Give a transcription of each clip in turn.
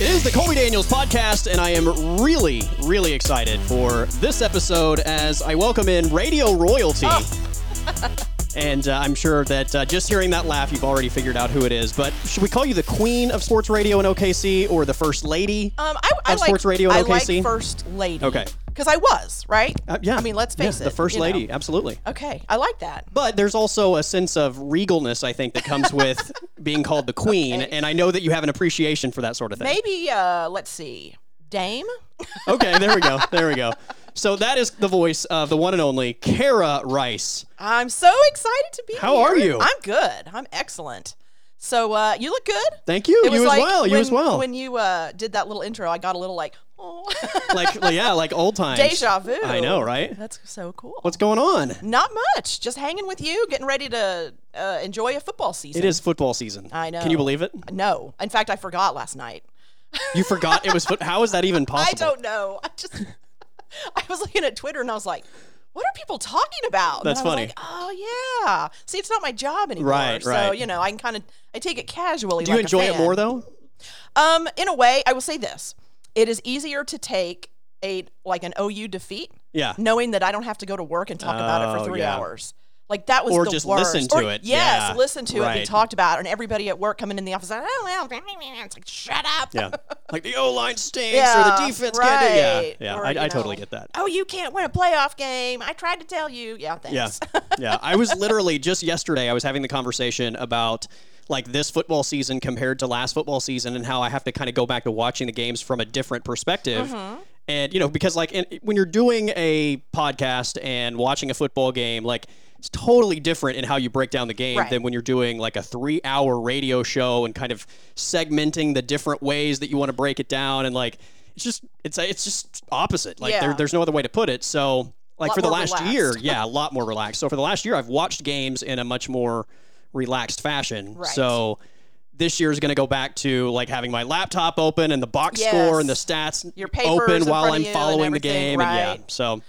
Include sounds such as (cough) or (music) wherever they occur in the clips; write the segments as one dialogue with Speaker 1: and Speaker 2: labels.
Speaker 1: is the Colby Daniels podcast, and I am really, really excited for this episode as I welcome in Radio Royalty.
Speaker 2: Oh.
Speaker 1: (laughs) and uh, I'm sure that uh, just hearing that laugh, you've already figured out who it is. But should we call you the Queen of Sports Radio in OKC or the First Lady?
Speaker 2: Um, I, I
Speaker 1: Of
Speaker 2: like,
Speaker 1: sports radio in
Speaker 2: I
Speaker 1: OKC?
Speaker 2: like first lady.
Speaker 1: Okay.
Speaker 2: Because I was right.
Speaker 1: Uh, yeah.
Speaker 2: I mean, let's face
Speaker 1: Yeah,
Speaker 2: it.
Speaker 1: The First
Speaker 2: you know.
Speaker 1: Lady, absolutely.
Speaker 2: Okay, I like that.
Speaker 1: But there's also a sense of regalness, I think, that comes
Speaker 2: (laughs)
Speaker 1: with being called the queen. And I know that you have an appreciation for that sort of thing.
Speaker 2: Maybe uh, let's see, Dame. (laughs)
Speaker 1: Okay, there we go. There we go. So that is the voice of the one and only Kara Rice.
Speaker 2: I'm so excited to be
Speaker 1: How
Speaker 2: here.
Speaker 1: are you?
Speaker 2: I'm good. I'm excellent. So uh, you look good.
Speaker 1: Thank you.
Speaker 2: It was
Speaker 1: You as
Speaker 2: like
Speaker 1: well. You
Speaker 2: when-
Speaker 1: as well.
Speaker 2: When you uh, did that little intro, I got a
Speaker 1: (laughs)
Speaker 2: little like, (laughs) oh,
Speaker 1: like, like- yeah, like old times.
Speaker 2: deja vu.
Speaker 1: I know, right?
Speaker 2: That's so cool.
Speaker 1: What's going on?
Speaker 2: Not much. Just hanging with you, getting ready to uh, enjoy a football season.
Speaker 1: It is football season.
Speaker 2: I know.
Speaker 1: Can you believe it?
Speaker 2: No, in fact, I forgot last night.
Speaker 1: You forgot it was foot. How is that even possible?
Speaker 2: I don't know. I just (laughs) I was looking at Twitter and I was like, what are people talking about? And
Speaker 1: That's
Speaker 2: I was
Speaker 1: funny.
Speaker 2: like, oh yeah. See, it's not my job anymore.
Speaker 1: Right,
Speaker 2: so
Speaker 1: right.
Speaker 2: you know, I can kind of I take it casually.
Speaker 1: Do you
Speaker 2: like a
Speaker 1: enjoy it
Speaker 2: fan.
Speaker 1: more though?
Speaker 2: Um, in a way, I will say this: it is easier to take a like an OU defeat,
Speaker 1: Yeah.
Speaker 2: knowing that I don't have to go to work and talk about it
Speaker 1: Oh,
Speaker 2: for three
Speaker 1: yeah.
Speaker 2: hours. Like that was
Speaker 1: Or
Speaker 2: the
Speaker 1: just
Speaker 2: worst.
Speaker 1: listen to it.
Speaker 2: Yes,
Speaker 1: Yeah.
Speaker 2: listen to it.
Speaker 1: Right.
Speaker 2: Be talked about, and everybody at work coming in the office. Oh well, (laughs) it's like shut up. (laughs)
Speaker 1: Yeah. Like the O line stinks or the
Speaker 2: Yeah,
Speaker 1: defense can't do. Yeah.
Speaker 2: right.
Speaker 1: Yeah.
Speaker 2: Or,
Speaker 1: I,
Speaker 2: you
Speaker 1: I totally
Speaker 2: know.
Speaker 1: get that.
Speaker 2: oh, you can't win a playoff game. I tried to tell you. Yeah, thanks.
Speaker 1: Yeah. (laughs) Yeah. I was literally just yesterday, I was having the conversation about like this football season compared to last football season and how I have to kind of go back to watching the games from a different perspective. And, you know, because like in, when you're doing a podcast and watching a football game, like it's totally different in how you break down the game
Speaker 2: Right.
Speaker 1: than when you're doing like a three hour radio show and kind of segmenting the different ways that you want to break it down. And like, it's just, it's, it's just opposite. Like
Speaker 2: Yeah.
Speaker 1: there, there's no other way to put it. So like
Speaker 2: Lot
Speaker 1: for the
Speaker 2: more
Speaker 1: last
Speaker 2: relaxed.
Speaker 1: year, yeah, a lot more relaxed. So for the last year, I've watched games in a much more relaxed fashion.
Speaker 2: Right.
Speaker 1: So this year is going to go back to like having my laptop open and the box
Speaker 2: Yes.
Speaker 1: score and the stats
Speaker 2: Your papers
Speaker 1: open
Speaker 2: in
Speaker 1: while
Speaker 2: front of
Speaker 1: I'm
Speaker 2: you and
Speaker 1: following the
Speaker 2: everything,
Speaker 1: game. And
Speaker 2: right.
Speaker 1: yeah, so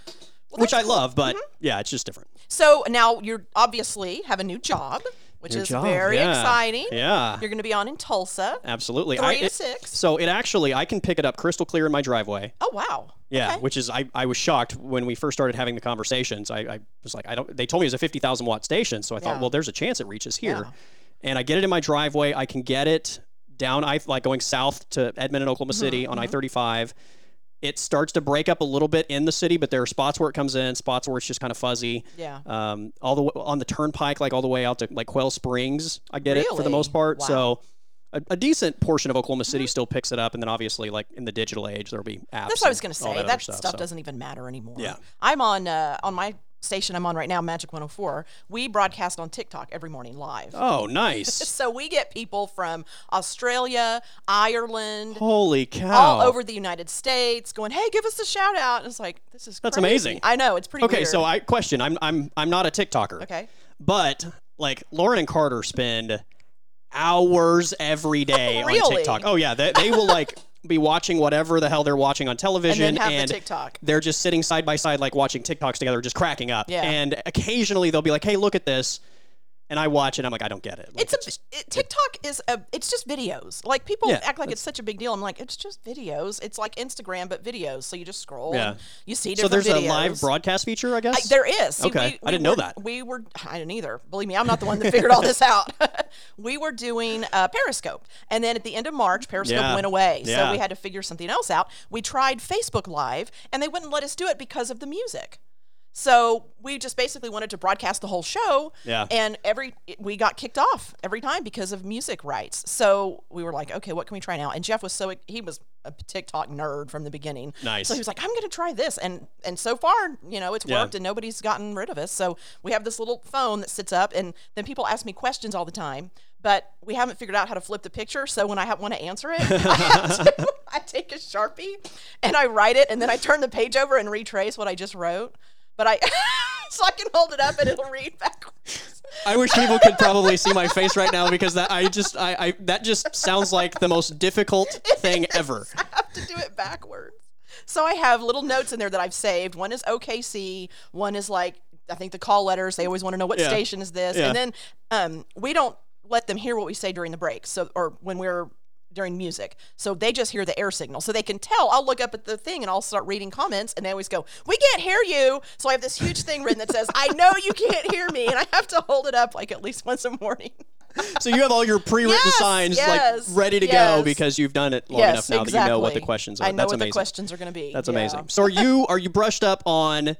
Speaker 1: which I love, but
Speaker 2: Mm-hmm.
Speaker 1: yeah, it's just different.
Speaker 2: So now you're obviously have a new job, which
Speaker 1: New
Speaker 2: is
Speaker 1: job,
Speaker 2: very
Speaker 1: yeah.
Speaker 2: exciting.
Speaker 1: Yeah.
Speaker 2: You're going to be on in Tulsa.
Speaker 1: Absolutely.
Speaker 2: Three
Speaker 1: I,
Speaker 2: to
Speaker 1: it-
Speaker 2: six.
Speaker 1: So it actually, I can pick it up crystal clear in my driveway.
Speaker 2: Oh wow.
Speaker 1: Yeah,
Speaker 2: Okay.
Speaker 1: which is I, I was shocked when we first started having the conversations. I, I was like, I don't. They told me it was a fifty thousand watt station, so I thought,
Speaker 2: Yeah.
Speaker 1: well, there's a chance it reaches here,
Speaker 2: Yeah.
Speaker 1: and I get it in my driveway. I can get it down I like going south to Edmond and
Speaker 2: Mm-hmm,
Speaker 1: Oklahoma City on I thirty five. It starts to break up a little bit in the city, but there are spots where it comes in, spots where it's just kind of fuzzy.
Speaker 2: Yeah.
Speaker 1: Um, all the way on the turnpike, like all the way out to like Quail Springs, I get it for the
Speaker 2: Really?
Speaker 1: most part.
Speaker 2: Wow. Mm-hmm.
Speaker 1: So. A, a decent portion of Oklahoma City still picks it up, and then obviously, like in the digital age, there'll be apps.
Speaker 2: That's what I
Speaker 1: and
Speaker 2: was going to
Speaker 1: all
Speaker 2: say. That,
Speaker 1: other
Speaker 2: stuff,
Speaker 1: so.
Speaker 2: doesn't even matter anymore.
Speaker 1: Yeah.
Speaker 2: I'm on uh, on my station I'm on right now, Magic 104. We broadcast on TikTok every morning live.
Speaker 1: Oh,
Speaker 2: (laughs)
Speaker 1: nice.
Speaker 2: So we get people from Australia, Ireland,
Speaker 1: Holy cow.
Speaker 2: all over the United States going, "Hey, give us a shout out." And it's like, this is
Speaker 1: That's
Speaker 2: crazy.
Speaker 1: amazing.
Speaker 2: I know, it's pretty
Speaker 1: Okay,
Speaker 2: weird.
Speaker 1: so I question. I'm I'm I'm not a TikToker.
Speaker 2: Okay.
Speaker 1: But like Lauren and Carter spend hours every day on
Speaker 2: (laughs) Really?
Speaker 1: TikTok. Oh yeah, they, they will like be watching whatever the hell they're watching on television
Speaker 2: and then have the TikTok.
Speaker 1: they're just sitting side by side like watching TikToks together just cracking up.
Speaker 2: Yeah.
Speaker 1: And occasionally they'll be like, "Hey, look at this." And I watch it. I'm like, "I don't get it." Like,
Speaker 2: it's a it, TikTok is a it's just videos. Like people
Speaker 1: Yeah,
Speaker 2: act like it's such a big deal. I'm like, it's just videos. It's like Instagram but videos. So you just scroll.
Speaker 1: Yeah.
Speaker 2: And you see
Speaker 1: so
Speaker 2: different
Speaker 1: there's
Speaker 2: videos.
Speaker 1: a live broadcast feature, I
Speaker 2: I,
Speaker 1: guess.
Speaker 2: there is. See,
Speaker 1: Okay.
Speaker 2: we-
Speaker 1: I
Speaker 2: we
Speaker 1: didn't know
Speaker 2: were-
Speaker 1: that.
Speaker 2: We were. I didn't either. Believe me, I'm not the one that figured all this out. (laughs) we were doing uh, Periscope, and then at the end of March, Periscope
Speaker 1: Yeah.
Speaker 2: went away.
Speaker 1: Yeah.
Speaker 2: So we had to figure something else out. We tried Facebook Live, and they wouldn't let us do it because of the music. So we just basically wanted to broadcast the whole show.
Speaker 1: Yeah.
Speaker 2: And every we got kicked off every time because of music rights. So we were like, okay, what can we try now? And Jeff was so he was a TikTok nerd from the beginning.
Speaker 1: Nice.
Speaker 2: So he was like, I'm going to try this, and and so far, you know, it's
Speaker 1: Yeah.
Speaker 2: worked, and nobody's gotten rid of us. So we have this little phone that sits up, and then people ask me questions all the time, but we haven't figured out how to flip the picture. So when I ha- want to answer it, (laughs) I, have to, I take a sharpie and I write it, and then I turn the page over and retrace what I just wrote. But I (laughs) so I can hold it up and it'll read backwards.
Speaker 1: I wish people could probably see my face right now because that I just I, I that just sounds like the most
Speaker 2: (laughs)
Speaker 1: difficult thing ever.
Speaker 2: I (laughs) have to do it backwards. So I have little notes in there that I've saved. One is OKC. One is like I think the call letters. They always want to know what
Speaker 1: Yeah.
Speaker 2: station is this,
Speaker 1: Yeah.
Speaker 2: and then um, we don't let them hear what we say during the break. So or when we're during music. So they just hear the air signal. So they can tell. I'll look up at the thing and I'll start reading comments, and they always go, "We can't hear you." So I have this huge thing written that says, "I know you can't hear me," and I have to hold it up like at least once a morning.
Speaker 1: So you have all your pre-written
Speaker 2: Yes,
Speaker 1: signs
Speaker 2: yes,
Speaker 1: like ready to
Speaker 2: yes.
Speaker 1: go because you've done it long
Speaker 2: yes,
Speaker 1: enough now
Speaker 2: exactly.
Speaker 1: that you know what the questions are.
Speaker 2: I know
Speaker 1: That's
Speaker 2: what
Speaker 1: amazing.
Speaker 2: the questions are going to be.
Speaker 1: That's
Speaker 2: Yeah.
Speaker 1: amazing. So are you are you brushed up on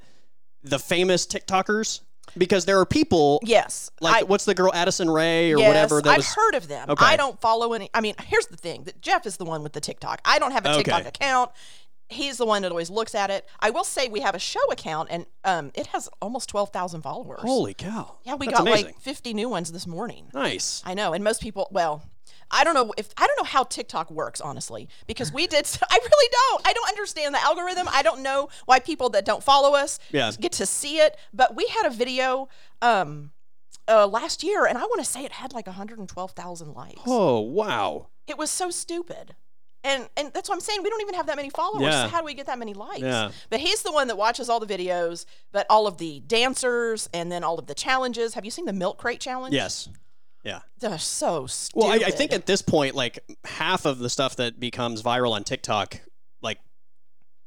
Speaker 1: the famous TikTokers? Because there are people
Speaker 2: Yes,
Speaker 1: like
Speaker 2: I-
Speaker 1: what's the girl Addison Ray or
Speaker 2: yes,
Speaker 1: whatever that
Speaker 2: I've
Speaker 1: was
Speaker 2: heard of them.
Speaker 1: Okay.
Speaker 2: I don't follow any. I mean, here's the thing: that Jeff is the one with the TikTok. I don't have a TikTok
Speaker 1: Okay.
Speaker 2: account. He's the one that always looks at it. I will say we have a show account, and um, it has almost twelve thousand followers.
Speaker 1: Holy cow.
Speaker 2: yeah, we
Speaker 1: That's
Speaker 2: got
Speaker 1: amazing.
Speaker 2: like fifty new ones this morning.
Speaker 1: nice.
Speaker 2: I know, and most people. Well, I don't know if I don't know how TikTok works, honestly, because we did. (laughs) I really don't. I don't understand the algorithm. I don't know why people that don't follow us
Speaker 1: Yeah.
Speaker 2: (laughs) get to see it. But we had a video um, uh, last year, and I want to say it had like 112,000 likes.
Speaker 1: Oh wow.
Speaker 2: It was so stupid. And, and that's what I'm saying. We don't even have that many followers.
Speaker 1: Yeah.
Speaker 2: So how do we get that many likes?
Speaker 1: Yeah.
Speaker 2: But he's the one that watches all the videos, but all of the dancers and then all of the challenges. Have you seen the milk crate challenge?
Speaker 1: Yes. Yeah.
Speaker 2: They're so stupid.
Speaker 1: Well, I, I think at this point, like half of the stuff that becomes viral on TikTok, like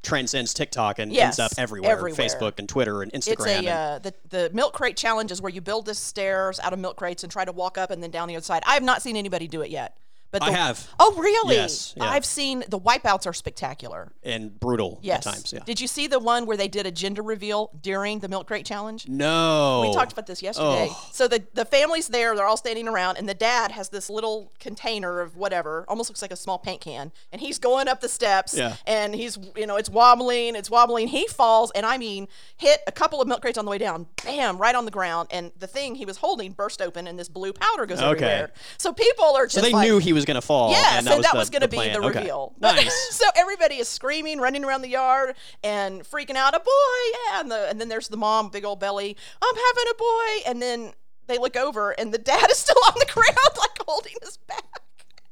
Speaker 1: transcends TikTok and
Speaker 2: Yes,
Speaker 1: ends up everywhere,
Speaker 2: everywhere.
Speaker 1: Facebook and Twitter and Instagram.
Speaker 2: It's a
Speaker 1: and-
Speaker 2: uh, the the milk crate challenge is where you build this stairs out of milk crates and try to walk up and then down the other side. I have not seen anybody do it yet, but the,
Speaker 1: I have
Speaker 2: Oh, really?
Speaker 1: Yes, yeah.
Speaker 2: I've seen the wipeouts are spectacular.
Speaker 1: and brutal
Speaker 2: Yes.
Speaker 1: at times. Yeah.
Speaker 2: Did you see the one where they did a gender reveal during the milk crate challenge?
Speaker 1: no.
Speaker 2: We talked about this yesterday.
Speaker 1: Oh.
Speaker 2: So the the family's there, they're all standing around, and the dad has this little container of whatever, almost looks like a small paint can, and he's going up the steps,
Speaker 1: Yeah.
Speaker 2: and he's you know it's wobbling, it's wobbling. He falls, and I mean hit a couple of milk crates on the way down, bam, right on the ground, and the thing he was holding burst open, and this blue powder goes
Speaker 1: Okay.
Speaker 2: everywhere. So people are just
Speaker 1: so they
Speaker 2: like,
Speaker 1: knew he was going to fall.
Speaker 2: yeah,
Speaker 1: and
Speaker 2: so that
Speaker 1: the-
Speaker 2: was going to be
Speaker 1: plan.
Speaker 2: the
Speaker 1: Okay.
Speaker 2: reveal. (laughs)
Speaker 1: Nice.
Speaker 2: so everybody is screaming, running around the yard, and freaking out. A boy, yeah. And, the, and then there's the mom, big old belly. I'm having a boy. And then they look over, and the dad (laughs) is still on the ground, like holding his back. (laughs)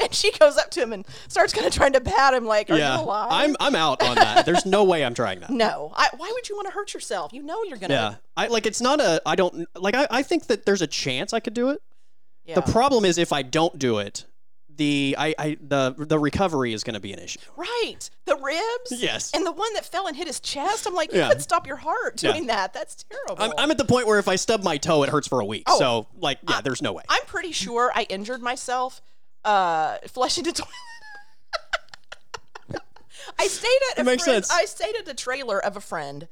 Speaker 2: And she goes up to him and starts kind of trying to pat him, like, "Are
Speaker 1: yeah.
Speaker 2: you alive?"
Speaker 1: I'm I'm out on that. There's no way I'm trying that.
Speaker 2: no. I, why would you want to hurt yourself? You know you're gonna.
Speaker 1: Yeah. I like it's not a I don't like I, I think that there's a chance I could do it.
Speaker 2: Yeah.
Speaker 1: The problem is if I don't do it, the I, I the the recovery is going to be an issue.
Speaker 2: right. The ribs.
Speaker 1: Yes.
Speaker 2: And the one that fell and hit his chest. I'm like, you
Speaker 1: Yeah.
Speaker 2: could stop your heart
Speaker 1: Yeah.
Speaker 2: doing that. That's terrible.
Speaker 1: I'm, I'm at the point where if I stub my toe, it hurts for a week.
Speaker 2: Oh.
Speaker 1: so, like, yeah, there's no way.
Speaker 2: I'm pretty sure I injured myself uh, flushing the (laughs) toilet. I stayed at a
Speaker 1: That makes
Speaker 2: friend's-
Speaker 1: sense.
Speaker 2: I stayed at the trailer of a friend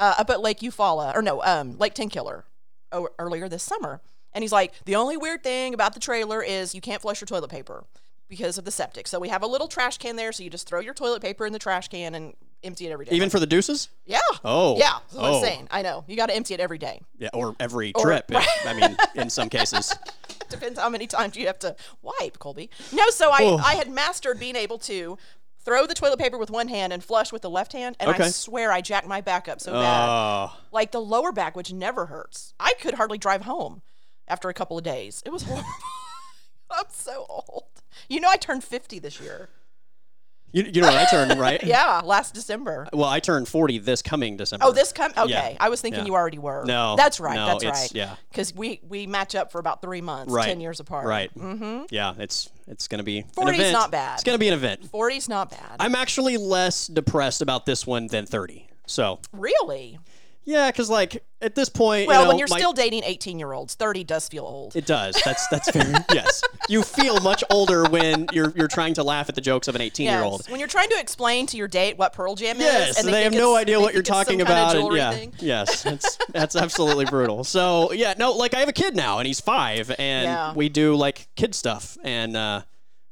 Speaker 2: uh, up at Lake Eufaula, or no, um, Lake Tenkiller, o- earlier this summer, and he's like, the only weird thing about the trailer is you can't flush your toilet paper because of the septic. So we have a little trash can there, so you just throw your toilet paper in the trash can and empty it every day.
Speaker 1: Even for the deuces?
Speaker 2: yeah.
Speaker 1: Oh.
Speaker 2: Yeah, that's what
Speaker 1: Oh.
Speaker 2: I'm saying. I know. You got to empty it every day.
Speaker 1: Yeah, or every trip. if- I mean, in some cases.
Speaker 2: Depends how many times you have to wipe, Colby. No, so I,
Speaker 1: Oh.
Speaker 2: I had mastered being able to throw the toilet paper with one hand and flush with the left hand, and I
Speaker 1: Okay.
Speaker 2: swear I jacked my back up so (laughs) bad.
Speaker 1: Oh,
Speaker 2: Like the lower back, which never hurts. I could hardly drive home after a couple of days. It was (laughs) horrible. I'm so old. You know, I turned 50 this year.
Speaker 1: you, you know what I turned, right?
Speaker 2: Yeah, last December.
Speaker 1: Well, I turned 40 this coming December.
Speaker 2: Oh, this come. Okay, I was thinking
Speaker 1: yeah.
Speaker 2: you already were.
Speaker 1: No,
Speaker 2: that's right.
Speaker 1: no,
Speaker 2: that's
Speaker 1: it's-
Speaker 2: right.
Speaker 1: yeah.
Speaker 2: because we we match up for about three months,
Speaker 1: Right.
Speaker 2: ten years apart.
Speaker 1: Right. Mm-hmm. Yeah, it's it's going to be.
Speaker 2: 40
Speaker 1: an
Speaker 2: is
Speaker 1: event.
Speaker 2: not bad.
Speaker 1: It's going to be an event.
Speaker 2: 40's not bad.
Speaker 1: I'm actually less depressed about this one than 30. So,
Speaker 2: really?
Speaker 1: yeah, because, like, at this point.
Speaker 2: Well,
Speaker 1: you know,
Speaker 2: when you're
Speaker 1: my-
Speaker 2: still dating 18 year olds, 30 does feel old.
Speaker 1: It does. That's
Speaker 2: (laughs)
Speaker 1: that's very yes. You feel much older when you're you're trying to laugh at the jokes of an 18 year old.
Speaker 2: Yes. When you're trying to explain to your date what Pearl Jam
Speaker 1: Yes,
Speaker 2: is, and
Speaker 1: they, have
Speaker 2: think
Speaker 1: no
Speaker 2: it's-
Speaker 1: idea
Speaker 2: they
Speaker 1: what you're
Speaker 2: think it's some
Speaker 1: talking
Speaker 2: kind of
Speaker 1: about. and
Speaker 2: jewelry
Speaker 1: yeah,
Speaker 2: thing.
Speaker 1: yes, it's that's absolutely brutal. So yeah, no, like I have a kid now, and he's five, and
Speaker 2: Yeah.
Speaker 1: we do like kid stuff, and uh,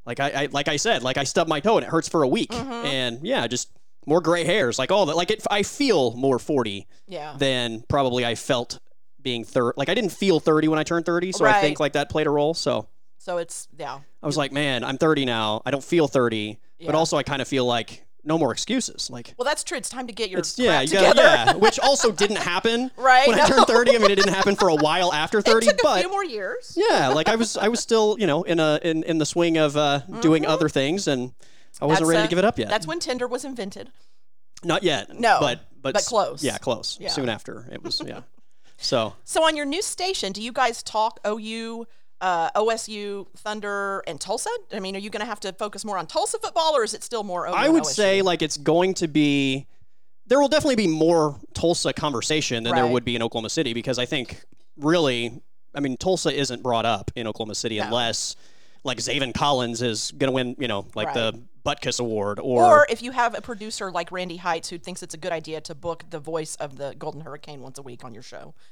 Speaker 1: like I, I like I said, like I stub my toe and it hurts for a week,
Speaker 2: Mm-hmm.
Speaker 1: and yeah, just more gray hairs, like all that. Like it, I feel more forty
Speaker 2: Yeah.
Speaker 1: than probably I felt being thirty. Like I didn't feel thirty when I turned thirty, so I think
Speaker 2: Right.
Speaker 1: like that played a role. So
Speaker 2: So it's yeah.
Speaker 1: I was like, man, I'm thirty now. I don't feel thirty, but
Speaker 2: Yeah.
Speaker 1: also I kind of feel like no more excuses, like.
Speaker 2: Well, that's true. It's time to get your
Speaker 1: It's- yeah,
Speaker 2: crap
Speaker 1: you gotta-
Speaker 2: together.
Speaker 1: yeah, which also didn't happen.
Speaker 2: (laughs) Right,
Speaker 1: When I
Speaker 2: no.
Speaker 1: turned 30, I mean, it didn't happen for a
Speaker 2: (laughs)
Speaker 1: while after 30,
Speaker 2: Took a
Speaker 1: but
Speaker 2: few more years.
Speaker 1: yeah, like I was, I was still, you know, in a in in the swing of uh, doing other things, and I wasn't
Speaker 2: Mm-hmm. That's,
Speaker 1: ready
Speaker 2: uh,
Speaker 1: to give it up yet.
Speaker 2: That's when Tinder was invented.
Speaker 1: not yet.
Speaker 2: No,
Speaker 1: but but
Speaker 2: but
Speaker 1: s-
Speaker 2: close.
Speaker 1: Yeah, close.
Speaker 2: Yeah. (laughs)
Speaker 1: Soon after it was. Yeah. So
Speaker 2: So on your new station, do you guys talk OU uh, OSU, Thunder, and Tulsa? I mean, are you going to have to focus more on Tulsa football, or is it still more? OU
Speaker 1: I would
Speaker 2: OSU?
Speaker 1: say like it's going to be there will definitely be more Tulsa conversation than there
Speaker 2: Right.
Speaker 1: would be in Oklahoma City because I think really I mean Tulsa isn't brought up in Oklahoma City unless like Zaven Collins is gonna win, you know, like the Butkus Award or,
Speaker 2: Or if you have a producer like Randy Heights who thinks it's a good idea to book the voice of the Golden Hurricane once a week on your show.
Speaker 1: (laughs)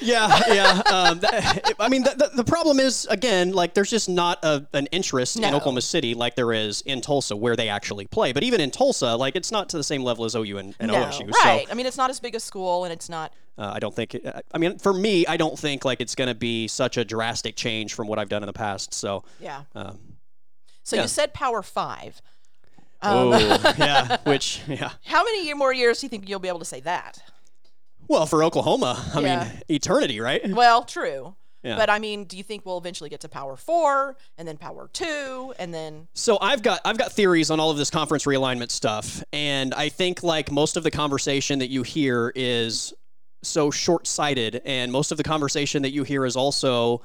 Speaker 1: Yeah, yeah. Um, that, (laughs) I mean, the, the, the problem is again, like there's just not a, an interest in
Speaker 2: No.
Speaker 1: Oklahoma City like there is in Tulsa where they actually play. But even in Tulsa, like it's not to the same level as OU and, and
Speaker 2: No,
Speaker 1: OSU.
Speaker 2: right.
Speaker 1: So
Speaker 2: I mean, it's not as big a school, and it's not.
Speaker 1: uh, I don't think. I- I mean, for me, I don't think like it's going to be such a drastic change from what I've done in the past. So.
Speaker 2: Yeah.
Speaker 1: Um,
Speaker 2: So
Speaker 1: yeah.
Speaker 2: you said Power Five.
Speaker 1: oh yeah, which yeah.
Speaker 2: How many year- more years do you think you'll be able to say that?
Speaker 1: Well, for Oklahoma, I
Speaker 2: Yeah.
Speaker 1: mean, eternity, right?
Speaker 2: Well, true.
Speaker 1: Yeah.
Speaker 2: But I mean, do you think we'll eventually get to Power Four, and then Power Two, and then
Speaker 1: So I've got I've got theories on all of this conference realignment stuff, and I think like most of the conversation that you hear is so short-sighted, and most of the conversation that you hear is also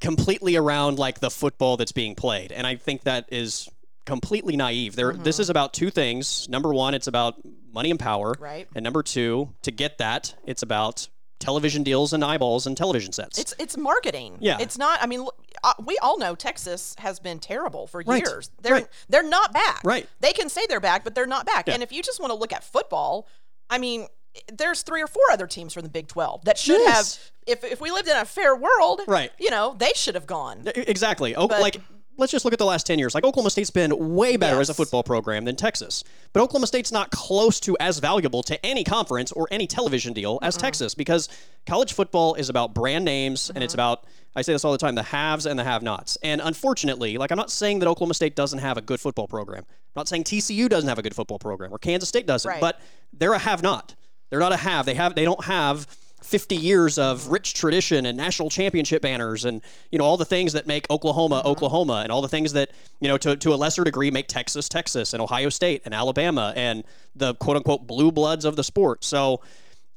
Speaker 1: completely around like the football that's being played, and I think that is completely naive. There, this is about two things. Number one, it's about money and power,
Speaker 2: Right.
Speaker 1: And number two, to get that, it's about television deals and eyeballs and television sets.
Speaker 2: it's it's marketing.
Speaker 1: Yeah.
Speaker 2: It's not. I mean, look, uh, we all know Texas has been terrible for
Speaker 1: Right.
Speaker 2: years. They're
Speaker 1: Right.
Speaker 2: they're not back.
Speaker 1: Right.
Speaker 2: They can say they're back, but they're not back.
Speaker 1: Yeah.
Speaker 2: And if you just want to look at football, I mean, there's three or four other teams from the Big Twelve that should
Speaker 1: Yes.
Speaker 2: have. If, if we lived in a fair world,
Speaker 1: Right.
Speaker 2: You know, they should have gone.
Speaker 1: E- Exactly. O-
Speaker 2: But-
Speaker 1: like, let's just look at the last 10 years. Like, Oklahoma State's been way better as a
Speaker 2: Yes.
Speaker 1: football program than Texas. But Oklahoma State's not close to as valuable to any conference or any television deal as Texas because college football is about brand names and it's
Speaker 2: Mm-hmm.
Speaker 1: about, I say this all the time, the haves and the have nots. And unfortunately, like, I'm not saying that Oklahoma State doesn't have a good football program. I'm not saying TCU doesn't have a good football program or Kansas State doesn't,
Speaker 2: Right.
Speaker 1: but they're a have not. They're not a have. They have. They don't have 50 years of rich tradition and national championship banners and you know all the things that make Oklahoma Oklahoma and all the things that you know to, to a lesser degree make Texas Texas and Ohio State and Alabama and the quote unquote blue bloods of the sport. So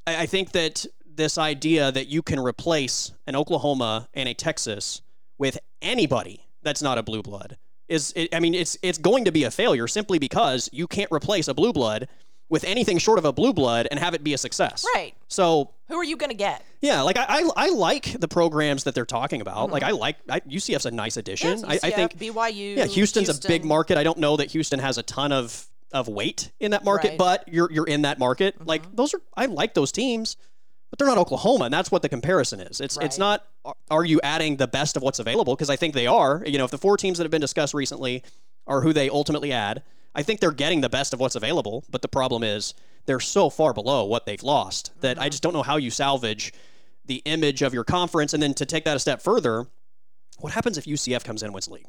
Speaker 1: I, I think that this idea that you can replace an Oklahoma and a Texas with anybody that's not a blue blood is it, I mean it's it's going to be a failure simply because you can't replace a blue blood with anything short of a blue blood and have it be a success.
Speaker 2: Right.
Speaker 1: So
Speaker 2: Who are you going to get?
Speaker 1: yeah, like I, I, I like the programs that they're talking about. Like I like I, UCF's a nice addition. I, I
Speaker 2: UCF,
Speaker 1: think
Speaker 2: BYU.
Speaker 1: yeah, Houston's a big
Speaker 2: Houston.
Speaker 1: market. I don't know that Houston has a ton of of weight in that market,
Speaker 2: Right. Mm-hmm.
Speaker 1: but you're you're in that market. Like those are I like those teams, but they're not Oklahoma, and that's what the comparison is. It's it's
Speaker 2: Right.
Speaker 1: not are- are you adding the best of what's available because I think they are. You know, if the four teams that have been discussed recently are who they ultimately add, I think they're getting the best of what's available, but the problem is they're so far below what they've lost that
Speaker 2: Mm-hmm.
Speaker 1: I just don't know how you salvage the image of your conference and then to take that a step further, what happens if UCF comes in and wins the league?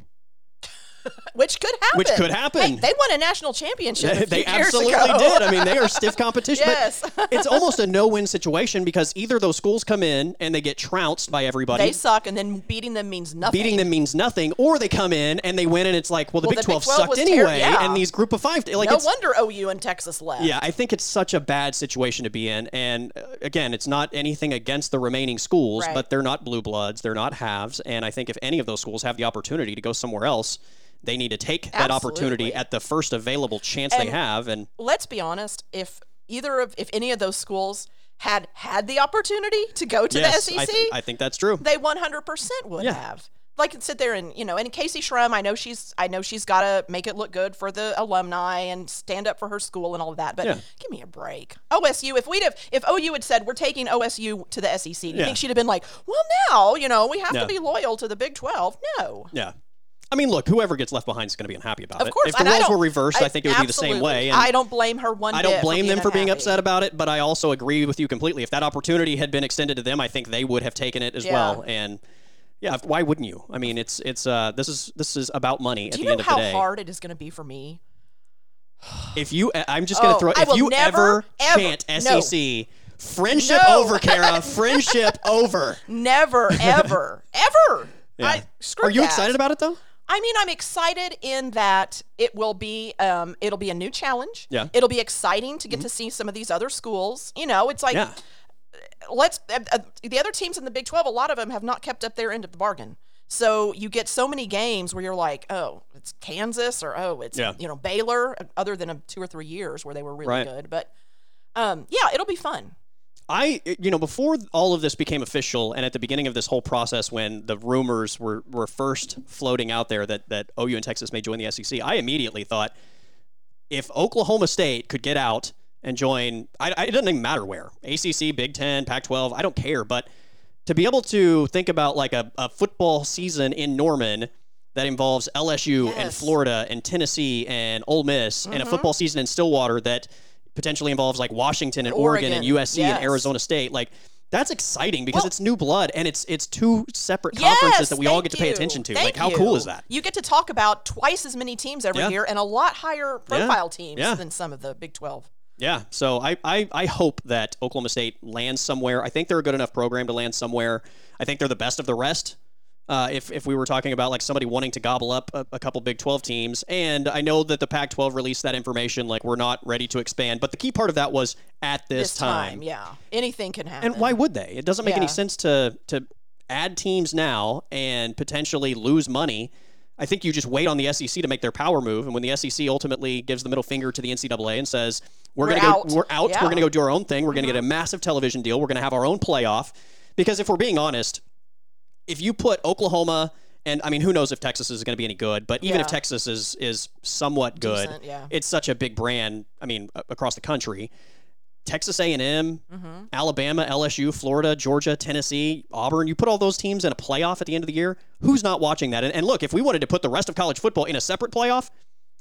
Speaker 2: which could happen.
Speaker 1: Which could happen.
Speaker 2: Hey, they won a national championship.
Speaker 1: (laughs)
Speaker 2: a
Speaker 1: they
Speaker 2: few years
Speaker 1: absolutely
Speaker 2: ago.
Speaker 1: did. I mean, they are
Speaker 2: (laughs)
Speaker 1: stiff competition.
Speaker 2: Yes.
Speaker 1: But
Speaker 2: (laughs)
Speaker 1: it's almost a no-win situation because either those schools come in and they get trounced by everybody.
Speaker 2: They suck, and then beating them means nothing.
Speaker 1: Beating them means nothing, or they come in and they win, and it's like, well, the
Speaker 2: Well,
Speaker 1: Big
Speaker 2: the Big
Speaker 1: 12
Speaker 2: 12
Speaker 1: sucked
Speaker 2: was
Speaker 1: anyway,
Speaker 2: ter- yeah.
Speaker 1: and these group of five, like,
Speaker 2: No
Speaker 1: it's,
Speaker 2: wonder OU and Texas left.
Speaker 1: yeah, I think it's such a bad situation to be in, and uh, again, it's not anything against the remaining schools,
Speaker 2: Right.
Speaker 1: but they're not blue bloods, they're not halves, and I think if any of those schools have the opportunity to go somewhere else, they need to take that opportunity
Speaker 2: Absolutely.
Speaker 1: at the first available chance they have, and
Speaker 2: Let's be honest. If either of, if any of those schools had had the opportunity to go to
Speaker 1: yes,
Speaker 2: the
Speaker 1: I,
Speaker 2: SEC,
Speaker 1: th- I think that's true.
Speaker 2: they 100% would
Speaker 1: Yeah.
Speaker 2: have. Like sit there and you know, and Casey Shrum, I know she's, I know she's got to make it look good for the alumni and stand up for her school and all of that. But
Speaker 1: Yeah.
Speaker 2: give me a break. OSU, if we'd have, if OU had said we're taking OSU to the SEC, do you
Speaker 1: Yeah.
Speaker 2: think she'd have been like, well, now you know we have
Speaker 1: Yeah.
Speaker 2: to be loyal to the Big Twelve? No,
Speaker 1: Yeah. I mean, look, whoever gets left behind is going to be unhappy about it.
Speaker 2: of course.
Speaker 1: If the
Speaker 2: and I
Speaker 1: roles
Speaker 2: don't-
Speaker 1: were reversed, I, think it would be the same
Speaker 2: absolutely.
Speaker 1: way. And
Speaker 2: I don't blame her one.
Speaker 1: I
Speaker 2: bit
Speaker 1: don't blame
Speaker 2: being
Speaker 1: them for being
Speaker 2: unhappy.
Speaker 1: upset about it, but I also agree with you completely. If that opportunity had been extended to them, I think they would have taken it as
Speaker 2: Yeah.
Speaker 1: well. And yeah, why wouldn't you? I mean, it's it's uh this is this is about money at
Speaker 2: Do
Speaker 1: the
Speaker 2: you
Speaker 1: end
Speaker 2: know
Speaker 1: of the
Speaker 2: how
Speaker 1: day.
Speaker 2: hard it is going to be for me?
Speaker 1: If you, I- I'm just gonna
Speaker 2: Oh,
Speaker 1: throw.
Speaker 2: I
Speaker 1: If
Speaker 2: will
Speaker 1: you
Speaker 2: never,
Speaker 1: ever
Speaker 2: ever-
Speaker 1: chant
Speaker 2: no.
Speaker 1: SEC, friendship
Speaker 2: No.
Speaker 1: over,
Speaker 2: (laughs)
Speaker 1: Kara. friendship over.
Speaker 2: Never, (laughs) ever, ever. I, screw
Speaker 1: Are you
Speaker 2: that.
Speaker 1: excited about it though?
Speaker 2: I mean, I'm excited in that it will be um, it'll be a new challenge.
Speaker 1: Yeah.
Speaker 2: It'll be exciting to get to see some of these other schools. You know, it's like
Speaker 1: Yeah.
Speaker 2: let's uh, uh, the other teams in the Big 12, a lot of them have not kept up their end of the bargain. So you get so many games where you're like, oh, it's Kansas or oh, it's
Speaker 1: Yeah.
Speaker 2: you know Baylor, other than a two or three years where they were really
Speaker 1: Right.
Speaker 2: good. But um, yeah, it'll be fun.
Speaker 1: I, you know, before all of this became official, and at the beginning of this whole process, when the rumors were, were first floating out there that that OU and Texas may join the SEC, I immediately thought if Oklahoma State could get out and join, I, I, it doesn't even matter where ACC, Big Ten, Pac-12, I don't care, but to be able to think about like a, a football season in Norman that involves LSU and
Speaker 2: Yes.
Speaker 1: Florida and Tennessee and Ole Miss, and a football season in Stillwater that potentially involves like Washington and Oregon, and
Speaker 2: Oregon,
Speaker 1: USC and
Speaker 2: yes.
Speaker 1: Arizona State, like. That's exciting because
Speaker 2: Well-
Speaker 1: it's new blood and it's it's two separate
Speaker 2: Yes,
Speaker 1: conferences that we all
Speaker 2: thank
Speaker 1: get to pay
Speaker 2: you.
Speaker 1: attention to.
Speaker 2: Thank
Speaker 1: like how
Speaker 2: you.
Speaker 1: cool is that?
Speaker 2: You get to talk about twice as many teams every
Speaker 1: Yeah.
Speaker 2: year and a lot higher profile teams
Speaker 1: Yeah.
Speaker 2: than some of the Big 12.
Speaker 1: Yeah. So I, I, I hope that Oklahoma State lands somewhere. I think they're a good enough program to land somewhere. I think they're the best of the rest. Uh, if, if we were talking about like somebody wanting to gobble up a, a couple Big 12 teams, and I know that the Pac 12 released that information, like we're not ready to expand. But the key part of that was at this,
Speaker 2: This time, yeah, anything can happen.
Speaker 1: And why would they? It doesn't make any
Speaker 2: Yeah.
Speaker 1: sense to to add teams now and potentially lose money. I think you just wait on the SEC to make their power move, and when the SEC ultimately gives the middle finger to the NCAA and says, "We're,
Speaker 2: We're
Speaker 1: gonna
Speaker 2: out."
Speaker 1: go, we're out,
Speaker 2: Yeah. Mm-hmm.
Speaker 1: we're gonna go do our own thing, we're gonna get a massive television deal, we're gonna have our own playoff," because if we're being honest, if you put Oklahoma and I mean, who knows if Texas is going to be any good? But even if
Speaker 2: Yeah.
Speaker 1: Texas is is somewhat good,
Speaker 2: Decent, yeah.
Speaker 1: it's such a big brand. I mean, a- across the country, Texas A and M, Alabama, LSU, Florida, Georgia, Tennessee, Auburn. You put all those teams in a playoff at the end of the year. Who's not watching that? And, and look, if we wanted to put the rest of college football in a separate playoff,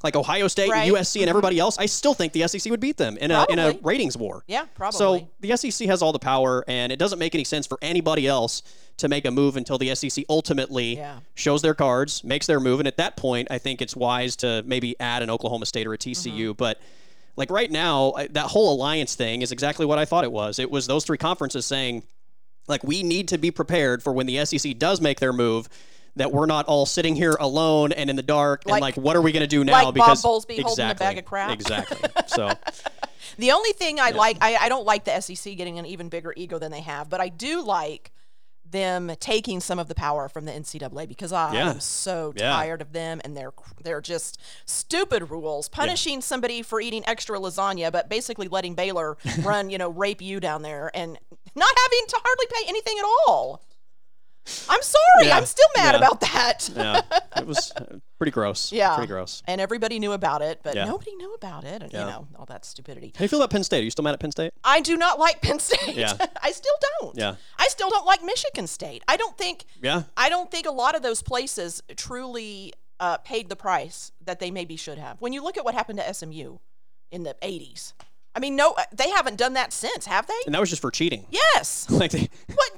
Speaker 1: like Ohio State,
Speaker 2: Right. Mm-hmm.
Speaker 1: USC, and everybody else, I still think the SEC would beat them in a, in a
Speaker 2: Probably.
Speaker 1: ratings war.
Speaker 2: Yeah, probably.
Speaker 1: So the SEC has all the power, and it doesn't make any sense for anybody else to make a move until the SEC ultimately
Speaker 2: Yeah.
Speaker 1: shows their cards, makes their move. And at that point, I think it's wise to maybe add an Oklahoma State or a TCU.
Speaker 2: Mm-hmm.
Speaker 1: But like right now, I- that whole alliance thing is exactly what I thought it was. It was those three conferences saying, like, we need to be prepared for when the SEC does make their move. That we're not all sitting here alone and in the dark, and like,
Speaker 2: Like-
Speaker 1: what are we going to do now?
Speaker 2: Bob
Speaker 1: because
Speaker 2: Bowlesby holding a
Speaker 1: exactly,
Speaker 2: bag of crap.
Speaker 1: Exactly. So
Speaker 2: (laughs) The only thing I like, I, I don't like the SEC getting an even bigger ego than they have, but I do like them taking some of the power from the NCAA because I
Speaker 1: Yeah.
Speaker 2: am so
Speaker 1: Yeah.
Speaker 2: tired of them and their they're just stupid rules punishing somebody for eating extra lasagna, but basically letting Baylor
Speaker 1: (laughs)
Speaker 2: run you know rape you down there and not having to hardly pay anything at all. I'm sorry,
Speaker 1: Yeah.
Speaker 2: I'm still mad
Speaker 1: Yeah.
Speaker 2: about that.
Speaker 1: yeah, it was uh, pretty gross.
Speaker 2: Yeah.
Speaker 1: pretty gross.
Speaker 2: And everybody knew about it, but
Speaker 1: Yeah.
Speaker 2: nobody knew about it. And, You know all that stupidity.
Speaker 1: How do you feel about Penn State? Are you still mad at Penn State?
Speaker 2: I do not like Penn State.
Speaker 1: Yeah.
Speaker 2: (laughs) I still don't.
Speaker 1: Yeah.
Speaker 2: I still don't like Michigan State. I don't think
Speaker 1: Yeah,
Speaker 2: I don't think a lot of those places truly uh, paid the price that they maybe should have. When you look at what happened to SMU in the 80s. I mean, no uh, they haven't done that since, have they?
Speaker 1: and that was just for cheating.
Speaker 2: Yes.
Speaker 1: (laughs) Like they,
Speaker 2: What?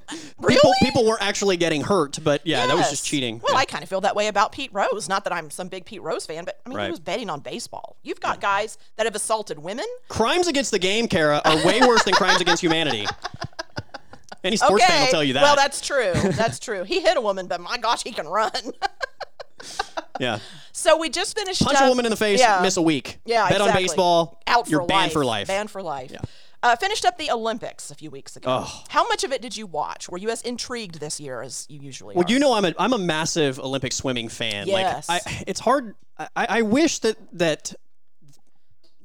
Speaker 1: (laughs)
Speaker 2: Really?
Speaker 1: people, people weren't actually getting hurt, but yeah, that was just
Speaker 2: Yes.
Speaker 1: cheating.
Speaker 2: Well,
Speaker 1: Yeah.
Speaker 2: I kind of feel that way about Pete Rose. Not that I'm some big Pete Rose fan, but I mean,
Speaker 1: Right.
Speaker 2: he was betting on baseball. You've got guys that have assaulted women.
Speaker 1: crimes against the game, Kara, are
Speaker 2: (laughs)
Speaker 1: way worse than crimes against humanity. Any sports fan will tell you that.
Speaker 2: Well, that's true. That's true. He hit a woman, but my gosh, he can run.
Speaker 1: yeah,
Speaker 2: So we just finished
Speaker 1: punch
Speaker 2: up,
Speaker 1: a woman in the face,
Speaker 2: yeah,
Speaker 1: miss a week.
Speaker 2: Yeah,
Speaker 1: bet on
Speaker 2: exactly.
Speaker 1: baseball,
Speaker 2: Out for
Speaker 1: you're banned
Speaker 2: life,
Speaker 1: for life.
Speaker 2: Banned for life. Uh, finished up the Olympics a few weeks ago. How much of it did you watch? Were you as intrigued this year as you usually
Speaker 1: Well,
Speaker 2: are?
Speaker 1: you know, I'm a I'm a massive Olympic swimming fan.
Speaker 2: Yes.
Speaker 1: Like, I, it's hard. I, I wish that that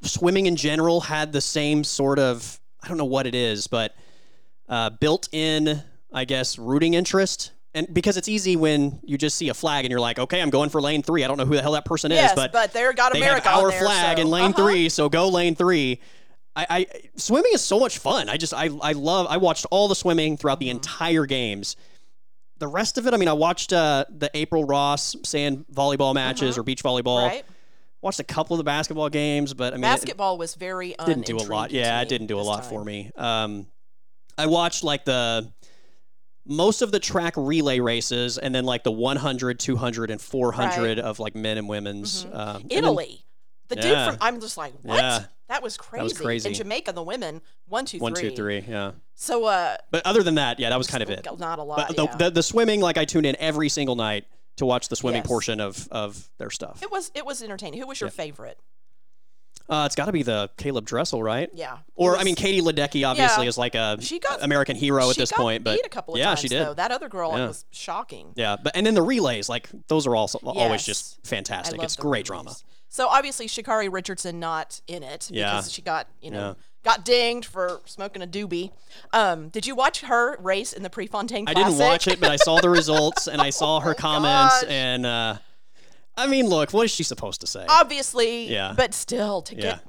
Speaker 1: swimming in general had the same sort of I don't know what it is, but uh, built-in, I guess, rooting interest. And because it's easy when you just see a flag and you're like, okay, I'm going for lane three. I don't know who the hell that person
Speaker 2: yes,
Speaker 1: is, but,
Speaker 2: there got
Speaker 1: they
Speaker 2: America
Speaker 1: have
Speaker 2: on
Speaker 1: our
Speaker 2: there,
Speaker 1: flag
Speaker 2: so-
Speaker 1: in lane
Speaker 2: Uh-huh.
Speaker 1: three, so go lane three. I, I swimming is so much fun. I just I I love. I watched all the swimming throughout
Speaker 2: Mm-hmm.
Speaker 1: the entire games. The rest of it, I mean, I watched uh, the April Ross sand volleyball matches or beach volleyball.
Speaker 2: Uh-huh. Right?
Speaker 1: Watched a couple of the basketball games, but I mean, it-
Speaker 2: Basketball was very
Speaker 1: didn't do a lot. Yeah, it didn't do a lot for me. Um, I watched like the most of the track relay races, and then like the 100, 200, and 400 of like men and women's.
Speaker 2: Mm-hmm.
Speaker 1: Um, and then-
Speaker 2: Italy. The dude
Speaker 1: Yeah.
Speaker 2: from I'm just like what?
Speaker 1: Yeah.
Speaker 2: That was crazy.
Speaker 1: was crazy.
Speaker 2: In Jamaica, the women one two three.
Speaker 1: one, two, three. Yeah.
Speaker 2: So uh,
Speaker 1: But other than that, yeah, that was kind of it.
Speaker 2: not a lot.
Speaker 1: But the,
Speaker 2: yeah.
Speaker 1: the, the swimming, like I tune in every single night to watch the swimming
Speaker 2: Yes.
Speaker 1: portion of, of their stuff.
Speaker 2: it was it was entertaining. Who was your favorite?
Speaker 1: Uh, it's got to be the Caleb Dressel, right?
Speaker 2: Yeah.
Speaker 1: Or
Speaker 2: It
Speaker 1: I mean,
Speaker 2: was-
Speaker 1: Katie Ledecky obviously
Speaker 2: Yeah.
Speaker 1: is like a
Speaker 2: She got-
Speaker 1: American hero at
Speaker 2: she
Speaker 1: this
Speaker 2: got
Speaker 1: point, but
Speaker 2: beat a couple of
Speaker 1: yeah,
Speaker 2: times,
Speaker 1: she did.
Speaker 2: though. That other girl it
Speaker 1: Yeah.
Speaker 2: was shocking.
Speaker 1: Yeah, but and then the relays, like those are also always
Speaker 2: Yes.
Speaker 1: just
Speaker 2: I
Speaker 1: fantastic.
Speaker 2: love
Speaker 1: It's
Speaker 2: the
Speaker 1: great
Speaker 2: reviews.
Speaker 1: drama.
Speaker 2: So obviously Shikari Richardson not in it
Speaker 1: Yeah.
Speaker 2: because she got you know
Speaker 1: Yeah.
Speaker 2: got dinged for smoking a doobie. Um, did you watch her race in the Prefontaine
Speaker 1: I
Speaker 2: Classic? Oh
Speaker 1: didn't watch it, but I
Speaker 2: (laughs)
Speaker 1: saw the results and I saw her comments,
Speaker 2: gosh.
Speaker 1: and uh, I mean, look, what is she supposed to say?
Speaker 2: Obviously,
Speaker 1: Yeah.
Speaker 2: but still to
Speaker 1: yeah,
Speaker 2: get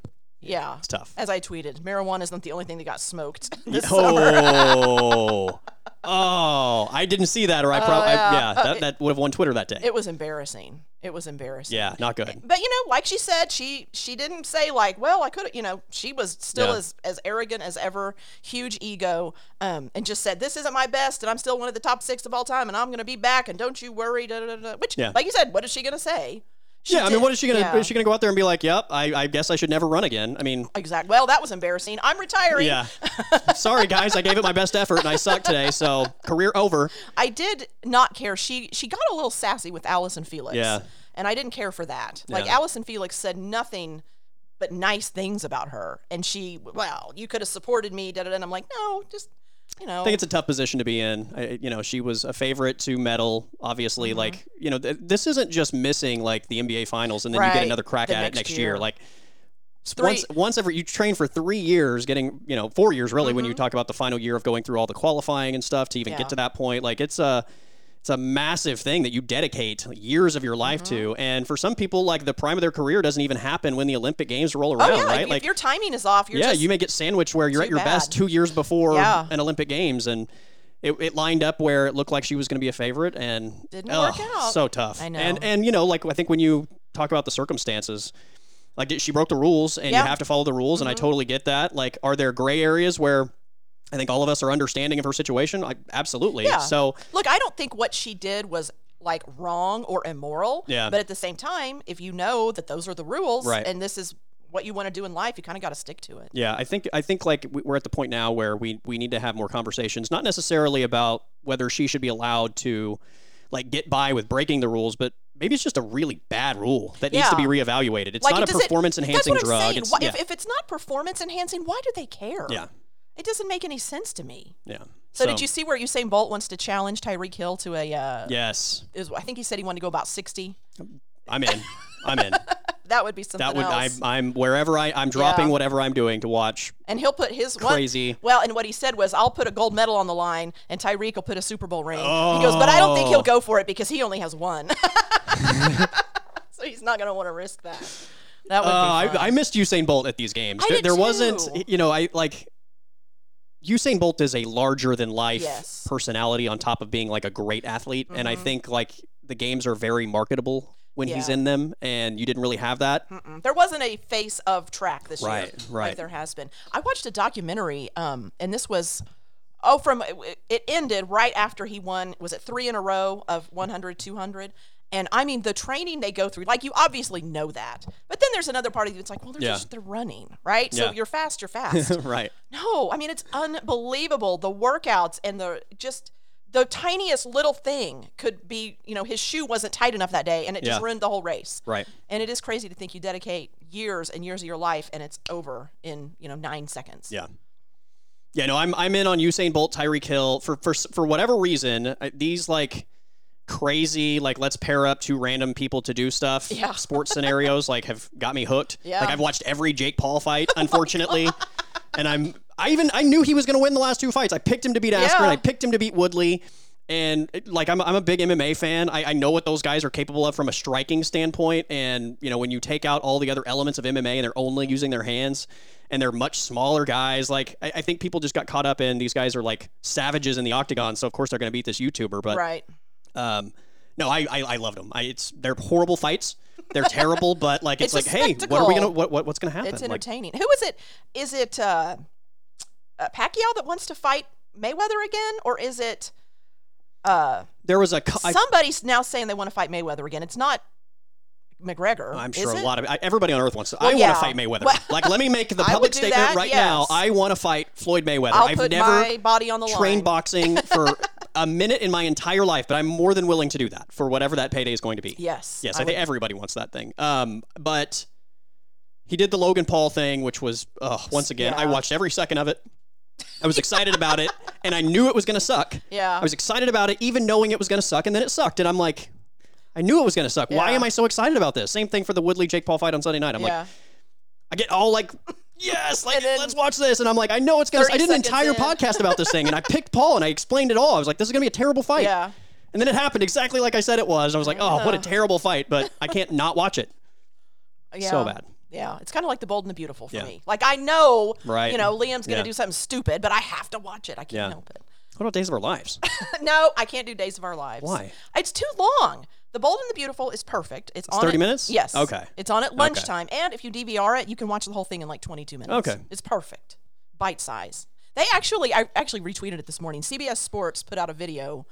Speaker 2: yeah.
Speaker 1: it's tough.
Speaker 2: As I tweeted, marijuana is not the only thing that got smoked. this summer.
Speaker 1: (laughs)
Speaker 2: (laughs)
Speaker 1: Oh, oh, I didn't see that, or I probably yeah,
Speaker 2: yeah.
Speaker 1: that, that would have won Twitter that day.
Speaker 2: (laughs) It was embarrassing. It was embarrassing.
Speaker 1: yeah, not good.
Speaker 2: But you know, like she said, she she didn't say like, well, I could, you know, she was still
Speaker 1: Yeah.
Speaker 2: as as arrogant as ever, huge ego, um, and just said, this isn't my best, and I'm still one of the top six of all time, and I'm gonna be back, and don't you worry, da da da. da. Which,
Speaker 1: Yeah.
Speaker 2: like you said, what is she gonna say? She
Speaker 1: yeah, I mean,
Speaker 2: did-
Speaker 1: what is she gonna?
Speaker 2: yeah.
Speaker 1: Is she gonna go out there and be like, "Yep, I, I guess I should never run again"? I mean,
Speaker 2: Exactly. Well, that was embarrassing. I'm retiring.
Speaker 1: yeah.
Speaker 2: (laughs)
Speaker 1: Sorry, guys, I gave it my best effort and I suck today, so career over.
Speaker 2: I did not care. She she got a little sassy with Allison Felix.
Speaker 1: Yeah.
Speaker 2: And I didn't care for that. Like
Speaker 1: Yeah.
Speaker 2: Allison Felix said nothing but nice things about her. And she well, you could have supported me, da da da. And I'm like, no, just you know
Speaker 1: I think it's a tough position to be in. I, you know, she was a favorite to medal. Obviously,
Speaker 2: Mm-hmm.
Speaker 1: like you know, th- this isn't just missing like the NBA finals and then you
Speaker 2: Right,
Speaker 1: get another crack
Speaker 2: the
Speaker 1: at it
Speaker 2: next
Speaker 1: next year.
Speaker 2: year.
Speaker 1: Like
Speaker 2: three-
Speaker 1: once once every you train for three years, getting you know four years really when you talk about the final year of going through all the qualifying and stuff to even
Speaker 2: Mm-hmm. Yeah.
Speaker 1: get to that point. Like it's a it's a massive thing that you dedicate years of your life to,
Speaker 2: Mm-hmm.
Speaker 1: and for some people, like the prime of their career doesn't even happen when the Olympic Games roll around,
Speaker 2: Oh yeah,
Speaker 1: right?
Speaker 2: if,
Speaker 1: like
Speaker 2: if your timing is off, you're
Speaker 1: yeah,
Speaker 2: just
Speaker 1: you may get sandwiched where you're at
Speaker 2: too
Speaker 1: your
Speaker 2: bad.
Speaker 1: best two years before
Speaker 2: Yeah.
Speaker 1: an Olympic Games, and it, it lined up where it looked like she was going to be a favorite, and
Speaker 2: Didn't
Speaker 1: ugh,
Speaker 2: work out.
Speaker 1: So tough.
Speaker 2: I know.
Speaker 1: And and you know, like I think when you talk about the circumstances, like she broke the rules, and
Speaker 2: Yeah. Mm-hmm.
Speaker 1: you have to follow the rules, and I totally get that. Like, are there gray areas where? I think all of us are understanding of her situation. I, absolutely.
Speaker 2: Yeah.
Speaker 1: So
Speaker 2: look, I don't think what she did was like wrong or immoral.
Speaker 1: Yeah.
Speaker 2: But at the same time, if you know that those are the rules
Speaker 1: Right.
Speaker 2: and this is what you want to do in life, you kind of got to stick to it.
Speaker 1: Yeah, I think I think like we- we're at the point now where we we need to have more conversations, not necessarily about whether she should be allowed to like get by with breaking the rules, but maybe it's just a really bad rule that needs to be
Speaker 2: Yeah.
Speaker 1: reevaluated. It's
Speaker 2: it
Speaker 1: not a
Speaker 2: doesn't-
Speaker 1: performance enhancing
Speaker 2: that's what
Speaker 1: drug.
Speaker 2: I'm saying.
Speaker 1: It's,
Speaker 2: Why-
Speaker 1: yeah,
Speaker 2: if, if it's not performance enhancing, why do they care?
Speaker 1: yeah,
Speaker 2: It doesn't make any sense to me.
Speaker 1: yeah.
Speaker 2: So, did you see where Usain Bolt wants to challenge Tyreek Hill to a? Uh,
Speaker 1: Yes,
Speaker 2: it was- I think he said he wanted to go about sixty.
Speaker 1: I'm in. I'm
Speaker 2: (laughs)
Speaker 1: in.
Speaker 2: That would be something
Speaker 1: That would I'm,
Speaker 2: else.
Speaker 1: I'm wherever I I'm dropping
Speaker 2: Yeah.
Speaker 1: whatever I'm doing to watch
Speaker 2: and he'll put his one-
Speaker 1: crazy.
Speaker 2: well, and what he said was, "I'll put a gold medal on the line, and Tyreek will put a Super Bowl ring." He goes, "But I don't think
Speaker 1: Oh.
Speaker 2: he'll go for it because he only has one, (laughs) so he's not going to want to risk that." That would
Speaker 1: Uh, I,
Speaker 2: be fun.
Speaker 1: I missed Usain Bolt at these games.
Speaker 2: I
Speaker 1: there
Speaker 2: did
Speaker 1: there
Speaker 2: too.
Speaker 1: wasn't, you know, I like. Usain Bolt is a larger than life
Speaker 2: Yes. Mm-hmm.
Speaker 1: personality on top of being like a great athlete, and I think like the games are very marketable when he's
Speaker 2: Yeah. Hmm.
Speaker 1: in them, and you didn't really have that.
Speaker 2: Mm-mm. There wasn't a face of track this year,
Speaker 1: Right, right.
Speaker 2: Like there has been. I watched a documentary, um, and this was, oh, from it ended right after he won. Was it three in a row of 100, 200? And I mean, the training they go through, like you obviously know that. But then there's another part of you that's like, well, they're
Speaker 1: Yeah.
Speaker 2: just they're running, right?
Speaker 1: Yeah.
Speaker 2: So you're fast,
Speaker 1: (laughs)
Speaker 2: you're fast.
Speaker 1: (laughs) right.
Speaker 2: No, I mean it's unbelievable the workouts and the just the tiniest little thing could be, you know, his shoe wasn't tight enough that day and it just
Speaker 1: Yeah.
Speaker 2: ruined the whole race.
Speaker 1: Right.
Speaker 2: And it is crazy to think you dedicate years and years of your life and it's over in, you know, 9 seconds.
Speaker 1: Yeah. Yeah, no, I'm I'm in on Usain Bolt, Tyreek Hill for for for whatever reason. I- These like crazy like let's pair up two random people to do stuff.
Speaker 2: Yeah.
Speaker 1: Sports scenarios like have got me hooked.
Speaker 2: (laughs) Yeah. Oh
Speaker 1: Like I've watched every Jake Paul
Speaker 2: (laughs)
Speaker 1: fight, unfortunately, and I'm I even I knew he was going to win the last two fights. I picked him to beat Askren.
Speaker 2: Yeah.
Speaker 1: I picked him to beat Woodley. And like I'm, I'm a big MMA fan. I, I know what those guys are capable of from a striking standpoint. And you know when you take out all the other elements of MMA and they're only using their hands, and they're much smaller guys. Like I, I think people just got caught up in these guys are like savages in the octagon. So of course they're going to beat this YouTuber. But
Speaker 2: Right.
Speaker 1: um, no, I I, I loved them. I, it's they're horrible fights. They're terrible. But like it's,
Speaker 2: It's a
Speaker 1: like hey, what are we
Speaker 2: spectacle.
Speaker 1: gonna what, what what's gonna happen?
Speaker 2: It's
Speaker 1: like
Speaker 2: entertaining. Who is it? Is it uh, uh Pacquiao that wants to fight Mayweather again or is it uh
Speaker 1: there was a co- I,
Speaker 2: somebody's now saying they want to fight Mayweather again. It's not McGregor.
Speaker 1: I'm
Speaker 2: is
Speaker 1: sure a
Speaker 2: it?
Speaker 1: lot of I, everybody on earth wants to. I
Speaker 2: yeah.
Speaker 1: want to fight Mayweather.
Speaker 2: Well-
Speaker 1: like, let me make the
Speaker 2: (laughs) I would
Speaker 1: public
Speaker 2: do
Speaker 1: statement
Speaker 2: that,
Speaker 1: right now.
Speaker 2: yes.
Speaker 1: I want to fight Floyd Mayweather.
Speaker 2: I'll
Speaker 1: have
Speaker 2: put
Speaker 1: never
Speaker 2: my body on the
Speaker 1: trained
Speaker 2: line. (laughs)
Speaker 1: boxing for a minute in my entire life, but I'm more than willing to do that for whatever that payday is going to be.
Speaker 2: yes.
Speaker 1: Yes, I, think everybody wants that thing. Um, but He did the Logan Paul thing, which was uh, once again. I
Speaker 2: Yeah.
Speaker 1: watched every second of it. I was excited about it, and I knew it was going to suck.
Speaker 2: Yeah.
Speaker 1: I was excited about it, even knowing it was going to suck, and then it sucked, and I'm like, I knew it was going to suck. Why
Speaker 2: Yeah.
Speaker 1: am I so excited about this? Same thing for the Woodley Jake Paul fight on Sunday night. I'm like,
Speaker 2: yeah.
Speaker 1: I get all like, yes, like,
Speaker 2: And then-
Speaker 1: let's watch this. And I'm like, I know it's going to,
Speaker 2: 30
Speaker 1: I did an
Speaker 2: seconds
Speaker 1: entire
Speaker 2: in.
Speaker 1: podcast about this
Speaker 2: (laughs)
Speaker 1: thing and I picked Paul and I explained it all. I was like, this is going to be a terrible fight.
Speaker 2: Yeah. Uh-huh.
Speaker 1: And then it happened exactly like I said it was. I was like, oh, what a terrible fight, but I can't not watch it.
Speaker 2: Yeah.
Speaker 1: So bad.
Speaker 2: Yeah, it's kind of like the Bold and the Beautiful for
Speaker 1: Yeah.
Speaker 2: me. Like I know,
Speaker 1: Right.
Speaker 2: you know, Liam's gonna
Speaker 1: Yeah.
Speaker 2: do something stupid, but I have to watch it. I can't
Speaker 1: Yeah.
Speaker 2: help it. (laughs)
Speaker 1: What about Days of Our Lives?
Speaker 2: no, I can't do Days of Our Lives.
Speaker 1: Why?
Speaker 2: It's too long. The Bold and the Beautiful is perfect. It's, on
Speaker 1: 30
Speaker 2: at-
Speaker 1: minutes?
Speaker 2: Yes.
Speaker 1: Okay.
Speaker 2: It's on at lunchtime, and if you DVR it, you can watch the whole thing in like 22 minutes.
Speaker 1: Okay.
Speaker 2: It's perfect, bite size. They actually, I actually retweeted it this morning. CBS Sports put out a video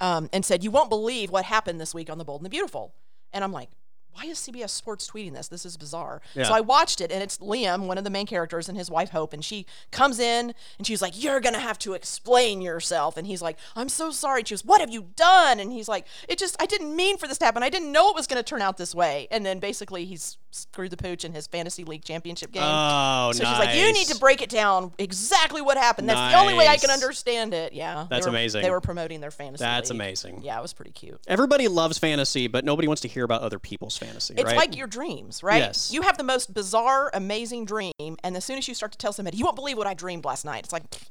Speaker 2: um, and said, "You won't believe what happened this week on The Bold and the Beautiful," and I'm like. Why is CBS Sports tweeting this? This is bizarre.
Speaker 1: Yeah.
Speaker 2: So I watched it, and it's Liam, one of the main characters, and his wife Hope, and she comes in and she's like, "You're gonna have to explain yourself," and he's like, "I'm so sorry." And she goes, "What have you done?" And he's like, "It just I didn't mean for this to happen. I didn't know it was gonna turn out this way." And then basically he's screwed the pooch in his fantasy league championship game.
Speaker 1: Oh,
Speaker 2: so she's like, "You need to break it down exactly what happened. That's the only way I can
Speaker 1: Nice.
Speaker 2: understand it." Yeah, they
Speaker 1: That's
Speaker 2: were-
Speaker 1: amazing.
Speaker 2: They were promoting their fantasy.
Speaker 1: That's
Speaker 2: league.
Speaker 1: amazing.
Speaker 2: Yeah, it was pretty cute.
Speaker 1: Everybody loves fantasy, but nobody wants to hear about other people's fantasy,
Speaker 2: It's
Speaker 1: right?
Speaker 2: like your dreams, right?
Speaker 1: Yes.
Speaker 2: You have the most bizarre, amazing dream, and as soon as you start to tell somebody, you won't believe what I dreamed last night. It's like pfft,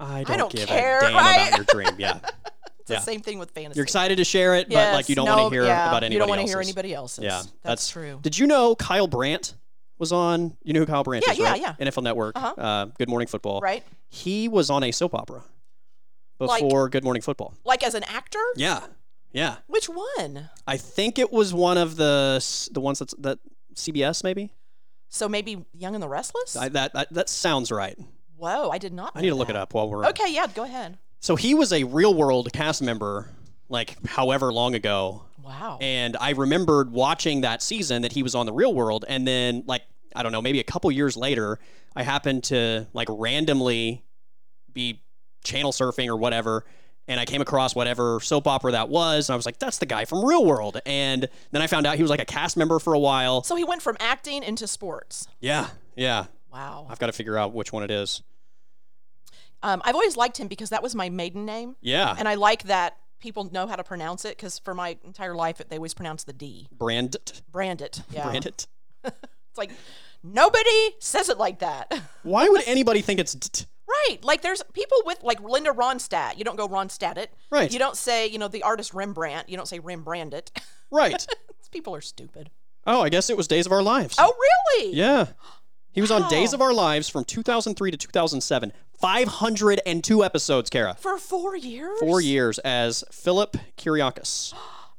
Speaker 1: I don't,
Speaker 2: don't
Speaker 1: give
Speaker 2: care,
Speaker 1: a damn
Speaker 2: right?
Speaker 1: about your dream.
Speaker 2: (laughs)
Speaker 1: Yeah.
Speaker 2: it's
Speaker 1: Yeah.
Speaker 2: the same thing with fantasy.
Speaker 1: You're excited to share it, but like you don't want to hear about anybody
Speaker 2: You don't
Speaker 1: want to
Speaker 2: hear anybody else's.
Speaker 1: Yeah,
Speaker 2: that's, true.
Speaker 1: Did you know Kyle Brandt was on? You know who Kyle Brandt
Speaker 2: Yeah,
Speaker 1: is,
Speaker 2: yeah,
Speaker 1: right?
Speaker 2: yeah. Uh-huh.
Speaker 1: NFL Network, uh Good Morning Football.
Speaker 2: Right?
Speaker 1: He was on a soap opera
Speaker 2: Like-
Speaker 1: before Good Morning Football.
Speaker 2: Like as an actor,
Speaker 1: Yeah, yeah.
Speaker 2: which one?
Speaker 1: I think it was one of the s- the ones that's that CBS maybe.
Speaker 2: So maybe Young and the Restless.
Speaker 1: I, that, that that sounds right.
Speaker 2: Whoa, I did not.
Speaker 1: I need to look it up while we're.
Speaker 2: Okay, yeah, go ahead.
Speaker 1: So he was a real world cast member, like however long ago,
Speaker 2: Wow.
Speaker 1: and I remembered watching that season that he was on the real world and then like I don't know maybe a couple years later I happened to like randomly be channel surfing or whatever and I came across whatever soap opera that was and I was like that's the guy from real world and then I found out he was like a cast member for a while
Speaker 2: so he went from acting into sports.
Speaker 1: yeah yeah
Speaker 2: Wow.
Speaker 1: I've got to figure out which one it is
Speaker 2: Um, I've always liked him because that was my maiden name.
Speaker 1: yeah
Speaker 2: And I like that people know how to pronounce it because for my entire life it, they always pronounce the D.
Speaker 1: brand
Speaker 2: Brand
Speaker 1: (laughs)
Speaker 2: it. Yeah.
Speaker 1: brand it
Speaker 2: It's like nobody says it like that. (laughs)
Speaker 1: why would anybody think it's d-
Speaker 2: right. Like there's people with like Linda Ronstadt. You don't go Ronstadt it.
Speaker 1: Right.
Speaker 2: You don't say, you know, the artist Rembrandt. You don't say Rembrandt it. (laughs)
Speaker 1: right
Speaker 2: people
Speaker 1: (laughs)
Speaker 2: are stupid.
Speaker 1: oh I guess it was Days of Our Lives
Speaker 2: Oh really?
Speaker 1: Yeah. He was on Days
Speaker 2: Wow.
Speaker 1: of Our Lives from 2003 to 2007. 502 episodes, Kara.
Speaker 2: For four years?
Speaker 1: Four years as Philip Kyriakis.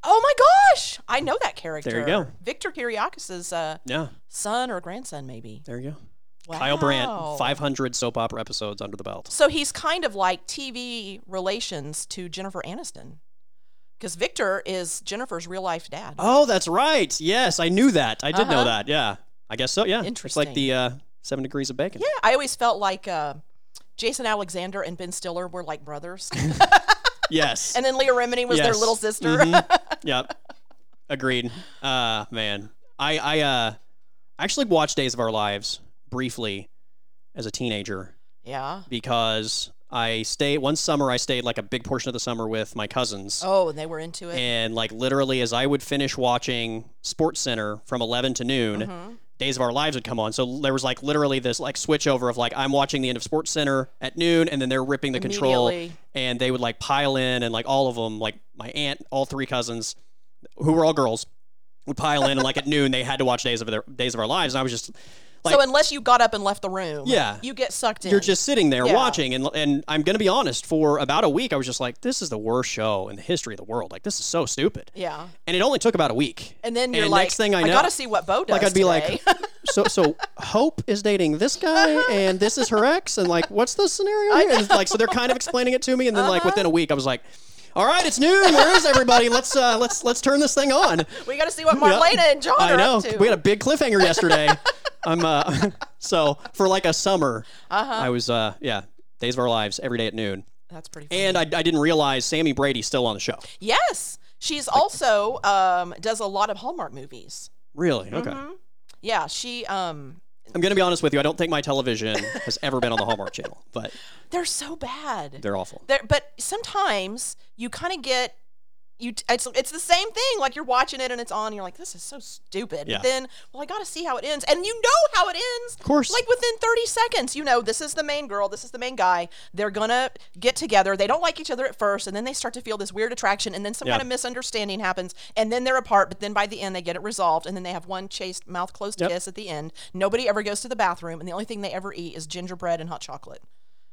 Speaker 2: Oh my gosh. I know that character.
Speaker 1: There you go.
Speaker 2: Victor Kiriakis's uh,
Speaker 1: Yeah,
Speaker 2: son or grandson maybe.
Speaker 1: there you go.
Speaker 2: Wow.
Speaker 1: Kyle Brandt, 500 soap opera episodes under the belt.
Speaker 2: So he's kind of like TV relations to Jennifer Aniston. Because Victor is Jennifer's real life dad.
Speaker 1: Oh, that's right. Yes, I knew that. I did know that. Yeah, I guess so. Yeah. It's
Speaker 2: Uh-huh. Interesting.
Speaker 1: like the uh, Seven Degrees of Bacon.
Speaker 2: Yeah, I always felt like uh, Jason Alexander and Ben Stiller were
Speaker 1: (laughs)
Speaker 2: like brothers.
Speaker 1: Yes.
Speaker 2: (laughs) and then Leah Remini was their
Speaker 1: Yes. Mm-hmm.
Speaker 2: little sister.
Speaker 1: yep. Agreed. Uh man. I I uh actually watched Days of Our Lives briefly as a teenager.
Speaker 2: (laughs) yeah.
Speaker 1: because I stayed one summer. I stayed like a big portion of the summer with my cousins,
Speaker 2: Oh, and they were into it.
Speaker 1: and like literally, as I would finish watching Sports Center from eleven to noon,
Speaker 2: Mm-hmm.
Speaker 1: Days of Our Lives would come on. So there was like literally this like switchover of like I'm watching the end of Sports Center at noon, and then they're ripping the control,
Speaker 2: Immediately.
Speaker 1: and they would like pile in, and like all of them, like my aunt, all three cousins, who were all girls, would pile in, and like at (laughs) noon they had to watch Days of Their Days of Our Lives, and I was just like.
Speaker 2: so unless you got up and left the room,
Speaker 1: Yeah.
Speaker 2: you get sucked in.
Speaker 1: you're just sitting there
Speaker 2: Yeah.
Speaker 1: watching and and I'm going to be honest for about a week I was just like this is the worst show in the history of the world like this is so stupid
Speaker 2: yeah.
Speaker 1: and it only took about a week
Speaker 2: And then you're
Speaker 1: and
Speaker 2: like,
Speaker 1: next thing I know
Speaker 2: gotta see what Bo does.
Speaker 1: like I'd be (laughs)
Speaker 2: today." (laughs)
Speaker 1: like so so Hope is dating this guy and this is her ex and like what's the scenario here? And, like so they're kind of explaining it to me and then
Speaker 2: Uh-huh.
Speaker 1: like within a week I was like all right it's noon where is everybody let's uh let's let's turn this thing on
Speaker 2: we got to see what Marlena
Speaker 1: yeah.
Speaker 2: and John
Speaker 1: I
Speaker 2: are
Speaker 1: know.
Speaker 2: up to.
Speaker 1: We had a big cliffhanger
Speaker 2: (laughs)
Speaker 1: yesterday. I'm uh, (laughs) so for like a summer,
Speaker 2: Uh-huh.
Speaker 1: I was uh, yeah, days of our lives every day at noon,
Speaker 2: That's pretty. Funny.
Speaker 1: and I, I didn't realize Sammy Brady's still on the show.
Speaker 2: yes, she's also um, does a lot of Hallmark movies.
Speaker 1: Really? Okay.
Speaker 2: Yeah, she um
Speaker 1: I'm going to be honest with you. I don't think my television has ever been on the Hallmark Channel, but
Speaker 2: they're so bad.
Speaker 1: they're awful.
Speaker 2: They're, but sometimes you kind of get you t- it's it's the same thing like you're watching it and it's on and you're like this is so stupid.
Speaker 1: Yeah.
Speaker 2: But then well I got to see how it ends and you know how it ends. Of
Speaker 1: course.
Speaker 2: Like within 30 seconds, you know this is the main girl, this is the main guy. They're going to get together. They don't like each other at first and then they start to feel this weird attraction and then some
Speaker 1: Yeah.
Speaker 2: kind of misunderstanding happens and then they're apart but then by the end they get it resolved and then they have one chaste mouth closed
Speaker 1: Yep.
Speaker 2: kiss at the end. Nobody ever goes to the bathroom and the only thing they ever eat is gingerbread and hot chocolate.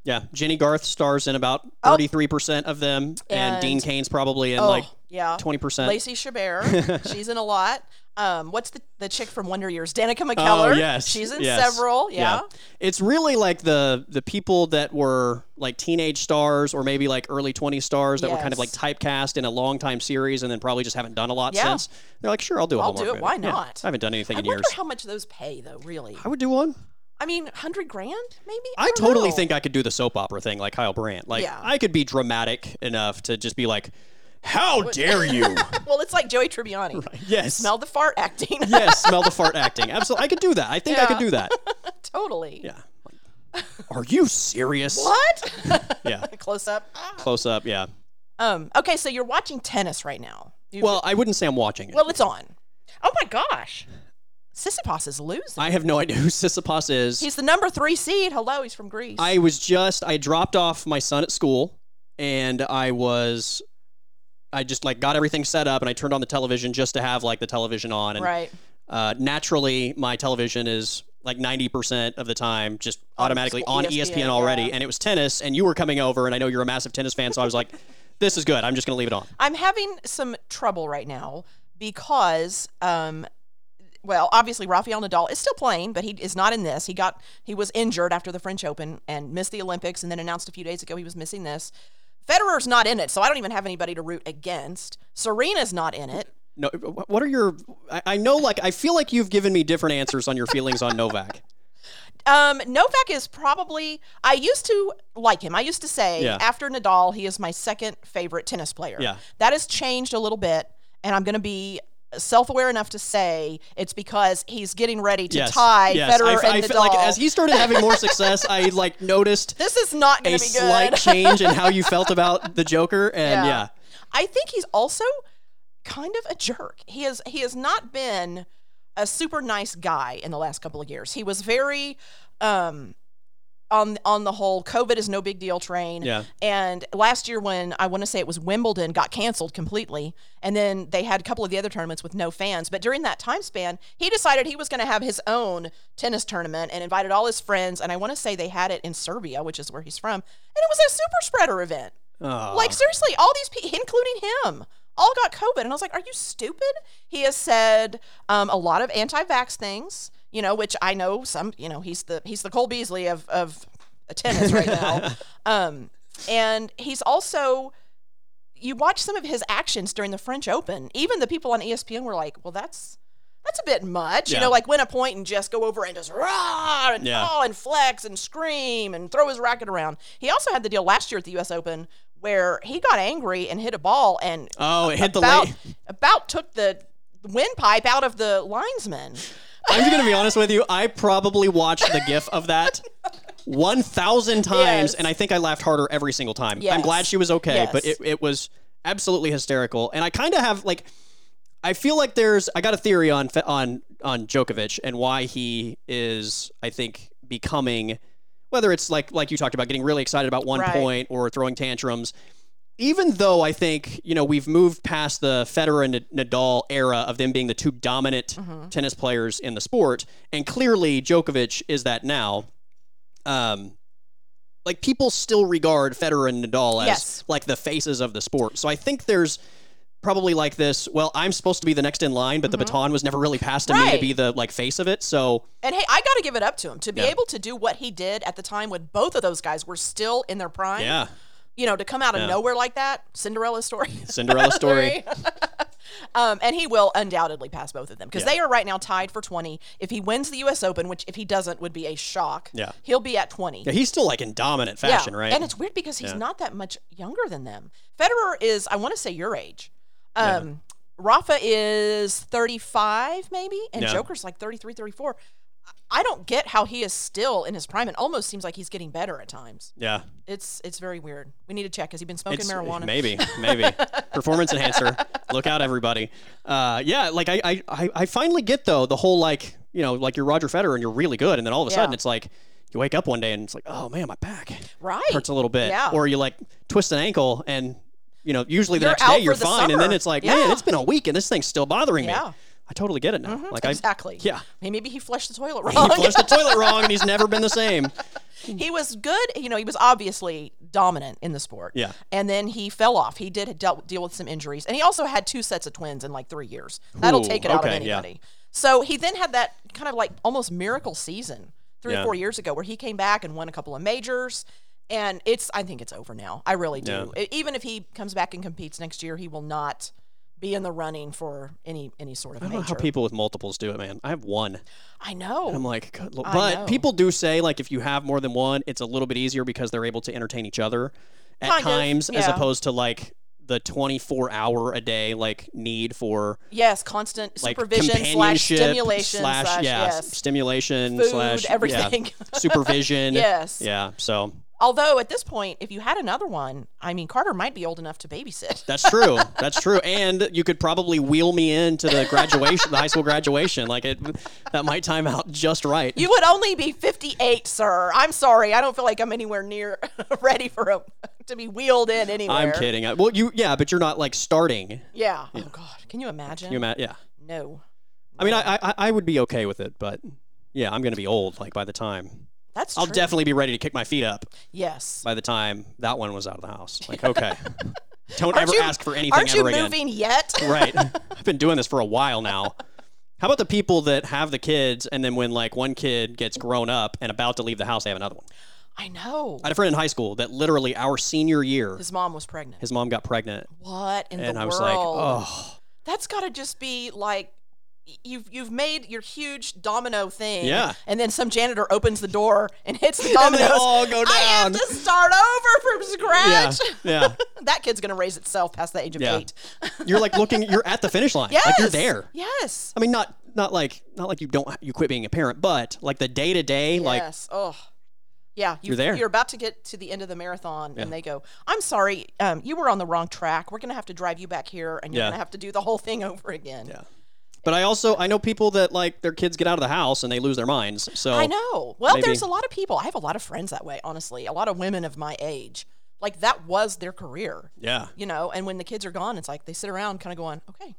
Speaker 1: Yeah, Jenny Garth stars in about 33% of them, and,
Speaker 2: Oh. And-
Speaker 1: Dean Kane's probably in
Speaker 2: Oh,
Speaker 1: like
Speaker 2: yeah.
Speaker 1: 20%.
Speaker 2: Lacey Chabert.
Speaker 1: (laughs)
Speaker 2: she's in a lot. Um, what's the, the chick from Wonder Years? Danica
Speaker 1: Oh
Speaker 2: McKellar.
Speaker 1: yes,
Speaker 2: She's in
Speaker 1: yes.
Speaker 2: several. Yeah.
Speaker 1: it's really like the the people that were like teenage stars or maybe like early 20 stars that were kind of like
Speaker 2: Yes.
Speaker 1: typecast in a long time series and then probably just haven't done a lot
Speaker 2: Yeah.
Speaker 1: since. They're like, sure, I'll do a
Speaker 2: I'll
Speaker 1: Hallmark
Speaker 2: do it.
Speaker 1: movie.
Speaker 2: Why
Speaker 1: Yeah,
Speaker 2: not?
Speaker 1: I haven't done anything
Speaker 2: I
Speaker 1: in
Speaker 2: wonder
Speaker 1: years.
Speaker 2: how much those pay though, really.
Speaker 1: I would do one.
Speaker 2: I mean, 100 grand maybe?
Speaker 1: I,
Speaker 2: don't
Speaker 1: totally
Speaker 2: know.
Speaker 1: think I could do the soap opera thing like Kyle Brandt. Like
Speaker 2: Yeah.
Speaker 1: I could be dramatic enough to just be like, "How dare
Speaker 2: (laughs)
Speaker 1: you?"
Speaker 2: (laughs) Well, it's like Joey Tribbiani.
Speaker 1: (laughs) yes.
Speaker 2: Smell the fart acting.
Speaker 1: yes, smell the fart acting. Absolutely. I could do that. I think I could
Speaker 2: Yeah.
Speaker 1: do that.
Speaker 2: (laughs) totally.
Speaker 1: Yeah. Like, Are you serious? (laughs)
Speaker 2: What? (laughs)
Speaker 1: Yeah.
Speaker 2: Close up. Ah.
Speaker 1: Close up, yeah.
Speaker 2: Um, okay, so you're watching tennis right now. You-
Speaker 1: Well, I wouldn't say I'm watching it.
Speaker 2: well, it's on. Oh my gosh. Sissipas is losing.
Speaker 1: I have no idea who (laughs) Sisyphus is.
Speaker 2: He's the number three seed. Hello, he's from Greece.
Speaker 1: I was just I dropped off my son at school and I was I just like got everything set up and I turned on the television just to have like the television on and
Speaker 2: right.
Speaker 1: uh, naturally my television is like 90% of the time just automatically
Speaker 2: school-
Speaker 1: on E ESPN,
Speaker 2: ESPN,
Speaker 1: already
Speaker 2: yeah.
Speaker 1: and it was tennis and you were coming over and I know you're a massive tennis fan so I was like (laughs) this is good I'm just going to leave it on.
Speaker 2: I'm having some trouble right now because, um, well, obviously Rafael Nadal is still playing, but he is not in this. He got he was injured after the French Open and missed the Olympics, and then announced a few days ago he was missing this. Federer's not in it, so I don't even have anybody to root against. Serena's not in it.
Speaker 1: No wh- what are your I, I know like I feel like you've given me different answers on your feelings on Novak.
Speaker 2: Um, Novak is probably. I used to like him. I used to say
Speaker 1: Yeah.
Speaker 2: after Nadal, he is my second favorite tennis player.
Speaker 1: Yeah.
Speaker 2: That has changed a little bit, and I'm going to be self-aware enough to say it's because he's getting ready to
Speaker 1: Yes.
Speaker 2: tie
Speaker 1: yes.
Speaker 2: Federer
Speaker 1: I, I
Speaker 2: and Nadal.
Speaker 1: feel like as he started having more success
Speaker 2: (laughs)
Speaker 1: I like noticed
Speaker 2: this is not
Speaker 1: a
Speaker 2: going to be
Speaker 1: slight
Speaker 2: good.
Speaker 1: change in how you felt
Speaker 2: (laughs)
Speaker 1: about the Joker, and yeah,
Speaker 2: Yeah. I think he's also kind of a jerk. He is he has not been a super nice guy in the last couple of years. He was very um on on the whole COVID is no big deal train.
Speaker 1: Yeah.
Speaker 2: And last year when I want to say it was Wimbledon got canceled completely and then they had a couple of the other tournaments with no fans, but during that time span, he decided he was going to have his own tennis tournament and invited all his friends and I want to say they had it in Serbia, which is where he's from, and it was a super spreader event.
Speaker 1: Aw.
Speaker 2: Like seriously, all these people, including him, all got COVID, and I was like, "Are you stupid?" He has said um, a lot of anti-vax things, you know, which I know some, you know, he's the he's the Cole Beasley of of tennis right
Speaker 1: (laughs)
Speaker 2: now, um, and he's also. You watch some of his actions during the French Open. Even the people on E ESPN were like, "Well, that's that's a bit much,"
Speaker 1: Yeah.
Speaker 2: you know, like win a point and just go over and just rah and "Oh,
Speaker 1: Yeah.
Speaker 2: fall and flex and scream and throw his racket around. He also had the deal last year at the U.S. Open where he got angry and hit a ball and
Speaker 1: oh, it hit the
Speaker 2: about
Speaker 1: late.
Speaker 2: about took the windpipe out of the linesman.
Speaker 1: I'm just gonna be honest with you. I probably watched the GIF of
Speaker 2: (laughs)
Speaker 1: that. 1,000 times,
Speaker 2: Yes.
Speaker 1: and I think I laughed harder every single time. I'm
Speaker 2: Yes.
Speaker 1: glad she was okay, but it,
Speaker 2: Yes.
Speaker 1: it was absolutely hysterical. And I kind of have, like, I feel like there's, I got a theory on, Fe- on, on Djokovic and why he is, I think, becoming, whether it's like, like you talked about, getting really excited about one
Speaker 2: Right.
Speaker 1: point or throwing tantrums. even though I think you know we've moved past the Federer and Nad- Nadal era of them being the two dominant
Speaker 2: Mm-hmm.
Speaker 1: tennis players in the sport, and clearly Djokovic is that now. Um, like people still regard Federer and Nadal as
Speaker 2: Yes.
Speaker 1: like the faces of the sport. So I think there's probably like this. Well, I'm supposed to be the next in line, but the baton was never really passed to me to
Speaker 2: Mm-hmm. Right.
Speaker 1: be the like face of it. So
Speaker 2: And hey, I got to give it up to him to be
Speaker 1: Yeah.
Speaker 2: able to do what he did at the time when both of those guys were still in their prime.
Speaker 1: yeah,
Speaker 2: You know, to come out of
Speaker 1: Yeah.
Speaker 2: nowhere like that, Cinderella story.
Speaker 1: (laughs)
Speaker 2: (laughs)
Speaker 1: Cinderella story.
Speaker 2: um, and he will undoubtedly pass both of them because
Speaker 1: Yeah.
Speaker 2: they are right now tied for 20. If he wins the U.S. Open, which if he doesn't would be a shock,
Speaker 1: Yeah.
Speaker 2: he'll be at 20.
Speaker 1: Yeah, he's still like in dominant fashion, right?
Speaker 2: And it's weird because he's not that much younger than them. Federer is, I want to say, your age. Um, Rafa is 35 maybe and
Speaker 1: Yeah.
Speaker 2: Joker's like 33, 34. I- I don't get how he is still in his prime. It almost seems like he's getting better at times.
Speaker 1: Yeah.
Speaker 2: It's it's very weird. We need to check. Has he been smoking
Speaker 1: It's-
Speaker 2: marijuana? (laughs)
Speaker 1: Maybe, maybe. Performance enhancer. Look out, everybody. Uh, yeah, like I, I, I I finally get though the whole like you know like you're Roger Federer and you're really good, and then all of a
Speaker 2: Yeah.
Speaker 1: sudden it's like you wake up one day and it's like oh man my back
Speaker 2: Right.
Speaker 1: hurts a little bit,
Speaker 2: Yeah.
Speaker 1: or you like twist an ankle and you know usually the
Speaker 2: You're
Speaker 1: next
Speaker 2: out
Speaker 1: day you're
Speaker 2: for the
Speaker 1: fine, and then
Speaker 2: summer.
Speaker 1: it's like
Speaker 2: Yeah.
Speaker 1: man it's been a week and this thing's still bothering me.
Speaker 2: Yeah. Mm-hmm.
Speaker 1: I totally get it now. Like I
Speaker 2: exactly.
Speaker 1: yeah.
Speaker 2: Hey, Maybe he flushed the toilet
Speaker 1: he
Speaker 2: (laughs) wrong.
Speaker 1: flushed the toilet wrong and he's never been the
Speaker 2: (laughs)
Speaker 1: same.
Speaker 2: he was good. You know, he was obviously dominant in the sport.
Speaker 1: Yeah.
Speaker 2: And then he fell off. He did dealt, deal with some injuries, and he also had two sets of twins in like three years. That'll
Speaker 1: Ooh,
Speaker 2: take it out of
Speaker 1: okay, yeah.
Speaker 2: anybody. So he then had that kind of like almost miracle season three
Speaker 1: Yeah.
Speaker 2: or four years ago, where he came back and won a couple of majors. And it's, I think it's over now. I really do. E- Even if he comes back and competes next year, he will not be in the running for any any sort of
Speaker 1: I don't know
Speaker 2: major.
Speaker 1: how people with multiples do it, man. I have one.
Speaker 2: I know.
Speaker 1: I'm like, "Good lord."
Speaker 2: I
Speaker 1: but
Speaker 2: know.
Speaker 1: people do say like if you have more than one, it's a little bit easier because they're able to entertain each other at
Speaker 2: Kind of,
Speaker 1: times, as
Speaker 2: yeah.
Speaker 1: opposed to like the 24 hour a day like need for
Speaker 2: yes, constant
Speaker 1: like
Speaker 2: supervision slash
Speaker 1: companionship
Speaker 2: stimulation
Speaker 1: slash, yeah,
Speaker 2: yes.
Speaker 1: stimulation
Speaker 2: Food,
Speaker 1: slash yeah,
Speaker 2: everything. (laughs)
Speaker 1: supervision.
Speaker 2: Yes.
Speaker 1: Yeah. So
Speaker 2: Although at this point, if you had another one, I mean, Carter might be old enough to babysit. (laughs)
Speaker 1: that's true. that's true. And you could probably wheel me into the graduation, the high school graduation. Like it, that might time out just right.
Speaker 2: You would only be 58, sir. I'm sorry. I don't feel like I'm anywhere near (laughs) ready for him to be wheeled in anywhere.
Speaker 1: I'm kidding. I- Well, you yeah, but you're not like starting.
Speaker 2: Yeah. Oh, God. Can you imagine?
Speaker 1: You Matt. Yeah.
Speaker 2: no.
Speaker 1: I mean, I, I I would be okay with it, but yeah, I'm gonna be old. Like by the time,
Speaker 2: That's true.
Speaker 1: I'll definitely be ready to kick my feet up
Speaker 2: yes.
Speaker 1: by the time that one was out of the house.
Speaker 2: (laughs)
Speaker 1: Like, okay, don't
Speaker 2: Aren't
Speaker 1: ever
Speaker 2: you-
Speaker 1: ask for anything
Speaker 2: Aren't you
Speaker 1: ever again. (laughs)
Speaker 2: moving yet?
Speaker 1: Right. I've been doing this for a while now. How about the people that have the kids, and then when like one kid gets grown up and about to leave the house, they have another one.
Speaker 2: I know.
Speaker 1: I had a friend in high school that literally our senior year,
Speaker 2: His mom was pregnant.
Speaker 1: his mom got pregnant,
Speaker 2: what in
Speaker 1: and
Speaker 2: the
Speaker 1: I was
Speaker 2: world?
Speaker 1: like, oh.
Speaker 2: that's got to just be like y- you've you've made your huge domino thing
Speaker 1: Yeah.
Speaker 2: and then some janitor opens the door and hits
Speaker 1: (laughs)
Speaker 2: the
Speaker 1: And they
Speaker 2: dominoes
Speaker 1: all go
Speaker 2: i
Speaker 1: down."
Speaker 2: have to start over from
Speaker 1: Yeah,
Speaker 2: scratch
Speaker 1: yeah.
Speaker 2: (laughs) that kid's gonna raise itself past the age of
Speaker 1: Yeah.
Speaker 2: eight
Speaker 1: You're (laughs) like looking. You're at the finish line.
Speaker 2: yes
Speaker 1: Like you're there.
Speaker 2: yes
Speaker 1: I mean, not not like not like you don't you quit being a parent, but like the day to day, like
Speaker 2: yes oh yeah you,
Speaker 1: You're there.
Speaker 2: you're about to get to the end of the marathon and they go i'm sorry um, you were on the wrong track we're gonna have to drive you back here and you're
Speaker 1: Yeah.
Speaker 2: gonna have to do the whole thing over again
Speaker 1: Yeah. But I also I know people that like their kids get out of the house and they lose their minds. So
Speaker 2: I know. Well,
Speaker 1: Oh, maybe-
Speaker 2: there's a lot of people. I have a lot of friends that way, honestly. A lot of women of my age. Like that was their career,
Speaker 1: Yeah.
Speaker 2: you know, and when the kids are gone, it's like they sit around kind of going, okay,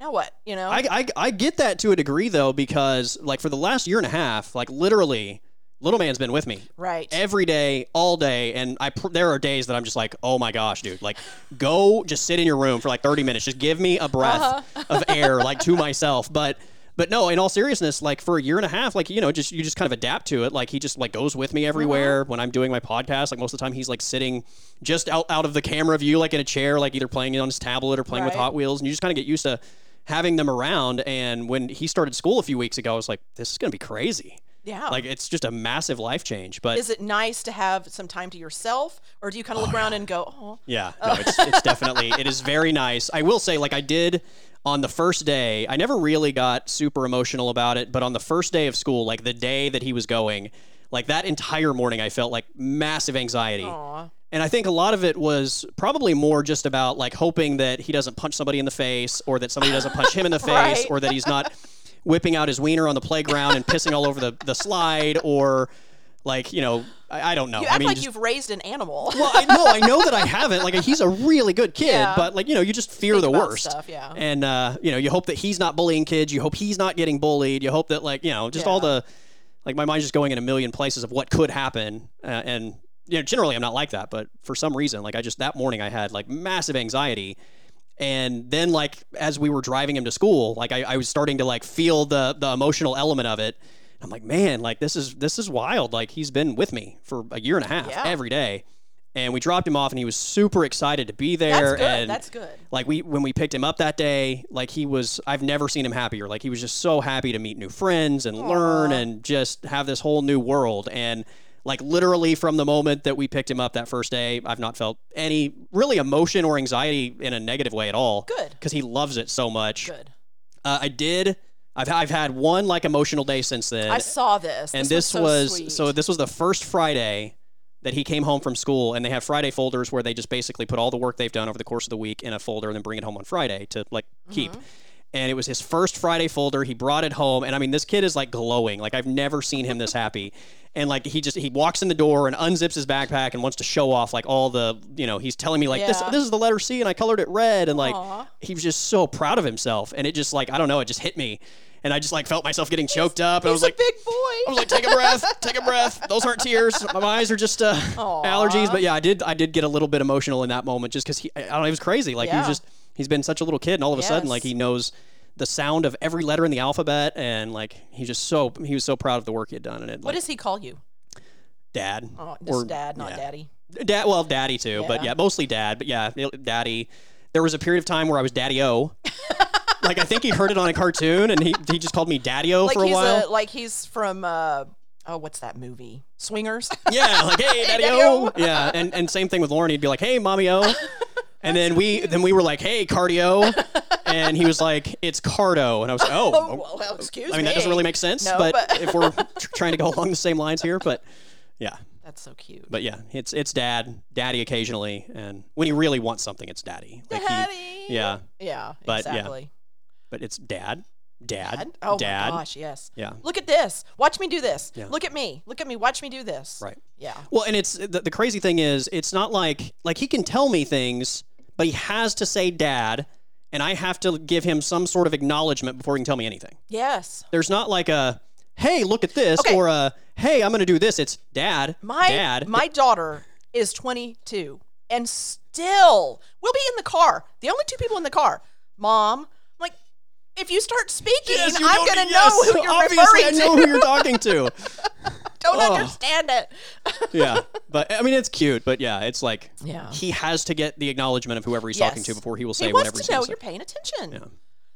Speaker 2: now what, you know?
Speaker 1: I, I I get that to a degree though because like for the last year and a half, like literally, little man's been with me
Speaker 2: right.
Speaker 1: every day, all day, and I pr- there are days that I'm just like, oh my gosh, dude, like go just sit in your room for like 30 minutes, just give me a breath
Speaker 2: Uh-huh. (laughs)
Speaker 1: of air, like to myself, but. But no, in all seriousness, like for a year and a half, like you know, just you just kind of adapt to it. Like he just like goes with
Speaker 2: Uh-huh.
Speaker 1: me everywhere when I'm doing my podcast. Like most of the time, he's like sitting just out, out of the camera view, like in a chair, like either playing on his tablet or playing with
Speaker 2: Right.
Speaker 1: Hot Wheels, and you just kind of get used to having them around. And when he started school a few weeks ago, I was like, this is gonna be crazy.
Speaker 2: yeah.
Speaker 1: Like it's just a massive life change. But
Speaker 2: Is it nice to have some time to yourself, or do you kind of look around and go, oh,
Speaker 1: Yeah, no, it's, it's definitely it is very nice. I will say, like I did on the first day, I never really got super emotional about it, but on the first day of school, like the day that he was going, like that entire morning, I felt like massive anxiety.
Speaker 2: aw,
Speaker 1: And I think a lot of it was probably more just about like hoping that he doesn't punch somebody in the face or that somebody doesn't punch
Speaker 2: (laughs)
Speaker 1: him in the face
Speaker 2: Right.
Speaker 1: or that he's not whipping out his wiener on the playground and pissing all over the, the slide or like, you know, I, I don't know.
Speaker 2: you
Speaker 1: I
Speaker 2: act
Speaker 1: mean,
Speaker 2: like
Speaker 1: just-
Speaker 2: you've raised an animal.
Speaker 1: well, I know, I know that I haven't. Like, he's a really good kid,
Speaker 2: Yeah.
Speaker 1: but like, you know, you just fear the
Speaker 2: about
Speaker 1: worst.
Speaker 2: stuff, yeah.
Speaker 1: And uh, you know, you hope that he's not bullying kids. You hope he's not getting bullied. You hope that like, you know, just all the like, my mind's just going in a million places of what could happen. Uh, and you know, generally I'm not like that, but for some reason, like I just that morning I had like massive anxiety. And then like as we were driving him to school, like I, I was starting to like feel the the emotional element of it. I'm like, man, like this is this is wild. Like he's been with me for a year and a half
Speaker 2: Yeah.
Speaker 1: every day. And we dropped him off and he was super excited to be there.
Speaker 2: (laughs) That's good.
Speaker 1: And
Speaker 2: That's good.
Speaker 1: like we when we picked him up that day, like he was I've never seen him happier. Like he was just so happy to meet new friends and learn and just have this whole new world. And Like literally from the moment that we picked him up that first day, I've not felt any really emotion or anxiety in a negative way at all.
Speaker 2: Good.
Speaker 1: Because he loves it so much.
Speaker 2: Good.
Speaker 1: Uh, I did. I've, I've had one like emotional day since then.
Speaker 2: I saw this.
Speaker 1: and
Speaker 2: this,
Speaker 1: this was,
Speaker 2: so, sweet.
Speaker 1: so this was the first Friday that he came home from school and they have Friday folders where they just basically put all the work they've done over the course of the week in a folder and then bring it home on Friday to like
Speaker 2: Mm-hmm.
Speaker 1: keep. And it was his first Friday folder. He brought it home and I mean this kid is like glowing. Like I've never seen him this
Speaker 2: (laughs)
Speaker 1: happy. And like he just he walks in the door and unzips his backpack and wants to show off like all the, you know, he's telling me like this
Speaker 2: Yeah.
Speaker 1: this is the letter C and I colored it red and like
Speaker 2: Aw.
Speaker 1: he was just so proud of himself and it just like I don't know, it just hit me. And I just like felt myself getting choked up. and I
Speaker 2: He's
Speaker 1: was like
Speaker 2: a big boy.
Speaker 1: I was like, take a breath, take a breath. Those aren't tears. My eyes are just uh, allergies. But yeah, I did I did get a little bit emotional in that moment just because he I don't know, he was crazy. Like he
Speaker 2: Yeah.
Speaker 1: was just he's been such a little kid and all of a sudden
Speaker 2: Yes.
Speaker 1: like he knows the sound of every letter in the alphabet and like he just so he was so proud of the work he had done in it.
Speaker 2: what
Speaker 1: Like
Speaker 2: does he call you?
Speaker 1: dad.
Speaker 2: Oh, just
Speaker 1: or-
Speaker 2: dad, not
Speaker 1: yeah.
Speaker 2: daddy.
Speaker 1: Dad well, daddy too, but
Speaker 2: Yeah.
Speaker 1: yeah, mostly dad. But yeah, daddy. There was a period of time where I was daddy
Speaker 2: (laughs)
Speaker 1: o. like I think he heard it on a cartoon and he he just called me daddy o
Speaker 2: Like
Speaker 1: for a
Speaker 2: he's
Speaker 1: while.
Speaker 2: a like he's from uh oh what's that movie?
Speaker 1: (laughs)
Speaker 2: Swingers.
Speaker 1: Yeah, like
Speaker 2: (laughs)
Speaker 1: hey, daddy
Speaker 2: Daddy-o.
Speaker 1: o. Yeah, and and same thing with Lauren. He'd be like, hey, mommy
Speaker 2: (laughs)
Speaker 1: o. And then we then we were like, hey, cardio. And he was like, it's cardo. And I was like,
Speaker 2: oh,
Speaker 1: oh,
Speaker 2: well, (laughs) well, excuse
Speaker 1: I
Speaker 2: me.
Speaker 1: mean that doesn't really make sense.
Speaker 2: No,
Speaker 1: but,
Speaker 2: but- (laughs)
Speaker 1: if we're tr- trying to go along the same lines here, but yeah,
Speaker 2: That's so cute.
Speaker 1: but yeah, it's it's dad, daddy occasionally, and when he really wants something, it's daddy. Like he-
Speaker 2: Daddy.
Speaker 1: yeah,
Speaker 2: Yeah.
Speaker 1: But, yeah.
Speaker 2: exactly.
Speaker 1: but it's dad, dad, dad.
Speaker 2: Oh my gosh, yes.
Speaker 1: Yeah.
Speaker 2: Look at this. Watch me do this.
Speaker 1: Yeah.
Speaker 2: Look at me. Look at me. Watch me do this.
Speaker 1: Right.
Speaker 2: Yeah.
Speaker 1: Well, and it's the, the crazy thing is, it's not like like he can tell me things, but he has to say dad, and I have to give him some sort of acknowledgement before he can tell me anything.
Speaker 2: Yes.
Speaker 1: There's not like a hey, look at this,
Speaker 2: Okay.
Speaker 1: or a hey, I'm gonna do this. It's dad,
Speaker 2: My
Speaker 1: dad.
Speaker 2: my daughter is 22 and still we'll be in the car. The only two people in the car. Mom, I'm like if you start speaking,
Speaker 1: Yes, you
Speaker 2: I'm
Speaker 1: don't-
Speaker 2: going to
Speaker 1: yes,
Speaker 2: know who you're
Speaker 1: Obviously, I
Speaker 2: referring
Speaker 1: know
Speaker 2: to.
Speaker 1: who you're talking to.
Speaker 2: (laughs) Don't
Speaker 1: Oh.
Speaker 2: understand it.
Speaker 1: (laughs) yeah, but I mean, it's cute, but yeah, it's like
Speaker 2: Yeah.
Speaker 1: he has to get the acknowledgement of whoever he's talking
Speaker 2: Yes.
Speaker 1: to before he will say
Speaker 2: He
Speaker 1: whatever he
Speaker 2: wants to know
Speaker 1: says.
Speaker 2: you're paying attention.
Speaker 1: Yeah.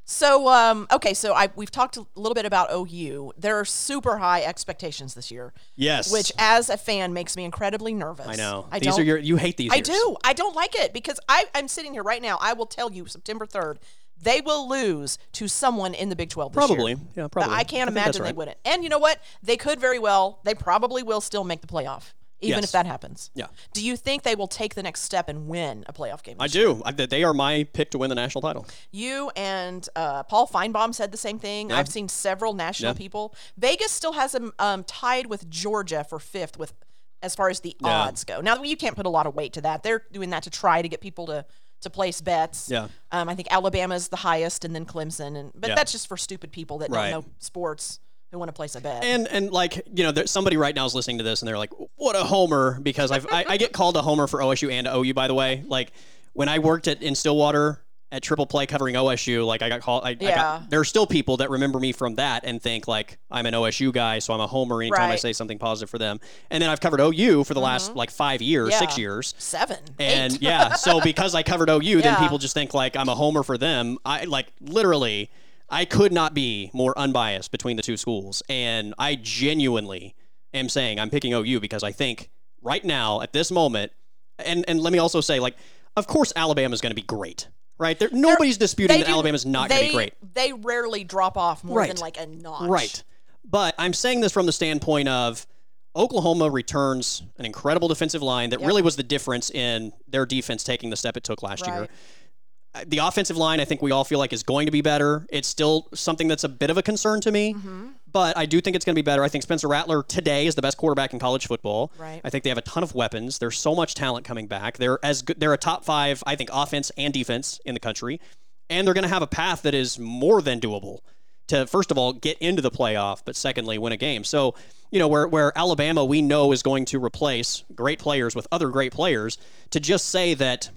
Speaker 2: So, um, okay, so I we've talked a little bit about OU. There are super high expectations this year,
Speaker 1: Yes,
Speaker 2: which as a fan makes me incredibly nervous.
Speaker 1: I know.
Speaker 2: I
Speaker 1: these
Speaker 2: don't,
Speaker 1: are your you hate these.
Speaker 2: I
Speaker 1: years.
Speaker 2: do. I don't like it because I, I'm sitting here right now. I will tell you, September third, they will lose to someone in the Big Twelve. This year.
Speaker 1: Probably, yeah, probably.
Speaker 2: I can't
Speaker 1: think that's
Speaker 2: imagine they
Speaker 1: right.
Speaker 2: wouldn't. And you know what? They could very well. They probably will still make the playoff, even
Speaker 1: Yes.
Speaker 2: if that happens.
Speaker 1: Yeah.
Speaker 2: Do you think they will take the next step and win a playoff game?
Speaker 1: I do. I, they are my pick to win the national title.
Speaker 2: You and uh, Paul Feinbaum said the same thing. I've seen several national people. Vegas still has them um, tied with Georgia for fifth, with as far as the odds go. Now you can't put a lot of weight to that. They're doing that to try to get people to to place bets.
Speaker 1: Yeah.
Speaker 2: Um, I think Alabama's the highest, and then Clemson, and but
Speaker 1: Yeah.
Speaker 2: that's just for stupid people that
Speaker 1: Right.
Speaker 2: don't know sports who want to place a bet.
Speaker 1: And and like you know, there, somebody right now is listening to this and they're like, "What a homer!" Because I've, I I get called a homer for OSU and OU. By the way, like when I worked at in Stillwater at Triple Play covering OSU, like I got called. I, I
Speaker 2: Yeah.
Speaker 1: got, there are still people that remember me from that and think like I'm an OSU guy, so I'm a homer anytime I
Speaker 2: Right. Mm-hmm.
Speaker 1: say something positive for them. And then I've covered OU for the last like five years,
Speaker 2: Yeah.
Speaker 1: six years.
Speaker 2: Seven,
Speaker 1: And
Speaker 2: eight.
Speaker 1: yeah,
Speaker 2: (laughs)
Speaker 1: so because I covered OU, then
Speaker 2: Yeah.
Speaker 1: people just think like I'm a homer for them. I like literally, I could not be more unbiased between the two schools, and I genuinely am saying I'm picking OU because I think right now at this moment, and and let me also say like, of course Alabama's going to be great, right? There, nobody's disputing
Speaker 2: They
Speaker 1: that
Speaker 2: do-
Speaker 1: Alabama's not going to
Speaker 2: they-
Speaker 1: be great,
Speaker 2: They rarely drop off more than
Speaker 1: Right.
Speaker 2: like a notch.
Speaker 1: right? But I'm saying this from the standpoint of. Oklahoma returns an incredible defensive line that really was the difference in their defense taking the step it took last year Uh,
Speaker 2: Right.
Speaker 1: the offensive line, I think we all feel like is going to be better. It's still something that's a bit of a concern to me,
Speaker 2: Mm-hmm.
Speaker 1: but I do think it's going to be better. I think Spencer Rattler today is the best quarterback in college football.
Speaker 2: Right.
Speaker 1: I think they have a ton of weapons. There's so much talent coming back. They're as good. They're a top five, I think, offense and defense in the country, and they're going to have a path that is more than doable to first of all get into the playoff, but secondly win a game. So you know where where Alabama we know is going to replace great players with other great players. To just say that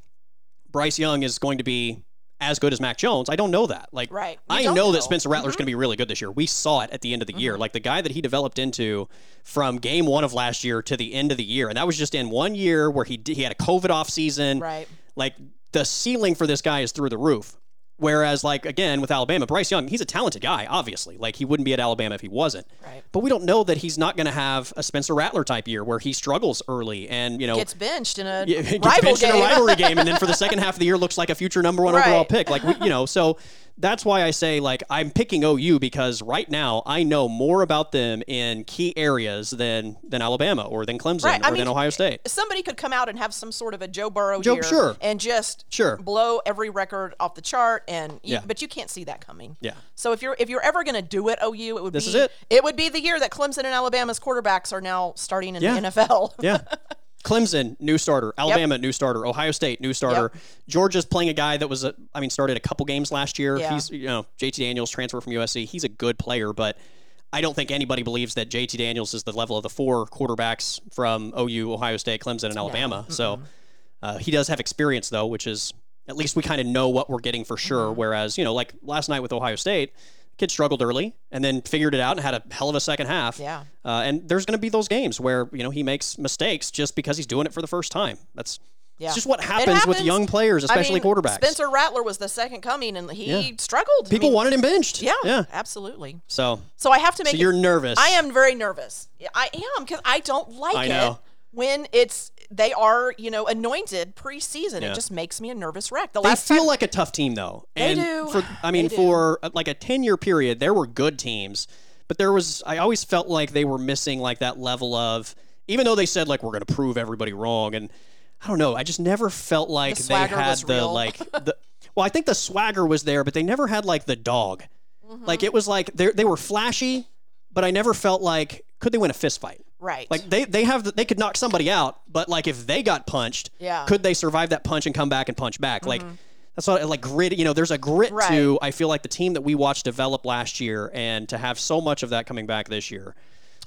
Speaker 1: Bryce Young is going to be as good as Mac Jones. I don't know that. Like,
Speaker 2: Right. You
Speaker 1: I know,
Speaker 2: don't know. Mm-hmm.
Speaker 1: that Spencer Rattler's going to be really good this year. We saw it at the end of the year. Like the guy that he developed into from game one of last year to the end of the year, and that was just in one year where he did, he had a COVID off season.
Speaker 2: Right.
Speaker 1: Like the ceiling for this guy is through the roof. Whereas, like again with Alabama, Bryce Young, he's a talented guy. Obviously, like he wouldn't be at Alabama if he wasn't.
Speaker 2: Right.
Speaker 1: But we don't know that he's not going to have a Spencer Rattler type year where he struggles early and you know
Speaker 2: Gets benched in a
Speaker 1: yeah, (laughs) gets
Speaker 2: rival
Speaker 1: benched
Speaker 2: game.
Speaker 1: in a rivalry game, and then
Speaker 2: (laughs)
Speaker 1: for the second half of the year looks like a future number one
Speaker 2: Right.
Speaker 1: overall pick. Like we, you know, so that's why I say like I'm picking OU because right now I know more about them in key areas than than Alabama or than Clemson
Speaker 2: Right,
Speaker 1: or
Speaker 2: I
Speaker 1: than
Speaker 2: mean,
Speaker 1: Ohio State.
Speaker 2: Somebody could come out and have some sort of a Joe Burrow
Speaker 1: Joe-
Speaker 2: year
Speaker 1: sure.
Speaker 2: and just
Speaker 1: Sure.
Speaker 2: blow every record off the chart and you,
Speaker 1: Yeah.
Speaker 2: but you can't see that coming.
Speaker 1: Yeah.
Speaker 2: So if you're if you're ever going to do it OU, it would
Speaker 1: This
Speaker 2: be
Speaker 1: is it.
Speaker 2: would be the year that Clemson and Alabama's quarterbacks are now starting in
Speaker 1: Yeah.
Speaker 2: the NFL.
Speaker 1: Yeah. Clemson, new starter. Alabama, new starter. Ohio State, new starter. Georgia's playing a guy that was, a, I mean, started a couple games last year.
Speaker 2: Yeah.
Speaker 1: He's, you know, JT Daniels, transfer from USC. He's a good player, but I don't think anybody believes that JT Daniels is the level of the four quarterbacks from OU, Ohio State, Clemson, and Alabama. So uh, he does have experience, though, which is at least we kind of know what we're getting for sure.
Speaker 2: Mm-hmm.
Speaker 1: Whereas, you know, like last night with Ohio State, kid struggled early and then figured it out and had a hell of a second half.
Speaker 2: Yeah.
Speaker 1: Uh, and there's going to be those games where you know he makes mistakes just because he's doing it for the first time. That's
Speaker 2: Yeah.
Speaker 1: it's just what
Speaker 2: It
Speaker 1: happens, with
Speaker 2: happens.
Speaker 1: young players,
Speaker 2: I
Speaker 1: especially
Speaker 2: mean,
Speaker 1: quarterbacks.
Speaker 2: Spencer Rattler was the second coming and he struggled. I
Speaker 1: People
Speaker 2: mean,
Speaker 1: wanted him benched.
Speaker 2: yeah,
Speaker 1: yeah.
Speaker 2: absolutely.
Speaker 1: So,
Speaker 2: So I have to make
Speaker 1: so
Speaker 2: it-
Speaker 1: you're nervous.
Speaker 2: I am very nervous. I am because I don't like
Speaker 1: I know.
Speaker 2: it when it's they are you know anointed preseason.
Speaker 1: Yeah.
Speaker 2: It just makes me a nervous wreck. The
Speaker 1: They
Speaker 2: last
Speaker 1: feel
Speaker 2: time,
Speaker 1: like a tough team though. They
Speaker 2: do. (sighs)
Speaker 1: For, I mean,
Speaker 2: They do.
Speaker 1: for uh, like a ten-year period, there were good teams, but there was. I always felt like they were missing like that level of. Even though they said like we're going to prove everybody wrong, and I don't know, I just never felt like they
Speaker 2: swagger
Speaker 1: had
Speaker 2: was
Speaker 1: the
Speaker 2: real. (laughs)
Speaker 1: like the. Well, I think the swagger was there, but they never had like the dog.
Speaker 2: Mm-hmm.
Speaker 1: Like it was like they they were flashy, but I never felt like could they win a fist fight.
Speaker 2: right?
Speaker 1: Like they they have the, they could knock somebody out, but like if they got punched,
Speaker 2: Yeah. Mm-hmm.
Speaker 1: could they survive that punch and come back and punch back? Like that's what like grit. You know, there's a grit
Speaker 2: Right.
Speaker 1: to I feel like the team that we watched develop last year, and to have so much of that coming back this year,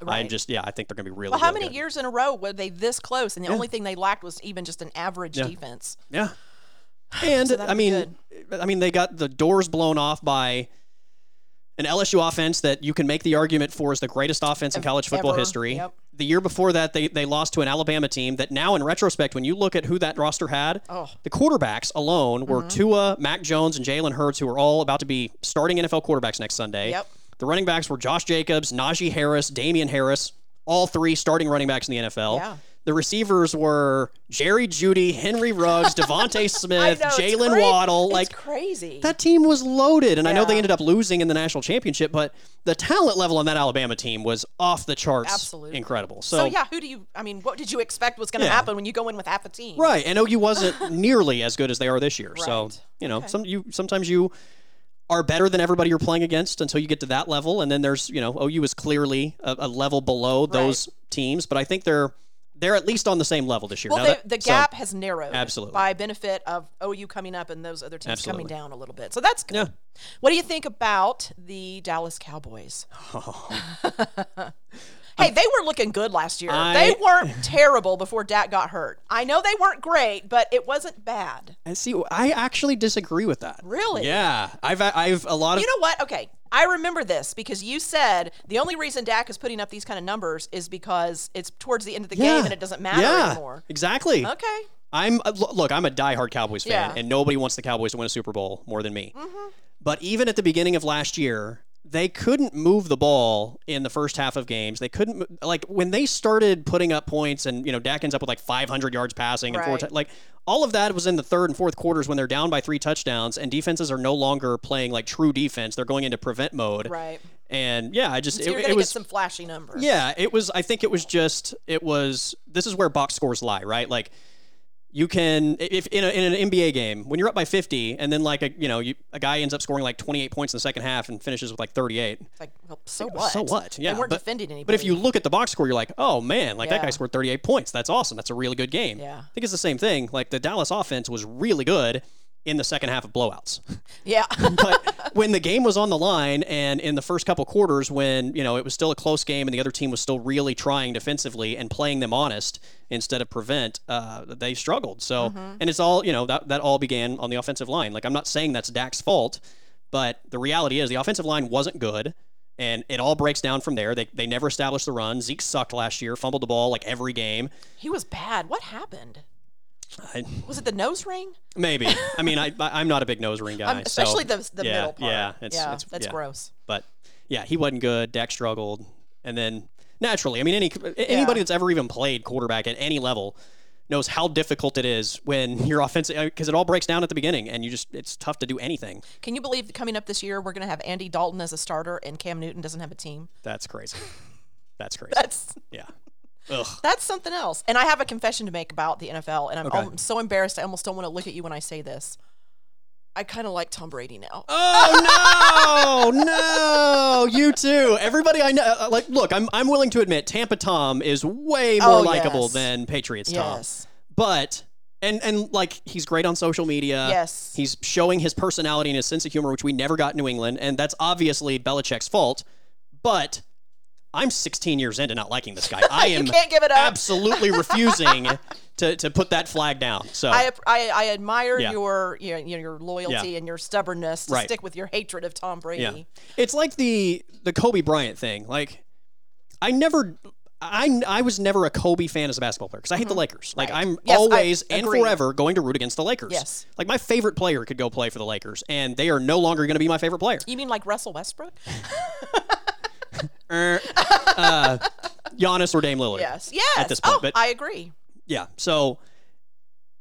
Speaker 1: I
Speaker 2: Right.
Speaker 1: just yeah, I think they're gonna be really.
Speaker 2: well, how
Speaker 1: really
Speaker 2: many
Speaker 1: good.
Speaker 2: years in a row were they this close? And the only thing they lacked was even just an average defense.
Speaker 1: Yeah. And I
Speaker 2: that'll be
Speaker 1: mean, I mean, they got the doors blown off by an LSU offense that you can make the argument for is the greatest offense in college football
Speaker 2: ever.
Speaker 1: history.
Speaker 2: Yep.
Speaker 1: The year before that, they, they lost to an Alabama team that now, in retrospect, when you look at who that roster had,
Speaker 2: Oh. Mm-hmm.
Speaker 1: the quarterbacks alone were Tua, Mac Jones, and Jalen Hurts, who are all about to be starting NFL quarterbacks next Sunday.
Speaker 2: Yep.
Speaker 1: The running backs were Josh Jacobs, Najee Harris, Damian Harris, all three starting running backs in the NFL.
Speaker 2: Yeah.
Speaker 1: The receivers were Jerry Judy, Henry Ruggs,
Speaker 2: (laughs)
Speaker 1: Devontae Smith,
Speaker 2: I know, it's
Speaker 1: Jalen
Speaker 2: cra-
Speaker 1: Waddle.
Speaker 2: it's
Speaker 1: Like
Speaker 2: crazy.
Speaker 1: that team was loaded, and I know they
Speaker 2: Yeah.
Speaker 1: ended up losing in the national championship, but the talent level on that Alabama team was off the charts,
Speaker 2: Absolutely.
Speaker 1: incredible. So,
Speaker 2: so, yeah, who do you? I mean, what did you expect was going to
Speaker 1: Yeah.
Speaker 2: happen when you go in with half a team?
Speaker 1: right, and
Speaker 2: (laughs)
Speaker 1: OU wasn't nearly as good as they are this year. So
Speaker 2: Right.
Speaker 1: you know, some you sometimes you are better than everybody you're playing against until you get to that level, and then there's you know OU is clearly a, a level below those teams, but I think they're they're at least on the same level this year.
Speaker 2: Well,
Speaker 1: Now
Speaker 2: the,
Speaker 1: that-
Speaker 2: the
Speaker 1: so-
Speaker 2: gap has narrowed
Speaker 1: Absolutely.
Speaker 2: by benefit of OU coming up and those other teams
Speaker 1: Absolutely.
Speaker 2: coming down a little bit. So that's good. What do you think about the Dallas
Speaker 1: (laughs)
Speaker 2: Cowboys? (laughs)
Speaker 1: Oh.
Speaker 2: hey, they were looking good last year.
Speaker 1: I-
Speaker 2: they weren't terrible before Dak got hurt. I know they weren't great, but it wasn't bad.
Speaker 1: And see, I actually disagree with that.
Speaker 2: Really?
Speaker 1: Yeah, I've I've a lot of
Speaker 2: You know what? Okay. I remember this because you said the only reason Dak is putting up these kind of numbers is because it's towards the end of the
Speaker 1: yeah.
Speaker 2: game and it doesn't matter
Speaker 1: yeah,
Speaker 2: anymore. Oh.
Speaker 1: Exactly.
Speaker 2: Okay.
Speaker 1: I'm uh, lo- look. I'm a diehard Cowboys fan,
Speaker 2: Yeah. Mm-hmm.
Speaker 1: and nobody wants the Cowboys to win a Super Bowl more than me. But even at the beginning of last year, they couldn't move the ball in the first half of games. They couldn't mo- like when they started putting up points, and you know Dak ends up with like 500 yards passing and four
Speaker 2: Right.
Speaker 1: tou- like all of that was in the third and fourth quarters when they're down by three touchdowns, and defenses are no longer playing like true defense. They're going into prevent mode.
Speaker 2: Right.
Speaker 1: And yeah, I just
Speaker 2: So
Speaker 1: it,
Speaker 2: you're
Speaker 1: it
Speaker 2: going to get
Speaker 1: was
Speaker 2: some flashy numbers.
Speaker 1: yeah, it was. I think it was just. It was. This is where box scores lie, right? Like, you can if in, a, in an NBA game when you're up by 50, and then like a you know you, a guy ends up scoring like 28 points in the second half and finishes with like 38.
Speaker 2: It's like, well, so what?
Speaker 1: So what? Yeah,
Speaker 2: They weren't
Speaker 1: but-
Speaker 2: defending anybody.
Speaker 1: But if you look at the box score, you're like, oh man, like that
Speaker 2: Yeah.
Speaker 1: guy scored 38 points. That's awesome. That's a really good game.
Speaker 2: Yeah.
Speaker 1: I think it's the same thing. Like the Dallas offense was really good in the second half of blowouts. (laughs)
Speaker 2: yeah,
Speaker 1: but when the game was on the line and in the first couple quarters when you know it was still a close game and the other team was still really trying defensively and playing them honest instead of prevent uh, they struggled so
Speaker 2: Mm-hmm.
Speaker 1: and it's all you know that, that all began on the offensive line like i'm not saying that's dak's fault but the reality is the offensive line wasn't good and it all breaks down from there they, they never established the run zeke sucked last year fumbled the ball like every game
Speaker 2: he was bad. What happened?
Speaker 1: I,
Speaker 2: Was it the nose ring?
Speaker 1: maybe. I mean, I, I am not a big nose ring guy,
Speaker 2: Um, especially
Speaker 1: so,
Speaker 2: the, the
Speaker 1: yeah,
Speaker 2: middle part.
Speaker 1: Yeah, it's,
Speaker 2: yeah
Speaker 1: it's,
Speaker 2: that's
Speaker 1: yeah.
Speaker 2: gross.
Speaker 1: But yeah, he wasn't good. Dak struggled, and then naturally, I mean, any anybody that's ever even played quarterback at any level knows how difficult it is when (laughs) your offensive because it all breaks down at the beginning, and you just it's tough to do anything.
Speaker 2: Can you believe that coming up this year we're going to have Andy Dalton as a starter and Cam Newton doesn't have a team? (laughs)
Speaker 1: That's crazy. That's crazy.
Speaker 2: That's
Speaker 1: yeah. Ugh.
Speaker 2: that's something else. And I have a confession to make about the NFL, and I'm,
Speaker 1: Okay.
Speaker 2: I'm so embarrassed. I almost don't want to look at you when I say this. I kind of like Tom Brady now.
Speaker 1: Uh, Oh no, (laughs) no! You too. Everybody I know, uh, like, look, I'm I'm willing to admit Tampa Tom is way more
Speaker 2: Oh,
Speaker 1: likable
Speaker 2: yes.
Speaker 1: than Patriots Tom,
Speaker 2: yes,
Speaker 1: but. And, and like he's great on social media.
Speaker 2: Yes.
Speaker 1: He's showing his personality and his sense of humor, which we never got in New England, and that's obviously Belichick's fault. But I'm 16 years into not liking this guy.
Speaker 2: (laughs)
Speaker 1: I am
Speaker 2: can't give it up.
Speaker 1: absolutely
Speaker 2: (laughs)
Speaker 1: refusing to, to put that flag down. So
Speaker 2: I, ap- I I admire
Speaker 1: Uh, Yeah.
Speaker 2: your your you know, your loyalty
Speaker 1: Yeah.
Speaker 2: and your stubbornness to
Speaker 1: Right.
Speaker 2: stick with your hatred of Tom Brady.
Speaker 1: It's like the the Kobe Bryant thing. Like I never I, I was never a Kobe fan as a basketball player because I hate the Lakers. Like I'm
Speaker 2: Mm-hmm. Yes, I
Speaker 1: always and
Speaker 2: agree.
Speaker 1: forever going to root against the Lakers.
Speaker 2: Yes.
Speaker 1: Like my favorite player could go play for the Lakers and they are no longer going to be my favorite
Speaker 2: (laughs)
Speaker 1: player.
Speaker 2: You mean like Russell Westbrook?
Speaker 1: Er, uh, Giannis or Dame Lillard.
Speaker 2: Yes, yes.
Speaker 1: this point,
Speaker 2: oh,
Speaker 1: but-
Speaker 2: I agree.
Speaker 1: Yeah. So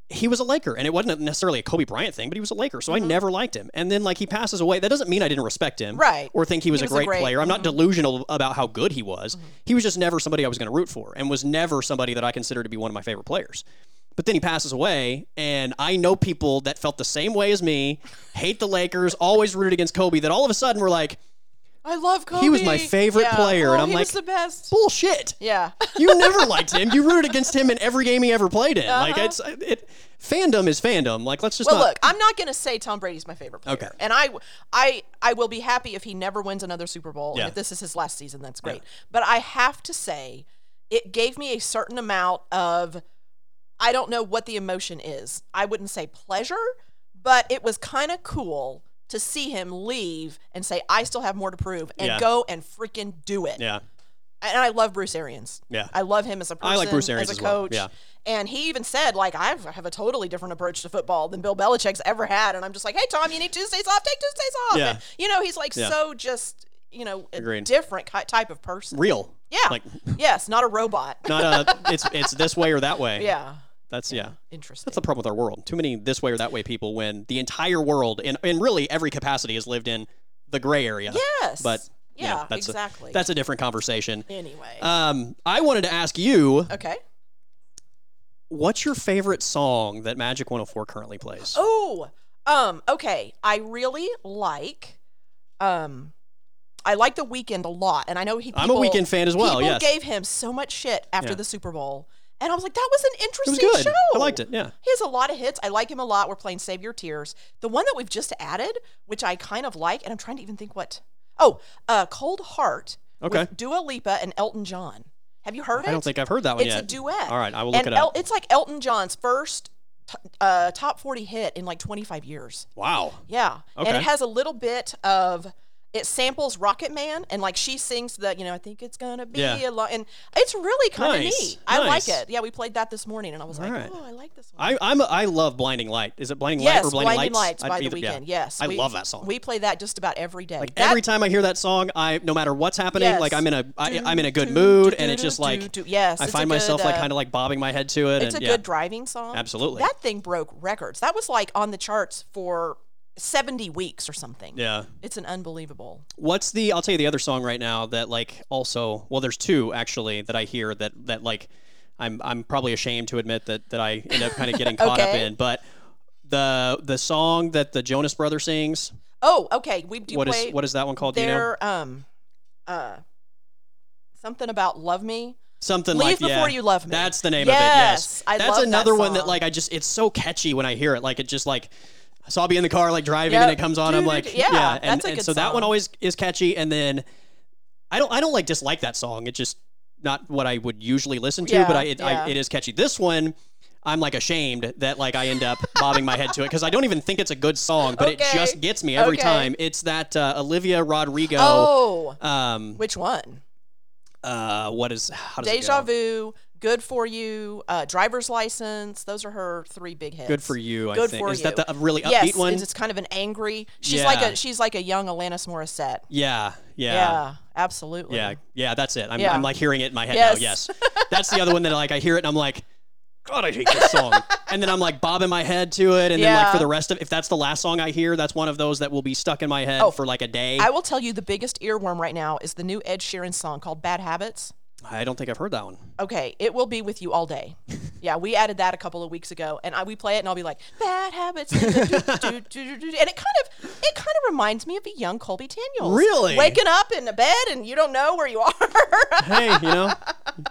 Speaker 1: he was a Laker, and it wasn't necessarily a Kobe Bryant thing, but he was a Laker, so
Speaker 2: Mm-hmm.
Speaker 1: I never liked him. And then like he passes away, that doesn't mean I didn't respect him,
Speaker 2: Right.
Speaker 1: Or think he was,
Speaker 2: He
Speaker 1: a,
Speaker 2: was a
Speaker 1: great
Speaker 2: great- Mm-hmm.
Speaker 1: player. I'm not delusional about how good he was. He was just never somebody I was going to root for, and was never somebody that I considered to be one of my favorite players. But then he passes away, and I know people that felt the same way as me, hate the Lakers, always rooted against Kobe. That all of a sudden were like,
Speaker 2: I love Kobe.
Speaker 1: He was my favorite
Speaker 2: Yeah.
Speaker 1: player,
Speaker 2: Oh,
Speaker 1: and I'm
Speaker 2: he was
Speaker 1: like-
Speaker 2: the best.
Speaker 1: "Bullshit!
Speaker 2: Yeah. (laughs)
Speaker 1: You never liked him. You rooted against him in every game he ever played in. Like it's it, fandom is fandom. Like let's just
Speaker 2: Uh-huh. Well,
Speaker 1: not
Speaker 2: look, I'm not going to say Tom Brady's my favorite player.
Speaker 1: Okay.
Speaker 2: And I, I, I will be happy if he never wins another Super Bowl.
Speaker 1: Yeah.
Speaker 2: And if this is his last season, that's great. But I have to say, it gave me a certain amount of, I don't know what the emotion is. I wouldn't say pleasure, but it was kind of cool to see him leave and say, I still have more to prove and
Speaker 1: Yeah.
Speaker 2: go and freaking do it.
Speaker 1: Yeah.
Speaker 2: And I love Bruce Arians.
Speaker 1: Yeah.
Speaker 2: I love him as a person.
Speaker 1: I like Bruce Arians
Speaker 2: as a
Speaker 1: as well,
Speaker 2: coach.
Speaker 1: yeah.
Speaker 2: And he even said, like, I have a totally different approach to football than Bill Belichick's ever had. And I'm just like, hey, Tom, you need Tuesdays off. Take Tuesdays off.
Speaker 1: Yeah.
Speaker 2: And, you know, he's like
Speaker 1: Yeah.
Speaker 2: so just, you know, a
Speaker 1: Agreed.
Speaker 2: different ki- type of person.
Speaker 1: Real.
Speaker 2: yeah.
Speaker 1: Like (laughs)
Speaker 2: yes, not a robot.
Speaker 1: not a it's it's this way or that way.
Speaker 2: yeah.
Speaker 1: That's yeah.
Speaker 2: Interesting.
Speaker 1: That's the problem with our world. Too many this way or that way people when the entire world in in really every capacity has lived in the gray area.
Speaker 2: yes.
Speaker 1: But you know,
Speaker 2: yeah,
Speaker 1: that's a-
Speaker 2: exactly.
Speaker 1: That's a different conversation.
Speaker 2: anyway.
Speaker 1: Um I wanted to ask you
Speaker 2: okay.
Speaker 1: what's your favorite song that Magic 104 currently plays?
Speaker 2: Oh, um, okay. I really like, um, I like the weekend a lot, and I know he. People,
Speaker 1: I'm a Weeknd fan as well,
Speaker 2: People
Speaker 1: yes.
Speaker 2: gave him so much shit after
Speaker 1: Yeah.
Speaker 2: the Super Bowl, and I was like, that was an
Speaker 1: it was
Speaker 2: interesting
Speaker 1: good. I
Speaker 2: show.
Speaker 1: liked it. Yeah.
Speaker 2: He has a lot of hits. I like him a lot. We're playing Save Your Tears. The one that we've just added, which I kind of like, and I'm trying to even think what. Oh, uh, Cold Heart.
Speaker 1: Okay.
Speaker 2: With Dua Lipa and Elton John. Have you heard it?
Speaker 1: I don't think I've heard that one
Speaker 2: it's
Speaker 1: yet.
Speaker 2: a duet.
Speaker 1: Oh, All right, I will look
Speaker 2: and
Speaker 1: it up.
Speaker 2: El- it's like Elton John's first t- uh, top 40 hit in like 25 years.
Speaker 1: wow.
Speaker 2: Yeah. And
Speaker 1: Okay.
Speaker 2: it has a little bit of it samples Rocket Man and like she sings the, you know, I think it's gonna be
Speaker 1: Yeah.
Speaker 2: a lot and it's really kind of
Speaker 1: Nice,
Speaker 2: neat. I
Speaker 1: nice.
Speaker 2: like it. Yeah, we played that this morning and I was like,
Speaker 1: right.
Speaker 2: Oh, I like this one.
Speaker 1: I I'm a, I love Blinding Light. Is it Blinding Light
Speaker 2: yes,
Speaker 1: or Blinding,
Speaker 2: Blinding Lights,
Speaker 1: I'd
Speaker 2: by the
Speaker 1: either- yeah.
Speaker 2: weekend. Yes.
Speaker 1: I
Speaker 2: we-
Speaker 1: love that song.
Speaker 2: We play that just about every day. That-
Speaker 1: Every time I hear that song, I no matter what's happening,
Speaker 2: Yes.
Speaker 1: like I'm in a I, I'm in a good
Speaker 2: do,
Speaker 1: mood,
Speaker 2: do,
Speaker 1: and
Speaker 2: do,
Speaker 1: it's just
Speaker 2: do,
Speaker 1: like
Speaker 2: do. Yes,
Speaker 1: I
Speaker 2: it's a
Speaker 1: find myself
Speaker 2: good,
Speaker 1: like
Speaker 2: uh,
Speaker 1: kind of like bobbing my head to it.
Speaker 2: It's a
Speaker 1: and, yeah.
Speaker 2: good driving song.
Speaker 1: Absolutely.
Speaker 2: That thing broke records. That was like on the charts for 70 weeks or something.
Speaker 1: Yeah.
Speaker 2: It's an unbelievable.
Speaker 1: What's the? I'll tell you the other song right now that like also well, there's two actually that I hear that that like I'm I'm probably ashamed to admit that that I end up kind of
Speaker 2: (laughs)
Speaker 1: getting caught up
Speaker 2: Okay.
Speaker 1: in, but the the song that the Jonas Brother sings.
Speaker 2: Oh, okay. We do
Speaker 1: What is
Speaker 2: play
Speaker 1: what is that one called? Do you know
Speaker 2: their um uh something about love me.
Speaker 1: something
Speaker 2: Leave
Speaker 1: like
Speaker 2: Before
Speaker 1: yeah.
Speaker 2: You Love Me.
Speaker 1: That's the name of it. Yes,
Speaker 2: Yes, I
Speaker 1: that's
Speaker 2: love that
Speaker 1: another one that
Speaker 2: song.
Speaker 1: like I just it's so catchy when I hear it. Like it just like so I'll be in the car like driving and
Speaker 2: Yep.
Speaker 1: it comes on. I'm like
Speaker 2: Doo-doo-doo. Yeah,
Speaker 1: and,
Speaker 2: that's a
Speaker 1: and
Speaker 2: good
Speaker 1: so that one
Speaker 2: song.
Speaker 1: always is catchy. And then I don't I don't like dislike that song. It's just not what I would usually listen to, but
Speaker 2: Yeah,
Speaker 1: I it,
Speaker 2: yeah.
Speaker 1: I it is catchy. This one. I'm like ashamed that like I
Speaker 2: (laughs)
Speaker 1: end up bobbing my head to it because I don't even think it's a good song, but it
Speaker 2: Okay.
Speaker 1: just gets me every
Speaker 2: Okay.
Speaker 1: time. It's that uh, Olivia Rodrigo.
Speaker 2: Oh,
Speaker 1: Um,
Speaker 2: which one?
Speaker 1: uh, what is how does it
Speaker 2: Deja
Speaker 1: go?
Speaker 2: vu, Good for you, uh, driver's license. Those are her three big hits.
Speaker 1: Good for you. I
Speaker 2: Good
Speaker 1: think.
Speaker 2: for
Speaker 1: Is
Speaker 2: you.
Speaker 1: that the a really upbeat
Speaker 2: yes,
Speaker 1: one?
Speaker 2: it's, it's kind of an angry. She's like
Speaker 1: Yeah.
Speaker 2: a she's like a young Alanis Morissette.
Speaker 1: Yeah, yeah,
Speaker 2: Yeah,
Speaker 1: yeah,
Speaker 2: absolutely.
Speaker 1: yeah, That's it. I'm,
Speaker 2: Yeah.
Speaker 1: I'm like hearing it in my head now. Yes,
Speaker 2: Yes.
Speaker 1: that's the other one that like I hear it and I'm like, God, I hate this
Speaker 2: (laughs)
Speaker 1: song. and then I'm like bobbing my head to it, and then like
Speaker 2: Yeah.
Speaker 1: for the rest of if that's the last song I hear, that's one of those that will be stuck in my head for like a day.
Speaker 2: Oh. I
Speaker 1: I,
Speaker 2: will tell you the biggest earworm right now is the new Ed Sheeran song called Bad Habits.
Speaker 1: don't think I've heard that one.
Speaker 2: Okay, it will be with you all
Speaker 1: (laughs)
Speaker 2: day. Yeah, we added that a couple of weeks ago, and I, we play it, and I'll be like, "Bad habits," (laughs) and it kind of, it kind of reminds me of a young Colby Daniels.
Speaker 1: Really?
Speaker 2: waking up in a bed and you don't know where you (laughs) are.
Speaker 1: Hey, you know,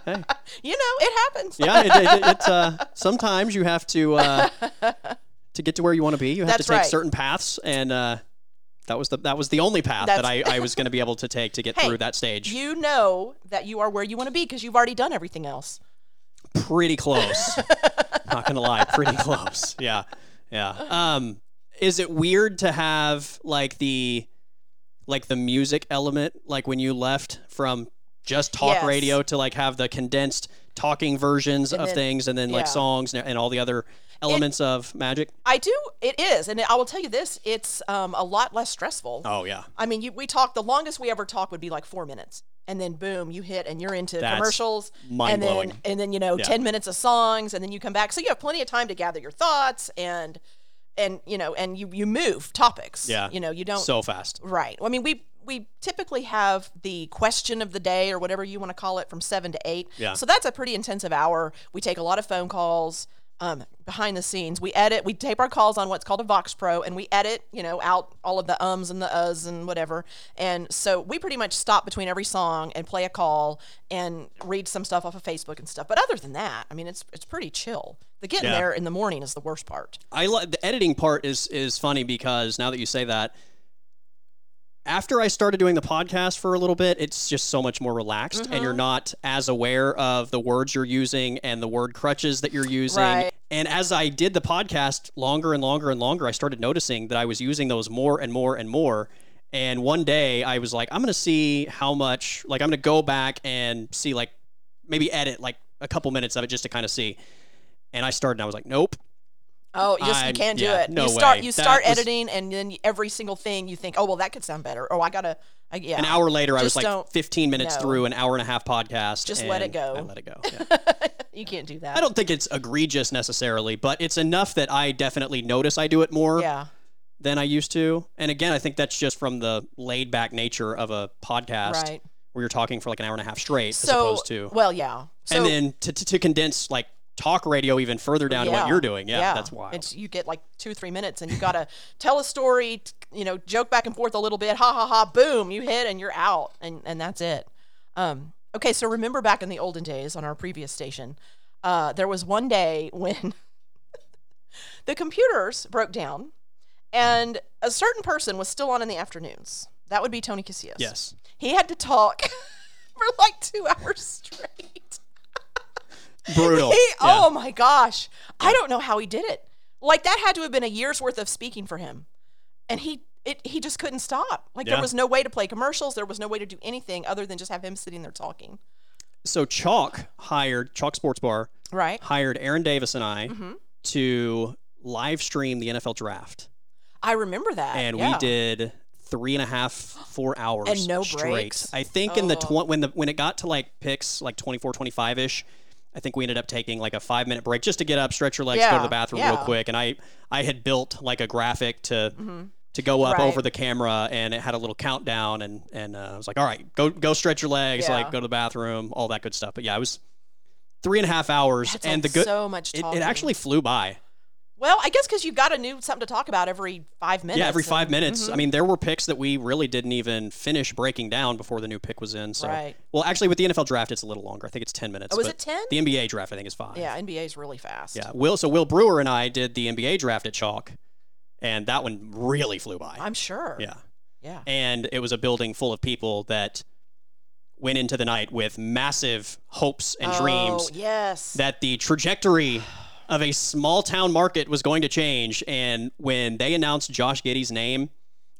Speaker 1: hey,
Speaker 2: you know, it happens.
Speaker 1: yeah. It, it, it, it's, uh, sometimes you have to
Speaker 2: (laughs)
Speaker 1: uh, to get to where you want to be. You have
Speaker 2: That's
Speaker 1: to take
Speaker 2: right.
Speaker 1: certain paths, and uh, that was the that was the only path that I,
Speaker 2: That's-
Speaker 1: I was going to be able to take to get
Speaker 2: (laughs) Hey,
Speaker 1: through that stage.
Speaker 2: You know that you are where you want to be because you've already done everything else.
Speaker 1: pretty
Speaker 2: (laughs)
Speaker 1: close. Not gonna lie, pretty close. Yeah, yeah. Um, is it weird to have like the like the music element, like when you left from just talk
Speaker 2: Yes.
Speaker 1: radio to like have the condensed talking versions of
Speaker 2: then-
Speaker 1: things, and then like
Speaker 2: yeah.
Speaker 1: songs and, and all the other elements of magic?
Speaker 2: I do. It is, and I will tell you this: it's um, a lot less stressful.
Speaker 1: Oh yeah,
Speaker 2: I mean, you, we talked. The longest we ever talked would be like four minutes, and then boom, you hit, and you're into
Speaker 1: That's
Speaker 2: commercials, and then
Speaker 1: mind-blowing.
Speaker 2: and then you know
Speaker 1: Yeah.
Speaker 2: ten minutes of songs, and then you come back, so you have plenty of time to gather your thoughts and and you know and you you move topics.
Speaker 1: Yeah.
Speaker 2: you know you don't
Speaker 1: so fast.
Speaker 2: right. I mean, we we typically have the question of the day or whatever you want to call it from seven to eight.
Speaker 1: Yeah.
Speaker 2: So that's a pretty intensive hour. We take a lot of phone calls. Um, behind the scenes, we edit, we tape our calls on what's called a Vox Pro, and we edit, you know, out all of the ums and the uhs and whatever. And so we pretty much stop between every song and play a call and read some stuff off of Facebook and stuff. But other than that, I mean, it's it's pretty chill. The getting
Speaker 1: Yeah.
Speaker 2: there in the morning is the worst part.
Speaker 1: I lo- the editing part is is funny because now that you say that, after I started doing the podcast for a little bit, it's just so much more relaxed, and you're not as aware of the words you're using and the word crutches that you're using.
Speaker 2: Right.
Speaker 1: And as I did the podcast longer and longer and longer, I started noticing that I was using those more and more and more. And one day I was like, I'm gonna see how much, like, I'm gonna go back and see, like, maybe edit like a couple minutes of it just to kind of see. And I started, and I was like, nope,
Speaker 2: Oh, you just
Speaker 1: I-
Speaker 2: you can't do
Speaker 1: yeah,
Speaker 2: it.
Speaker 1: no
Speaker 2: you start
Speaker 1: way.
Speaker 2: you
Speaker 1: That
Speaker 2: start
Speaker 1: was-
Speaker 2: editing, and then every single thing you think, oh well, that could sound better. Oh, I gotta, I, yeah.
Speaker 1: an hour later, I was
Speaker 2: Just
Speaker 1: like
Speaker 2: don't-
Speaker 1: 15 minutes
Speaker 2: no.
Speaker 1: through an hour and a half podcast.
Speaker 2: Just let it
Speaker 1: and
Speaker 2: go.
Speaker 1: I let it
Speaker 2: (laughs)
Speaker 1: go. yeah.
Speaker 2: you can't do
Speaker 1: I
Speaker 2: that.
Speaker 1: don't think it's egregious necessarily, but it's enough that I definitely notice I do it more
Speaker 2: Yeah,
Speaker 1: than I used to. And again, I think that's just from the laid back nature of a podcast
Speaker 2: right.
Speaker 1: where you're talking for like an hour and a half straight as
Speaker 2: So,
Speaker 1: opposed to.
Speaker 2: well, yeah. So,
Speaker 1: and then to, to, to condense like talk radio even further down to what
Speaker 2: yeah,
Speaker 1: you're doing. Yeah, that's wild.
Speaker 2: It's you get like two three minutes, and you gotta (laughs) tell a story, t- you know, joke back and forth a little bit, ha ha ha, boom, you hit, and you're out, and and that's it. Um, okay, so remember back in the olden days on our previous station, uh, there was one day when (laughs) the computers broke down, and a certain person was still on in the afternoons. That would be Tony Casillas. (laughs)
Speaker 1: yes.
Speaker 2: he had to talk (laughs) for like two hours (laughs) straight.
Speaker 1: Brutal.
Speaker 2: He,
Speaker 1: Yeah.
Speaker 2: Oh my gosh. I don't know how he did it. Like that had to have been a year's worth of speaking for him. And he it, he just couldn't stop. Like
Speaker 1: Yeah.
Speaker 2: there was no way to play commercials, there was no way to do anything other than just have him sitting there talking.
Speaker 1: So Chalk hired, Chalk Sports Bar
Speaker 2: Right?
Speaker 1: hired Aaron Davis and I
Speaker 2: Mm-hmm.
Speaker 1: to live stream the NFL draft.
Speaker 2: I remember that.
Speaker 1: and
Speaker 2: yeah.
Speaker 1: we did three and a half, four hours
Speaker 2: And no
Speaker 1: straight.
Speaker 2: breaks. Oh.
Speaker 1: I think in the tw- when the when it got to like picks like 24, 25 ish, I think we ended up taking like a five minute break just to get up, stretch your legs, go to
Speaker 2: Yeah,
Speaker 1: the bathroom real
Speaker 2: yeah. Mm-hmm.
Speaker 1: quick. And I I had built like a graphic to to go up
Speaker 2: Right.
Speaker 1: over the camera, and it had a little countdown, and and uh, I was like, all right, go go stretch your legs,
Speaker 2: Yeah.
Speaker 1: like go to the bathroom, all that good stuff. But yeah, it was three and a half hours,
Speaker 2: That's
Speaker 1: and
Speaker 2: like
Speaker 1: the good
Speaker 2: so much
Speaker 1: it,
Speaker 2: talking.
Speaker 1: it actually flew by.
Speaker 2: Well, I guess because you've got a new something to talk about every five minutes.
Speaker 1: Yeah, every
Speaker 2: and- Mm-hmm.
Speaker 1: five minutes. I mean, there were picks that we really didn't even finish breaking down before the new pick was in. So,
Speaker 2: Right.
Speaker 1: well, actually, with the NFL draft, it's a little longer. I think it's ten minutes.
Speaker 2: Oh, is
Speaker 1: but
Speaker 2: it 10?
Speaker 1: The NBA draft, I think, is five.
Speaker 2: Yeah, NBA's really fast.
Speaker 1: Yeah. Will. So Will Brewer and I did the NBA draft at Chalk, and that one really flew by.
Speaker 2: I'm sure.
Speaker 1: yeah.
Speaker 2: Yeah.
Speaker 1: And it was a building full of people that went into the night with massive hopes and dreams
Speaker 2: Oh, yes.
Speaker 1: that the trajectory of a small town market was going to change. And when they announced Josh Giddy's name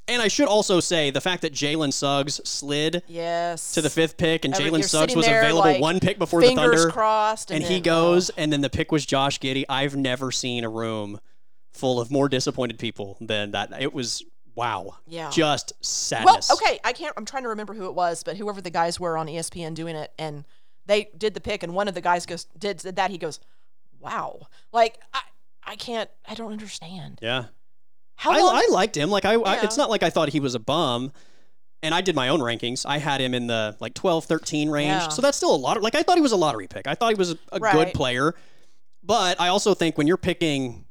Speaker 1: And I should also say the fact that Jalen Suggs slid
Speaker 2: Yes.
Speaker 1: to the fifth pick, and
Speaker 2: I mean,
Speaker 1: Jalen
Speaker 2: you're
Speaker 1: Suggs
Speaker 2: sitting
Speaker 1: was
Speaker 2: there,
Speaker 1: available
Speaker 2: like,
Speaker 1: one pick before the
Speaker 2: fingers
Speaker 1: Thunder,
Speaker 2: crossed,
Speaker 1: and,
Speaker 2: and
Speaker 1: he
Speaker 2: then, oh,
Speaker 1: goes, and then the pick was Josh Giddy. I've never seen a room full of more disappointed people than that. It was wow,
Speaker 2: Yeah.
Speaker 1: just
Speaker 2: Well,
Speaker 1: sadness.
Speaker 2: okay, I can't. I'm trying to remember who it was, but whoever the guys were on E ESPN doing it, and they did the pick, and one of the guys goes did, did that. He goes, "Wow!" Like I, I can't. I don't understand.
Speaker 1: yeah,
Speaker 2: How
Speaker 1: I,
Speaker 2: long?
Speaker 1: I liked him. Like I, I-
Speaker 2: Yeah.
Speaker 1: it's not like I thought he was a bum. And I did my own rankings. I had him in the like 12, 13 range.
Speaker 2: Yeah.
Speaker 1: So that's still a lot. Like I thought he was a lottery pick. I thought he was a, a good
Speaker 2: Right.
Speaker 1: player. But I also think when you're picking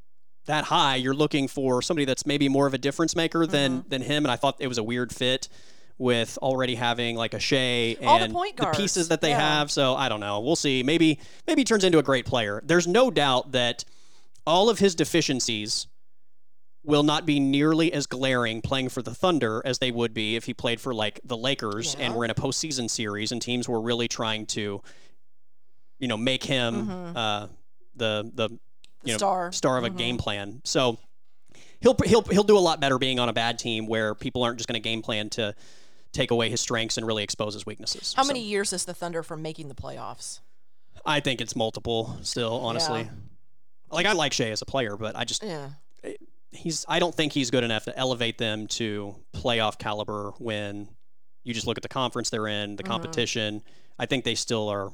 Speaker 1: that high, you're looking for somebody that's maybe more of a difference maker
Speaker 2: Mm-hmm.
Speaker 1: than than him. And I thought it was a weird fit with already having like a Shea and
Speaker 2: All the point guards.
Speaker 1: pieces that they
Speaker 2: Yeah.
Speaker 1: have. So I don't know. We'll see. Maybe maybe he turns into a great player. There's no doubt that all of his deficiencies will not be nearly as glaring playing for the Thunder as they would be if he played for like the Lakers and
Speaker 2: Yeah.
Speaker 1: were in a postseason series and teams were really trying to, you know, make him
Speaker 2: Mhm.
Speaker 1: uh, the the you know
Speaker 2: star.
Speaker 1: star of a
Speaker 2: Mhm.
Speaker 1: game plan. So he'll he'll he'll do a lot better being on a bad team where people aren't just going to game plan to take away his strengths and really expose his weaknesses.
Speaker 2: How
Speaker 1: So
Speaker 2: many years is the Thunder from making the playoffs?
Speaker 1: I think it's multiple still, honestly.
Speaker 2: Yeah.
Speaker 1: Like I like Shea as a player, but I just
Speaker 2: Yeah.
Speaker 1: he's I don't think he's good enough to elevate them to playoff caliber when you just look at the conference they're in, the
Speaker 2: Mhm.
Speaker 1: competition. I think they still are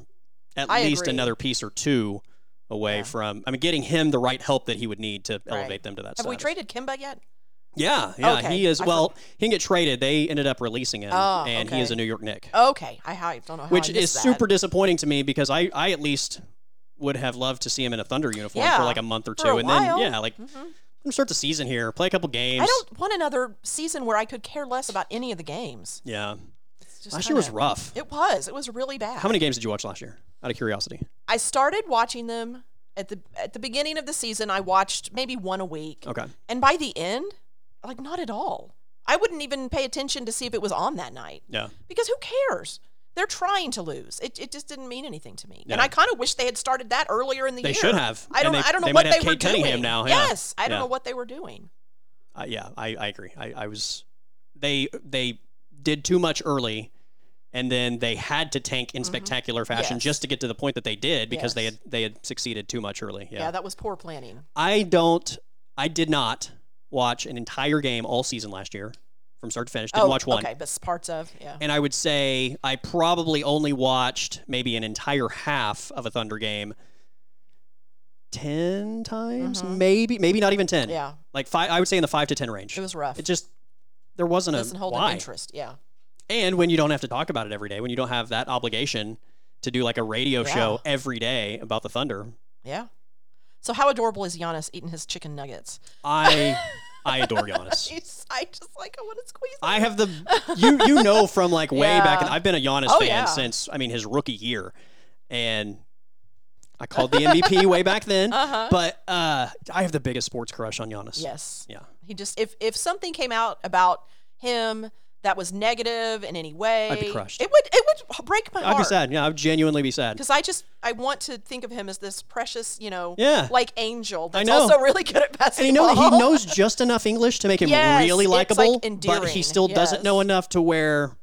Speaker 1: at
Speaker 2: I
Speaker 1: least
Speaker 2: agree.
Speaker 1: another piece or two away
Speaker 2: Yeah.
Speaker 1: from I mean getting him the right help that he would need to elevate them to that
Speaker 2: Have we
Speaker 1: status.
Speaker 2: traded Kimba yet?
Speaker 1: Yeah, yeah,
Speaker 2: Okay,
Speaker 1: he is
Speaker 2: I for-
Speaker 1: well, he can get traded. They ended up releasing him
Speaker 2: Ah,
Speaker 1: and he
Speaker 2: okay.
Speaker 1: is a New York Nick
Speaker 2: Okay, I, I don't know how. I
Speaker 1: which
Speaker 2: missed
Speaker 1: is
Speaker 2: that.
Speaker 1: super disappointing to me because I, I at least would have loved to see him in a Thunder uniform for
Speaker 2: Yeah,
Speaker 1: like a month or two,
Speaker 2: for a
Speaker 1: and
Speaker 2: while.
Speaker 1: then yeah, like let him start the season here, play a couple games.
Speaker 2: Mm-hmm. I don't want another season where I could care less about any of the games.
Speaker 1: Yeah,
Speaker 2: It's just
Speaker 1: last year was
Speaker 2: kinda-
Speaker 1: rough.
Speaker 2: It was. It was really bad.
Speaker 1: How many games did you watch last year? Out of curiosity.
Speaker 2: I started watching them at the at the beginning of the season. I watched maybe one a week,
Speaker 1: Okay.
Speaker 2: and by the end, like not at all. I wouldn't even pay attention to see if it was on that night
Speaker 1: Yeah.
Speaker 2: because who cares? They're trying to lose. It, it just didn't mean anything to me,
Speaker 1: Yeah.
Speaker 2: and I kind of wish they had started that earlier in the
Speaker 1: They
Speaker 2: year.
Speaker 1: should have.
Speaker 2: I
Speaker 1: And
Speaker 2: don't.
Speaker 1: they-
Speaker 2: I don't know
Speaker 1: they
Speaker 2: what
Speaker 1: might have
Speaker 2: they were
Speaker 1: Cade Cunningham
Speaker 2: doing.
Speaker 1: now, yeah.
Speaker 2: Yes, I don't
Speaker 1: Yeah.
Speaker 2: know what they were doing.
Speaker 1: Uh, yeah, I, I agree. I, I was they they did too much early and then they had to tank in spectacular fashion
Speaker 2: Mm-hmm. Yes.
Speaker 1: just to get to the point that they did because they
Speaker 2: Yes.
Speaker 1: had they had succeeded too much early.
Speaker 2: Yeah. that was poor planning.
Speaker 1: I don't. I did not watch an entire game all season last year, from start to finish. Didn't
Speaker 2: oh,
Speaker 1: watch one.
Speaker 2: Okay, but s- parts of yeah.
Speaker 1: And I would say I probably only watched maybe an entire half of a Thunder game. Ten times,
Speaker 2: Mhm.
Speaker 1: maybe, maybe not even ten.
Speaker 2: Yeah,
Speaker 1: like five. I would say in the five to ten range.
Speaker 2: it was rough.
Speaker 1: It just there wasn't
Speaker 2: doesn't
Speaker 1: a
Speaker 2: hold an
Speaker 1: why.
Speaker 2: interest. Yeah.
Speaker 1: And when you don't have to talk about it every day, when you don't have that obligation to do like a radio
Speaker 2: Yeah.
Speaker 1: show every day about the Thunder,
Speaker 2: Yeah. So how adorable is Giannis eating his chicken nuggets?
Speaker 1: I I
Speaker 2: (laughs)
Speaker 1: adore Giannis.
Speaker 2: He's- I just like I want to squeeze. them.
Speaker 1: I have the you you know from like way back, and
Speaker 2: Yeah.
Speaker 1: I've been a Giannis
Speaker 2: Oh,
Speaker 1: fan
Speaker 2: yeah.
Speaker 1: since I mean his rookie year, and I called the MVP way back then.
Speaker 2: Uh-huh.
Speaker 1: But uh, I have the biggest sports crush on Giannis.
Speaker 2: yes.
Speaker 1: Yeah.
Speaker 2: He just if if something came out about him that was negative in any way,
Speaker 1: I'd be crushed.
Speaker 2: It would it would break my
Speaker 1: I'd be
Speaker 2: heart.
Speaker 1: sad. Yeah, I'd genuinely be sad.
Speaker 2: Because I just I want to think of him as this precious, you know,
Speaker 1: Yeah.
Speaker 2: like angel that's
Speaker 1: know.
Speaker 2: also really good at
Speaker 1: And
Speaker 2: passing.
Speaker 1: he knows he knows just enough English to make him
Speaker 2: Yes,
Speaker 1: really
Speaker 2: it's, like,
Speaker 1: likable, but he
Speaker 2: endearing.
Speaker 1: still doesn't
Speaker 2: Yes.
Speaker 1: know enough to where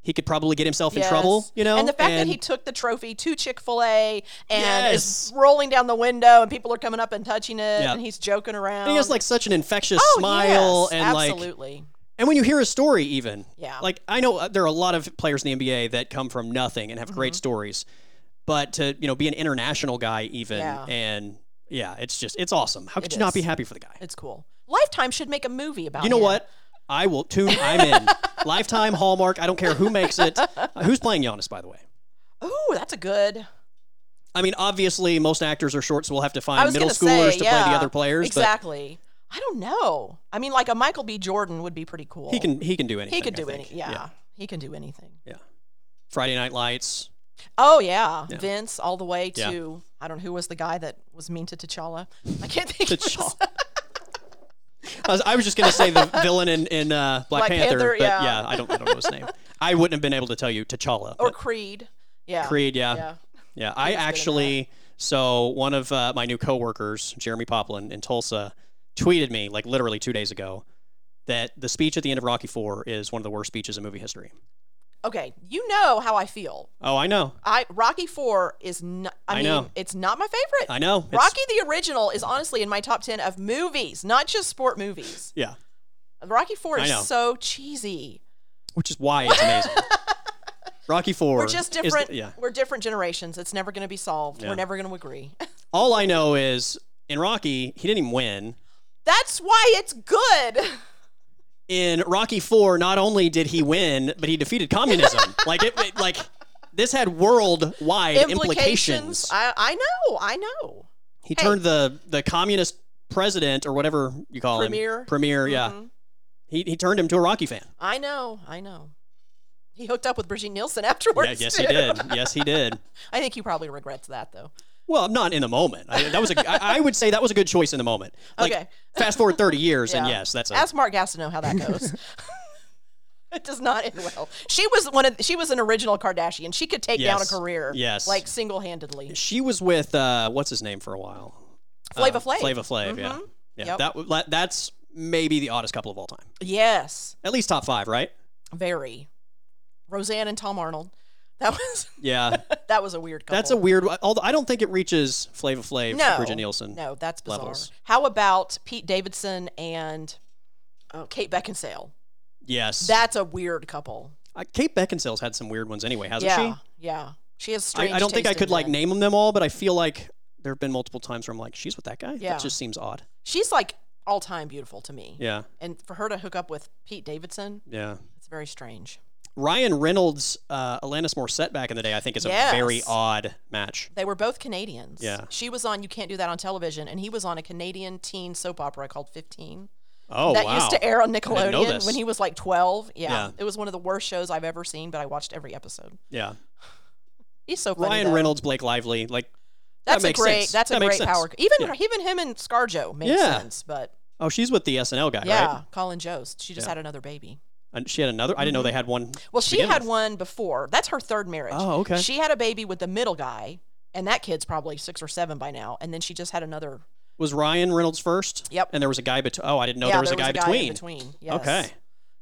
Speaker 1: he could probably get himself
Speaker 2: (laughs)
Speaker 1: in trouble. You know,
Speaker 2: and the fact that
Speaker 1: And-
Speaker 2: he took the trophy to Chick Fil A and
Speaker 1: Yes.
Speaker 2: is rolling down the window, and people are coming up and touching it,
Speaker 1: Yeah.
Speaker 2: and he's joking around.
Speaker 1: and he has like such an infectious
Speaker 2: Um, Oh,
Speaker 1: smile
Speaker 2: yes,
Speaker 1: and like
Speaker 2: absolutely.
Speaker 1: And when you hear a story, even
Speaker 2: Yeah.
Speaker 1: like I know uh, there are a lot of players in the NBA that come from nothing and have great
Speaker 2: Mm-hmm.
Speaker 1: stories, but to you know be an international guy even
Speaker 2: Yeah.
Speaker 1: and yeah, it's just it's awesome. How could
Speaker 2: It
Speaker 1: you not be
Speaker 2: is. Oh,
Speaker 1: happy for the guy?
Speaker 2: It's cool. Lifetime should make a movie about.
Speaker 1: you know
Speaker 2: him.
Speaker 1: what? I will tune. I'm in.
Speaker 2: (laughs)
Speaker 1: Lifetime Hallmark. I don't care who makes it. Uh, Who's playing Giannis, by the way?
Speaker 2: Ooh, that's a good.
Speaker 1: I mean, obviously most actors are short, so we'll have to
Speaker 2: I
Speaker 1: find
Speaker 2: was
Speaker 1: middle
Speaker 2: gonna
Speaker 1: schoolers
Speaker 2: say,
Speaker 1: to
Speaker 2: yeah,
Speaker 1: play the other players.
Speaker 2: Exactly. I don't know. I mean, like a Michael B. Jordan would be pretty cool.
Speaker 1: But he can he can do anything.
Speaker 2: He could
Speaker 1: I
Speaker 2: do any.
Speaker 1: think.
Speaker 2: Yeah, He can do anything.
Speaker 1: Friday Night Lights.
Speaker 2: Oh yeah.
Speaker 1: Yeah.
Speaker 2: Vince all the way
Speaker 1: Yeah.
Speaker 2: to I don't know who was the guy that was mean to T'Challa. I can't think. of his-
Speaker 1: T'Challa. I was, I was just gonna say
Speaker 2: (laughs)
Speaker 1: the villain in, in uh, Black,
Speaker 2: Black
Speaker 1: Panther,
Speaker 2: Panther,
Speaker 1: but yeah.
Speaker 2: yeah.
Speaker 1: I don't I don't know his name. I wouldn't have been able to tell you T'Challa
Speaker 2: Or
Speaker 1: but
Speaker 2: Creed. Yeah.
Speaker 1: Creed. Yeah, yeah.
Speaker 2: Yeah.
Speaker 1: I
Speaker 2: good in
Speaker 1: actually so one of uh, my new coworkers, Jeremy Poplin in Tulsa, tweeted me like literally two days ago that the speech at the end of Rocky Four is one of the worst speeches in movie history.
Speaker 2: Okay, you know how I feel.
Speaker 1: Oh, I know.
Speaker 2: I Rocky Four is not. I,
Speaker 1: I
Speaker 2: mean,
Speaker 1: know.
Speaker 2: it's not my favorite.
Speaker 1: I know. It's-
Speaker 2: Rocky the original is honestly in my top ten of movies, not just sport movies.
Speaker 1: Yeah.
Speaker 2: Rocky Four
Speaker 1: I know.
Speaker 2: is so cheesy.
Speaker 1: Which is why it's
Speaker 2: (laughs)
Speaker 1: amazing. Rocky Four.
Speaker 2: We're just
Speaker 1: is the-
Speaker 2: different.
Speaker 1: yeah.
Speaker 2: We're different generations. It's never going to be solved.
Speaker 1: Yeah.
Speaker 2: We're never going to agree. (laughs)
Speaker 1: All I know is in Rocky, he didn't even win.
Speaker 2: That's why it's good.
Speaker 1: in Rocky Four, not only did he win, but he defeated
Speaker 2: (laughs)
Speaker 1: communism. like it, it- like this had worldwide implications.
Speaker 2: I, I know. I know.
Speaker 1: he turned the the communist president or whatever you call
Speaker 2: Premier.
Speaker 1: him, premier, yeah.
Speaker 2: Mhm.
Speaker 1: He, he turned him to a Rocky fan.
Speaker 2: I know. I know. He hooked up with Brigitte Nielsen (laughs) afterwards.
Speaker 1: Yeah, yes,
Speaker 2: too.
Speaker 1: he did. Yes, he did.
Speaker 2: I think he probably regrets that though.
Speaker 1: Well, not in the moment. I, that was a, I, I would say that was a good choice in the
Speaker 2: (laughs)
Speaker 1: moment. Like,
Speaker 2: Okay.
Speaker 1: Fast forward thirty years, and
Speaker 2: Yeah.
Speaker 1: yes, that's a,
Speaker 2: Ask Mark Gastineau how that
Speaker 1: (laughs)
Speaker 2: goes. it does not end well. She was one of she was an original Kardashian. She could take down a
Speaker 1: Yes.
Speaker 2: career.
Speaker 1: Yes. Um,
Speaker 2: Like single handedly.
Speaker 1: she was with uh, what's his name for a while.
Speaker 2: Flava
Speaker 1: Uh,
Speaker 2: Flav. Mm-hmm.
Speaker 1: Flava Flav, yeah, yeah.
Speaker 2: Yep.
Speaker 1: That w- that's maybe the oddest couple of all time.
Speaker 2: Yes.
Speaker 1: At least top five, right?
Speaker 2: Very. Roseanne and Tom Arnold. That (laughs) was
Speaker 1: Yeah,
Speaker 2: that was a weird
Speaker 1: (laughs)
Speaker 2: couple.
Speaker 1: that's a weird. Although I don't think it reaches Flava Flav,
Speaker 2: No.
Speaker 1: Bridget Nielsen.
Speaker 2: No, that's bizarre.
Speaker 1: levels.
Speaker 2: How about Pete Davidson and uh, Kate Beckinsale?
Speaker 1: Yes,
Speaker 2: That's a weird couple.
Speaker 1: uh, Kate Beckinsale's had some weird ones anyway, hasn't
Speaker 2: yeah, yeah. She has
Speaker 1: she?
Speaker 2: strange.
Speaker 1: I, I don't think I
Speaker 2: taste in
Speaker 1: could like
Speaker 2: men.
Speaker 1: name them all, but I feel like there have been multiple times where I'm like, she's with that guy.
Speaker 2: Yeah.
Speaker 1: that just seems odd.
Speaker 2: She's like all time beautiful to me.
Speaker 1: Yeah,
Speaker 2: And for her to hook up with Pete Davidson,
Speaker 1: yeah.
Speaker 2: it's very strange.
Speaker 1: Ryan Reynolds, uh, Alanis Morissette back in the day, I think is a
Speaker 2: Yes.
Speaker 1: very odd match.
Speaker 2: They were both Canadians.
Speaker 1: Yeah.
Speaker 2: She was on You Can't Do That on Television, and he was on a Canadian teen soap opera called 15.
Speaker 1: Oh
Speaker 2: that
Speaker 1: wow.
Speaker 2: used to air on
Speaker 1: didn't know
Speaker 2: Nickelodeon
Speaker 1: this.
Speaker 2: when he was like 12. Yeah,
Speaker 1: Yeah.
Speaker 2: It was one of the worst shows I've ever seen, but I watched every episode.
Speaker 1: yeah,
Speaker 2: He's so funny.
Speaker 1: Ryan
Speaker 2: though.
Speaker 1: Reynolds, Blake Lively, like
Speaker 2: That's
Speaker 1: that makes
Speaker 2: a great.
Speaker 1: sense.
Speaker 2: That's a
Speaker 1: That
Speaker 2: great
Speaker 1: makes sense.
Speaker 2: power. Even
Speaker 1: Yeah.
Speaker 2: even him and ScarJo made
Speaker 1: Yeah.
Speaker 2: sense, but
Speaker 1: oh, she's with the SNL guy,
Speaker 2: yeah,
Speaker 1: right?
Speaker 2: Colin Jost. She just
Speaker 1: Yeah.
Speaker 2: had another baby.
Speaker 1: And she had another. I didn't
Speaker 2: Mm-hmm.
Speaker 1: know they had one.
Speaker 2: Well,
Speaker 1: to
Speaker 2: she
Speaker 1: begin
Speaker 2: had
Speaker 1: with.
Speaker 2: one before. That's her third marriage.
Speaker 1: Oh, okay.
Speaker 2: She had a baby with the middle guy, and that kid's probably six or seven by now. And then she just had another.
Speaker 1: Was Ryan Reynolds first?
Speaker 2: Yep.
Speaker 1: And there was a guy between. Oh, I didn't know
Speaker 2: yeah,
Speaker 1: there was, a, guy
Speaker 2: in
Speaker 1: between.
Speaker 2: between. Yes.
Speaker 1: Okay.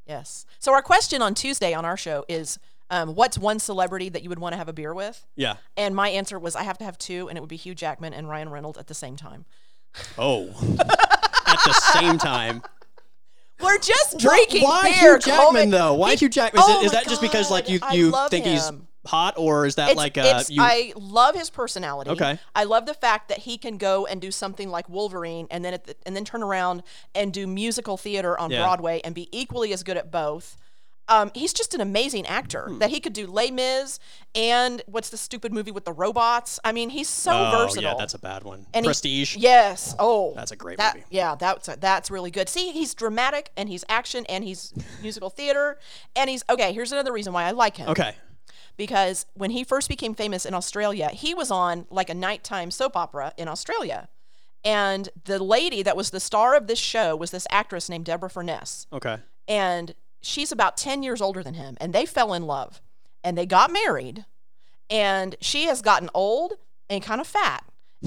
Speaker 2: Yes. So our question on Tuesday on our show is, um, what's one celebrity that you would want to have a beer with?
Speaker 1: Yeah.
Speaker 2: And my answer was I have to have two, and it would be Hugh Jackman and Ryan Reynolds at the same time.
Speaker 1: Oh. (laughs) At the same time.
Speaker 2: We're just drinking
Speaker 1: Why
Speaker 2: beer.
Speaker 1: Hugh Jackman
Speaker 2: Coleman.
Speaker 1: though? Why
Speaker 2: He-
Speaker 1: Hugh Jackman? Is, it-
Speaker 2: Oh
Speaker 1: is
Speaker 2: my
Speaker 1: that just because like
Speaker 2: God,
Speaker 1: you
Speaker 2: I
Speaker 1: you
Speaker 2: love
Speaker 1: think he's
Speaker 2: him.
Speaker 1: hot, or is that
Speaker 2: It's,
Speaker 1: like uh,
Speaker 2: it's,
Speaker 1: you?
Speaker 2: I love his personality.
Speaker 1: Okay.
Speaker 2: I love the fact that he can go and do something like Wolverine, and then at the, and then turn around and do musical theater on
Speaker 1: Yeah.
Speaker 2: Broadway, and be equally as good at both. Um, he's just an amazing actor
Speaker 1: Hmm.
Speaker 2: that he could do Les Mis and what's the stupid movie with the robots. I mean, he's so
Speaker 1: oh
Speaker 2: versatile.
Speaker 1: yeah, that's a bad one.
Speaker 2: And he-
Speaker 1: Prestige.
Speaker 2: Yes. Oh,
Speaker 1: That's a great
Speaker 2: that,
Speaker 1: movie.
Speaker 2: Yeah, that's that's really good. See, he's dramatic and he's action and he's musical theater and he's okay. Here's another reason why I like him.
Speaker 1: Okay.
Speaker 2: Because when he first became famous in Australia, he was on like a nighttime soap opera in Australia, and the lady that was the star of this show was this actress named Deborah Furness
Speaker 1: Okay.
Speaker 2: and she's about 10 years older than him and they fell in love and they got married and she has gotten old and kind of fat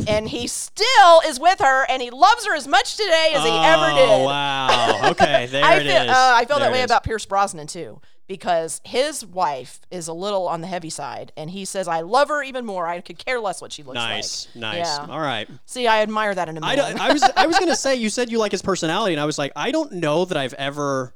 Speaker 2: and he still is with her and he loves her as much today as he ever
Speaker 1: Oh
Speaker 2: did (laughs)
Speaker 1: wow. Okay. There
Speaker 2: I,
Speaker 1: it
Speaker 2: feel,
Speaker 1: is.
Speaker 2: uh, I feel
Speaker 1: There
Speaker 2: that way
Speaker 1: it is.
Speaker 2: about pierce brosnan too because his wife is a little on the heavy side and he says i love her even more i could care less what she looks
Speaker 1: Nice.
Speaker 2: like
Speaker 1: Nice.
Speaker 2: Yeah.
Speaker 1: All right.
Speaker 2: see i admire that in a man
Speaker 1: I, don't, I was I was
Speaker 2: (laughs)
Speaker 1: gonna say you said you like his personality and I was like I don't know that I've ever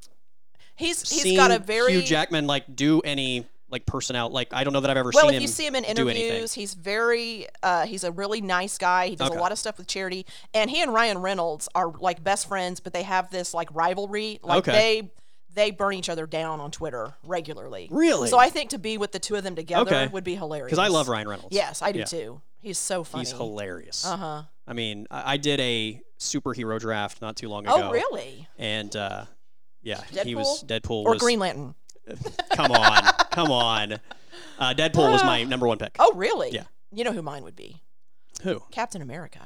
Speaker 2: he's
Speaker 1: seen
Speaker 2: he's got a very
Speaker 1: Hugh Jackman like do any like personality like I don't know that I've ever
Speaker 2: Well,
Speaker 1: seen
Speaker 2: if
Speaker 1: him
Speaker 2: you see him in
Speaker 1: do anything.
Speaker 2: interviews, he's very uh, he's a really nice guy. He does
Speaker 1: Okay.
Speaker 2: a lot of stuff with charity, and he and Ryan Reynolds are like best friends, but they have this like rivalry. Like
Speaker 1: Okay.
Speaker 2: they they burn each other down on Twitter regularly.
Speaker 1: Really?
Speaker 2: So I think to be with the two of them together
Speaker 1: Okay.
Speaker 2: would be hilarious.
Speaker 1: because I love Ryan Reynolds.
Speaker 2: Yes, I do
Speaker 1: Yeah.
Speaker 2: too. He's so funny.
Speaker 1: he's hilarious.
Speaker 2: Uh huh.
Speaker 1: I mean, I, I did a superhero draft not too long ago.
Speaker 2: Oh really?
Speaker 1: And uh, yeah, he was Deadpool
Speaker 2: Or
Speaker 1: was
Speaker 2: Green Lantern?
Speaker 1: (laughs) come on, come on. Uh, Deadpool was my number one pick.
Speaker 2: Oh really?
Speaker 1: Yeah.
Speaker 2: You know who mine would be?
Speaker 1: Who?
Speaker 2: Captain America.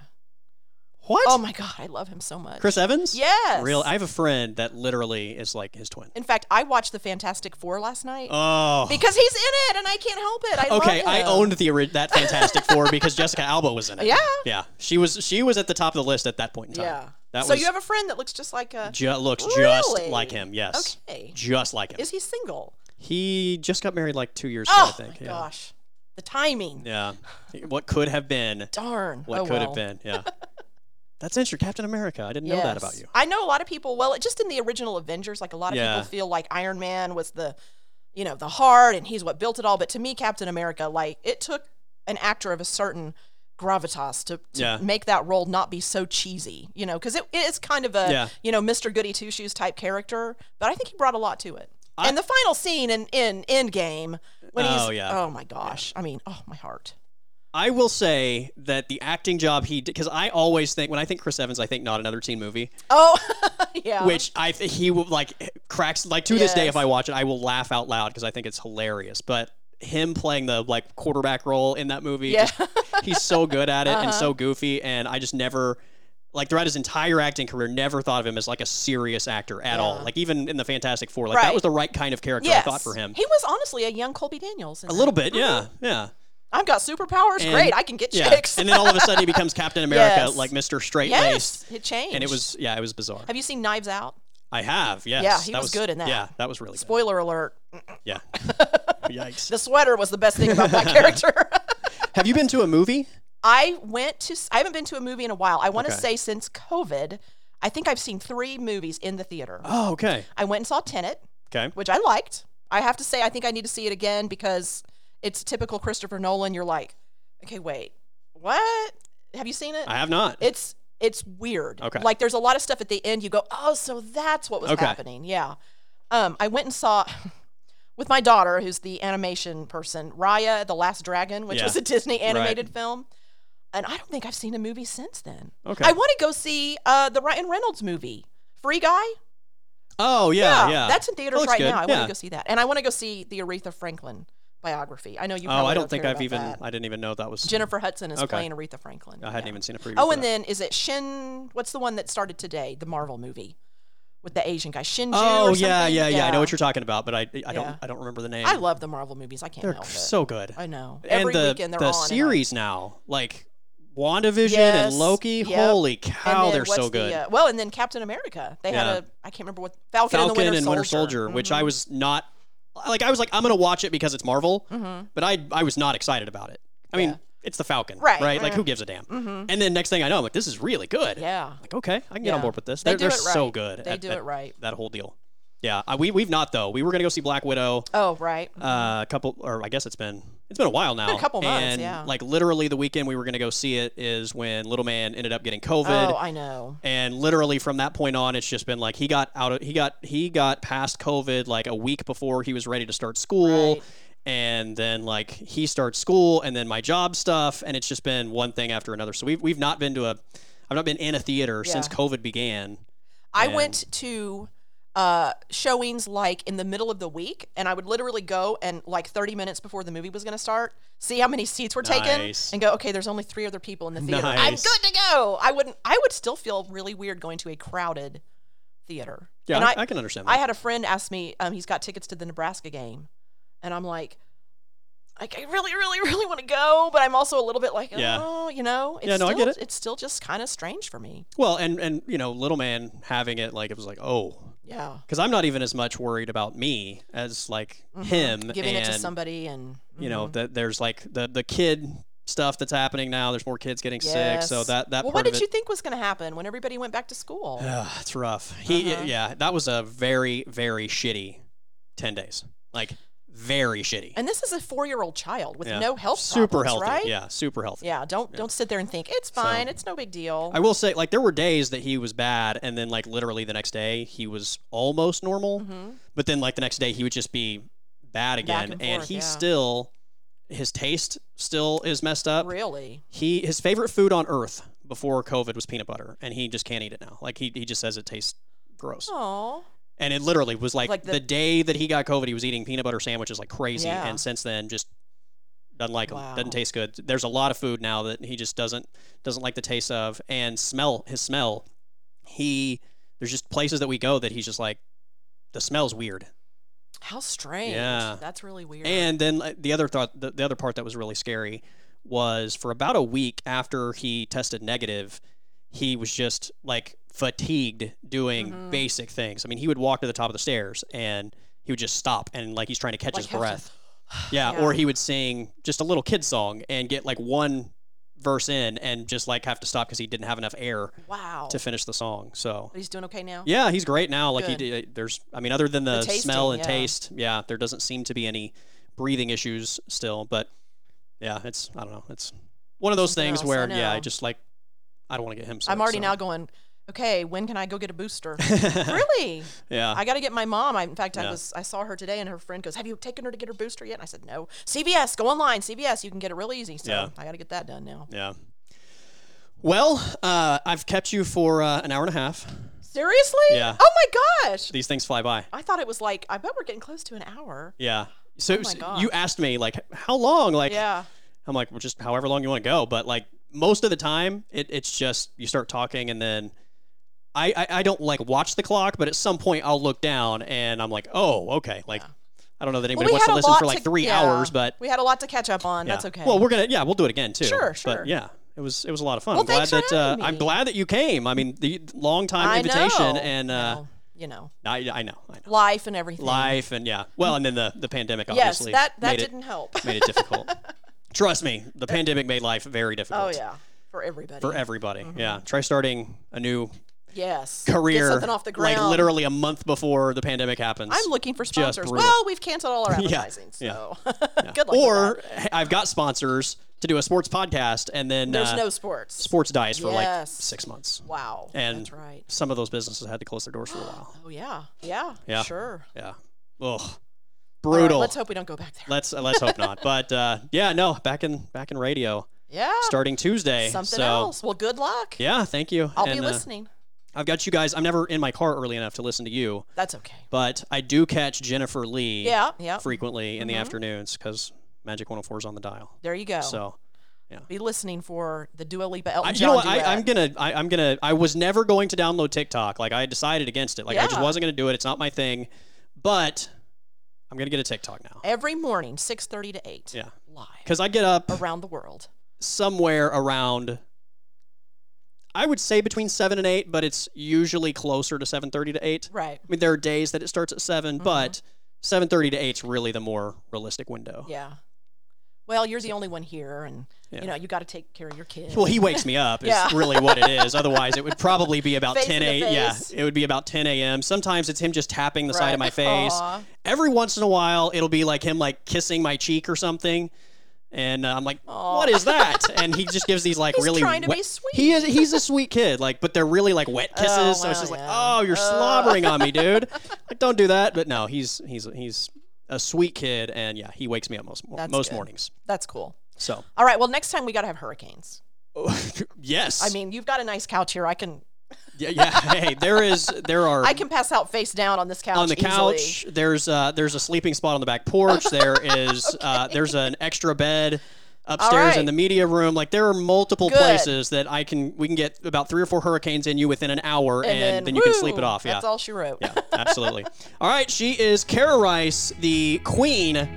Speaker 1: What?
Speaker 2: Oh my god, I love him so much.
Speaker 1: Chris Evans?
Speaker 2: Yes.
Speaker 1: Real. I have a friend that literally is like his twin.
Speaker 2: in fact, I watched the Fantastic Four last night.
Speaker 1: Oh.
Speaker 2: Because he's in it, and I can't help it. I
Speaker 1: okay,
Speaker 2: love
Speaker 1: I
Speaker 2: him.
Speaker 1: owned the ori- that Fantastic Four because Jessica Alba was in it.
Speaker 2: Yeah.
Speaker 1: Yeah. She was she was at the top of the list at that point in time.
Speaker 2: Yeah.
Speaker 1: That
Speaker 2: so
Speaker 1: was
Speaker 2: you have a friend that looks just like a.
Speaker 1: ju- looks
Speaker 2: Really?
Speaker 1: just like him. Yes.
Speaker 2: Okay.
Speaker 1: Just like him.
Speaker 2: Is he single?
Speaker 1: he just got married like two years ago,
Speaker 2: Oh
Speaker 1: I think.
Speaker 2: my
Speaker 1: yeah.
Speaker 2: gosh, the timing.
Speaker 1: Yeah. What could have been?
Speaker 2: Darn.
Speaker 1: What
Speaker 2: Oh,
Speaker 1: could have
Speaker 2: well.
Speaker 1: been?
Speaker 2: (laughs)
Speaker 1: Yeah. That's interesting. Captain America. I didn't know that about
Speaker 2: Yes.
Speaker 1: you.
Speaker 2: I know a lot of people. Well, just in the original Avengers, like a lot of
Speaker 1: Yeah.
Speaker 2: people feel like Iron Man was the, you know, the heart, and he's what built it all. But to me, Captain America, like it took an actor of a certain gravitas to, to
Speaker 1: Yeah.
Speaker 2: make that role not be so cheesy, you know, because it, it is kind of a,
Speaker 1: Yeah.
Speaker 2: you know, Mr. Goody Two Shoes type character. But I think he brought a lot to it.
Speaker 1: I-
Speaker 2: and the final scene in in Endgame when
Speaker 1: Oh,
Speaker 2: he's
Speaker 1: yeah.
Speaker 2: oh my gosh, I mean, oh my heart.
Speaker 1: I will say that the acting job he did, because I always think when I think Chris Evans, I think not another teen movie,
Speaker 2: Oh, (laughs) yeah.
Speaker 1: which I th- he will like cracks like to this day. If
Speaker 2: Yes.
Speaker 1: I watch it, I will laugh out loud because I think it's hilarious. But him playing the like quarterback role in that movie,
Speaker 2: Yeah. (laughs) Uh-huh.
Speaker 1: just- he's so good at it and so goofy, and I just never. Like throughout his entire acting career, never thought of him as like a serious actor at all.
Speaker 2: Yeah.
Speaker 1: Like even in the Fantastic Four, like that
Speaker 2: Right.
Speaker 1: was the right kind of character I thought for him.
Speaker 2: He was honestly a young Colby Daniels. in
Speaker 1: a
Speaker 2: that.
Speaker 1: little bit, yeah, yeah.
Speaker 2: I've got superpowers.
Speaker 1: And-
Speaker 2: Great, I can get
Speaker 1: Yeah.
Speaker 2: Mm-hmm. chicks.
Speaker 1: And then all of a sudden he becomes Captain America,
Speaker 2: Yes.
Speaker 1: like Mr. Straight Laced.
Speaker 2: yes, it changed.
Speaker 1: And it was yeah, it was bizarre.
Speaker 2: Have you seen Knives Out?
Speaker 1: I have, yes.
Speaker 2: Yeah, he
Speaker 1: That
Speaker 2: was good in that.
Speaker 1: Yeah, that was really good.
Speaker 2: Spoiler alert:
Speaker 1: Yeah. Yikes.
Speaker 2: the sweater was the best thing about
Speaker 1: (laughs)
Speaker 2: that character. (laughs)
Speaker 1: Have you been to a movie?
Speaker 2: I went to. s- I haven't been to a movie in a while. I want to
Speaker 1: Okay.
Speaker 2: say since COVID, I think I've seen three movies in the theater.
Speaker 1: Oh, okay.
Speaker 2: I went and saw Tenet,
Speaker 1: Okay.
Speaker 2: which I liked. I have to say, I think I need to see it again because it's typical Christopher Nolan. You're like, okay, wait, what? Have you seen it?
Speaker 1: I have not.
Speaker 2: it's it's weird.
Speaker 1: Okay.
Speaker 2: Like there's a lot of stuff at the end you go, "Oh, so that's what was
Speaker 1: Okay.
Speaker 2: happening." Yeah. Um I went and saw (laughs) with my daughter who's the animation person, Raya the Last Dragon, which
Speaker 1: Yeah.
Speaker 2: was a Disney animated film. And I don't think I've seen a movie since then.
Speaker 1: Okay.
Speaker 2: I want to go see uh the Ryan Reynolds movie, Free Guy.
Speaker 1: oh yeah, yeah.
Speaker 2: That's in theaters
Speaker 1: looks
Speaker 2: right
Speaker 1: good.
Speaker 2: now. I want
Speaker 1: Yeah.
Speaker 2: to go see that. And I want to go see the Aretha Franklin biography. I know you
Speaker 1: Oh,
Speaker 2: probably
Speaker 1: I don't
Speaker 2: care
Speaker 1: think I've
Speaker 2: about
Speaker 1: even
Speaker 2: that.
Speaker 1: I didn't even know that was
Speaker 2: Jennifer Hudson is
Speaker 1: Okay.
Speaker 2: playing Aretha Franklin.
Speaker 1: I hadn't
Speaker 2: Yeah.
Speaker 1: even seen a preview.
Speaker 2: Oh,
Speaker 1: for
Speaker 2: and
Speaker 1: that.
Speaker 2: then is it Shin? What's the one that started today? The Marvel movie with the Asian guy, Shin. Ju
Speaker 1: Oh
Speaker 2: or
Speaker 1: yeah,
Speaker 2: something?
Speaker 1: yeah, yeah, I know what you're talking about, but I I don't
Speaker 2: Yeah.
Speaker 1: I don't remember the name.
Speaker 2: I love the Marvel movies. I can't
Speaker 1: They're
Speaker 2: help it.
Speaker 1: so good.
Speaker 2: I know.
Speaker 1: and
Speaker 2: Every
Speaker 1: the
Speaker 2: weekend they're
Speaker 1: the
Speaker 2: on and on.
Speaker 1: series now, like WandaVision
Speaker 2: Yes,
Speaker 1: and Loki,
Speaker 2: yep.
Speaker 1: holy
Speaker 2: And
Speaker 1: cow,
Speaker 2: then
Speaker 1: they're so
Speaker 2: what's the,
Speaker 1: good.
Speaker 2: uh, well, and then Captain America. They
Speaker 1: Yeah.
Speaker 2: had a I can't remember what Falcon,
Speaker 1: Falcon
Speaker 2: and the Winter Soldier, Mm-hmm.
Speaker 1: Soldier, which I was not like I was like I'm going to watch it because it's Marvel, but I I was not excited about it. I mean,
Speaker 2: Mm-hmm. Yeah.
Speaker 1: it's the Falcon,
Speaker 2: Right,
Speaker 1: Right? Like
Speaker 2: mm.
Speaker 1: who gives a damn? And then next thing I know, I'm like this is really good.
Speaker 2: yeah,
Speaker 1: Like okay, I can get on
Speaker 2: Yeah.
Speaker 1: board with this.
Speaker 2: They
Speaker 1: They're,
Speaker 2: do
Speaker 1: they're
Speaker 2: it
Speaker 1: so
Speaker 2: right.
Speaker 1: good.
Speaker 2: They
Speaker 1: at-
Speaker 2: do
Speaker 1: at
Speaker 2: it right.
Speaker 1: That whole deal. Yeah, I, we we've not though. We were going to go see Black Widow
Speaker 2: Oh right.
Speaker 1: uh, a couple or I guess it's been it's been a while now.
Speaker 2: a couple months,
Speaker 1: and,
Speaker 2: yeah.
Speaker 1: Like literally the weekend we were going to go see it is when little man ended up getting COVID.
Speaker 2: oh, I know.
Speaker 1: And literally from that point on, it's just been like he got out of he got he got past COVID like a week before he was ready to start school.
Speaker 2: Right.
Speaker 1: And then like he starts school and then my job stuff and it's just been one thing after another. So we've we've not been to a I've not been in a theater since
Speaker 2: Yeah.
Speaker 1: COVID began.
Speaker 2: I
Speaker 1: and-
Speaker 2: went to uh, showings like in the middle of the week, and I would literally go and like 30 minutes before the movie was going to start, see how many (laughs) seats were taken,
Speaker 1: Nice.
Speaker 2: and go, okay, there's only three other people in the theater. I'm
Speaker 1: Nice.
Speaker 2: good to go. I wouldn't. I would still feel really weird going to a crowded theater.
Speaker 1: Yeah,
Speaker 2: and
Speaker 1: I,
Speaker 2: I,
Speaker 1: I can understand that.
Speaker 2: I had a friend ask me, um, he's got tickets to the Nebraska game, and I'm like. Like, I really, really, (laughs) really want to go, but I'm also a little bit like, oh,
Speaker 1: Yeah.
Speaker 2: you know, it's
Speaker 1: Yeah, no, I
Speaker 2: still,
Speaker 1: get it.
Speaker 2: it's still just kind of strange for me.
Speaker 1: well, and and you know, little man having it like it was like, oh,
Speaker 2: Yeah,
Speaker 1: because I'm not even as much worried about me as like him
Speaker 2: Mm-hmm. giving it to
Speaker 1: and-
Speaker 2: somebody and mm-hmm.
Speaker 1: you know that there's like the the kid stuff that's happening now there's more kids getting sick so
Speaker 2: Yes.
Speaker 1: that that part
Speaker 2: well, what did
Speaker 1: of
Speaker 2: you
Speaker 1: it
Speaker 2: think was going to happen when everybody went back to school?
Speaker 1: (sighs) Ugh, (sighs) it's rough he
Speaker 2: Uh-huh.
Speaker 1: yeah that was a very very shitty 10 days like very shitty
Speaker 2: and this is a four-year-old child with
Speaker 1: Yeah.
Speaker 2: no health
Speaker 1: super
Speaker 2: problems,
Speaker 1: healthy
Speaker 2: right?
Speaker 1: yeah super healthy
Speaker 2: Yeah, Don't don't sit there and think it's fine. it's no big deal.
Speaker 1: I will say, like, there were days that he was bad, and then, like, literally the next day, he was almost normal.
Speaker 2: Mm-hmm.
Speaker 1: But then, like, the next day, he would just be bad again.
Speaker 2: and forth,
Speaker 1: he
Speaker 2: yeah.
Speaker 1: still, his taste still is messed up.
Speaker 2: really?
Speaker 1: He his favorite food on earth before COVID was peanut butter, and he just can't eat it now. Like he, he just says it tastes gross.
Speaker 2: Oh,
Speaker 1: And it literally was like,
Speaker 2: Like
Speaker 1: the,
Speaker 2: the-
Speaker 1: day that he got COVID, he was eating peanut butter sandwiches like crazy,
Speaker 2: Yeah.
Speaker 1: and since then just doesn't like 'em,
Speaker 2: Wow.
Speaker 1: doesn't taste good. There's a lot of food now that he just doesn't doesn't like the taste of, and smell his smell. He there's just places that we go that he's just like the smell's weird.
Speaker 2: how strange.
Speaker 1: Yeah.
Speaker 2: that's really weird.
Speaker 1: And then like, the other thought, the, the other part that was really scary was for about a week after he tested negative, he was just like fatigued doing basic things. I mean, he would walk to the top of the stairs and he would just stop and like he's trying to catch his
Speaker 2: have
Speaker 1: (sighs)
Speaker 2: to-
Speaker 1: breath. Yeah, or he would sing just a little kid song and get like one verse in and just like have to stop because he didn't have enough air
Speaker 2: Wow.
Speaker 1: to finish the song. So
Speaker 2: But he's doing okay now.
Speaker 1: yeah, he's great now. Like
Speaker 2: Good.
Speaker 1: he did, there's, I mean, other than the,
Speaker 2: tasting,
Speaker 1: smell and
Speaker 2: yeah.
Speaker 1: taste, yeah, there doesn't seem to be any breathing issues still. But yeah, it's I don't know, it's one of those
Speaker 2: Something
Speaker 1: things
Speaker 2: else, I
Speaker 1: where yeah, I
Speaker 2: know.
Speaker 1: just like I don't want to get him. Sick,
Speaker 2: I'm already
Speaker 1: so.
Speaker 2: now going. Okay, when can I go get
Speaker 1: (laughs)
Speaker 2: a booster? really?
Speaker 1: Yeah,
Speaker 2: (laughs) I got to get my mom. I, in fact, I
Speaker 1: Yeah.
Speaker 2: was I saw her today, and her friend goes, "Have you taken her to get her booster yet?" And I said, "No." CVS, go online. CVS, you can get it real easy. So
Speaker 1: Yeah.
Speaker 2: I got to get that done now.
Speaker 1: yeah. Well, uh, I've kept you for uh, an hour and a half.
Speaker 2: Seriously?
Speaker 1: Yeah.
Speaker 2: Oh my gosh!
Speaker 1: These things fly by.
Speaker 2: I thought it was like I bet we're getting close to an hour.
Speaker 1: Yeah. So
Speaker 2: Oh my
Speaker 1: so
Speaker 2: gosh.
Speaker 1: you asked me like how long? Like
Speaker 2: Yeah.
Speaker 1: I'm like well, just however long you want to go. But like most of the time, it, it's just you start talking and then I, I I don't like watch the clock, but at some point I'll look down and I'm like oh okay like I don't know that anybody
Speaker 2: we
Speaker 1: wants
Speaker 2: had
Speaker 1: to
Speaker 2: a
Speaker 1: listen
Speaker 2: lot
Speaker 1: for like
Speaker 2: to-
Speaker 1: three
Speaker 2: yeah.
Speaker 1: hours, but
Speaker 2: we had a lot to catch up on.
Speaker 1: yeah.
Speaker 2: That's okay.
Speaker 1: Well, we're gonna yeah we'll do it again too.
Speaker 2: Sure, sure.
Speaker 1: But yeah. It was, it was a lot of fun.
Speaker 2: Well,
Speaker 1: I'm glad
Speaker 2: thanks
Speaker 1: that
Speaker 2: for
Speaker 1: uh,
Speaker 2: having
Speaker 1: I'm
Speaker 2: me.
Speaker 1: glad that you came. I mean, the long time
Speaker 2: I
Speaker 1: invitation,
Speaker 2: know.
Speaker 1: and uh,
Speaker 2: Well, you know,
Speaker 1: I, I know, I know,
Speaker 2: life and everything.
Speaker 1: life, and yeah, well, and then the, the pandemic
Speaker 2: Yes,
Speaker 1: obviously
Speaker 2: that that
Speaker 1: made it
Speaker 2: didn't help.
Speaker 1: made it
Speaker 2: (laughs)
Speaker 1: difficult. Trust me, the pandemic made life very
Speaker 2: oh
Speaker 1: difficult.
Speaker 2: yeah, for everybody.
Speaker 1: For everybody.
Speaker 2: Mm-hmm.
Speaker 1: Yeah. Try starting a new
Speaker 2: yes.
Speaker 1: career
Speaker 2: Get something off the ground.
Speaker 1: like literally a month before the pandemic happens.
Speaker 2: I'm looking for
Speaker 1: brutal.
Speaker 2: sponsors. Well, we've canceled all our advertising,
Speaker 1: (laughs) yeah.
Speaker 2: so (laughs) good luck. with that.
Speaker 1: or h- I've got sponsors to do a sports podcast and then
Speaker 2: there's
Speaker 1: uh,
Speaker 2: no sports.
Speaker 1: sports dies for like
Speaker 2: Yes.
Speaker 1: 6 months.
Speaker 2: Wow.
Speaker 1: And
Speaker 2: that's right.
Speaker 1: some of those businesses had to close their doors for a while.
Speaker 2: Oh yeah. Yeah.
Speaker 1: Yeah.
Speaker 2: Sure.
Speaker 1: Yeah. Ugh.
Speaker 2: All right,
Speaker 1: Brutal.
Speaker 2: let's hope we don't go back there.
Speaker 1: let's uh, let's hope
Speaker 2: (laughs)
Speaker 1: not. But uh, yeah, no, back in back in radio
Speaker 2: yeah.
Speaker 1: starting Tuesday.
Speaker 2: Something
Speaker 1: so
Speaker 2: else. Well, good luck.
Speaker 1: yeah, thank you.
Speaker 2: I'll be
Speaker 1: And, uh,
Speaker 2: listening.
Speaker 1: I've got you guys. I'm never in my car early enough to listen to you,
Speaker 2: That's okay.
Speaker 1: but I do catch Jennifer Lee
Speaker 2: Yeah. Yeah. Mm-hmm.
Speaker 1: frequently in the afternoons because Magic 104 is on the dial.
Speaker 2: There you go.
Speaker 1: So
Speaker 2: be listening for the Dua Lipa Elton
Speaker 1: I, you
Speaker 2: John
Speaker 1: know what?
Speaker 2: duet.
Speaker 1: I, I'm gonna. I, I'm gonna. I was never going to download TikTok. Like I decided against it. Like I just
Speaker 2: Yeah.
Speaker 1: wasn't gonna do it. It's not my thing. But I'm gonna get a TikTok now
Speaker 2: Every morning, 6:30 to 8.
Speaker 1: Yeah.
Speaker 2: Live
Speaker 1: because I get up
Speaker 2: around the world.
Speaker 1: somewhere around. I would say between seven and eight, but it's usually closer to seven thirty to eight.
Speaker 2: Right.
Speaker 1: I mean, there are days that it starts at 7
Speaker 2: Mm-hmm.
Speaker 1: but seven thirty to eight's really the more realistic window.
Speaker 2: Yeah. Well, you're the only one here, and
Speaker 1: Yeah.
Speaker 2: you know you got to take care of your kids.
Speaker 1: Well, he wakes me up. Is
Speaker 2: (laughs) Yeah.
Speaker 1: really what it is. Otherwise, it would probably be about
Speaker 2: Face
Speaker 1: ten
Speaker 2: in the
Speaker 1: a.m. Yeah,
Speaker 2: face.
Speaker 1: it would be about ten a.m. Sometimes it's him just tapping the side of
Speaker 2: Right.
Speaker 1: my face.
Speaker 2: Aw.
Speaker 1: Every once in a while, it'll be like him like kissing my cheek or something. And uh, I'm like, what is that? And he just gives these like
Speaker 2: (laughs) He's
Speaker 1: really
Speaker 2: trying to
Speaker 1: wet-
Speaker 2: be sweet.
Speaker 1: He is he's a sweet kid, like, but they're really like wet kisses. so it's
Speaker 2: wow,
Speaker 1: just like,
Speaker 2: yeah.
Speaker 1: oh, you're slobbering on me,
Speaker 2: (laughs)
Speaker 1: dude. Like, don't do that. But no, he's he's he's a sweet kid, and yeah, he wakes me up most
Speaker 2: That's
Speaker 1: most
Speaker 2: good.
Speaker 1: mornings.
Speaker 2: That's cool.
Speaker 1: So (laughs)
Speaker 2: All right. Well, next time we got to have hurricanes.
Speaker 1: yes,
Speaker 2: I mean, you've got a nice couch here. I can
Speaker 1: Yeah, (laughs) yeah. Hey, there is there are
Speaker 2: I can pass out face down on this couch.
Speaker 1: on the couch.
Speaker 2: easily.
Speaker 1: There's uh there's a sleeping spot on the back porch.
Speaker 2: (laughs)
Speaker 1: There is uh there's an extra bed upstairs in
Speaker 2: right.
Speaker 1: the media room. Like there are multiple
Speaker 2: Good.
Speaker 1: places that I can we can get about three or four hurricanes in you within an hour, and, then, you can sleep it
Speaker 2: woo,
Speaker 1: off. Yeah.
Speaker 2: That's all she wrote.
Speaker 1: yeah, absolutely. All right, she is Kara Rice, the queen of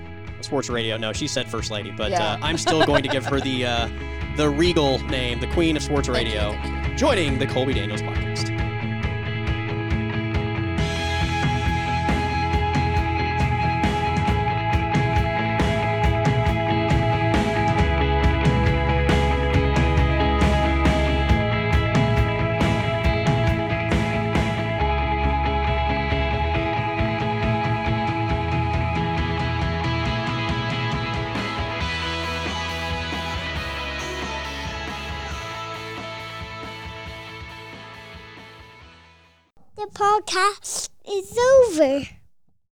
Speaker 1: sports radio. No, she said first lady, but
Speaker 2: Yeah.
Speaker 1: uh, I'm still going to give her
Speaker 2: (laughs)
Speaker 1: the uh, the regal name, the queen of sports
Speaker 2: you,
Speaker 1: radio,
Speaker 2: thank
Speaker 1: joining the Colby Daniels podcast.
Speaker 3: The podcast is over.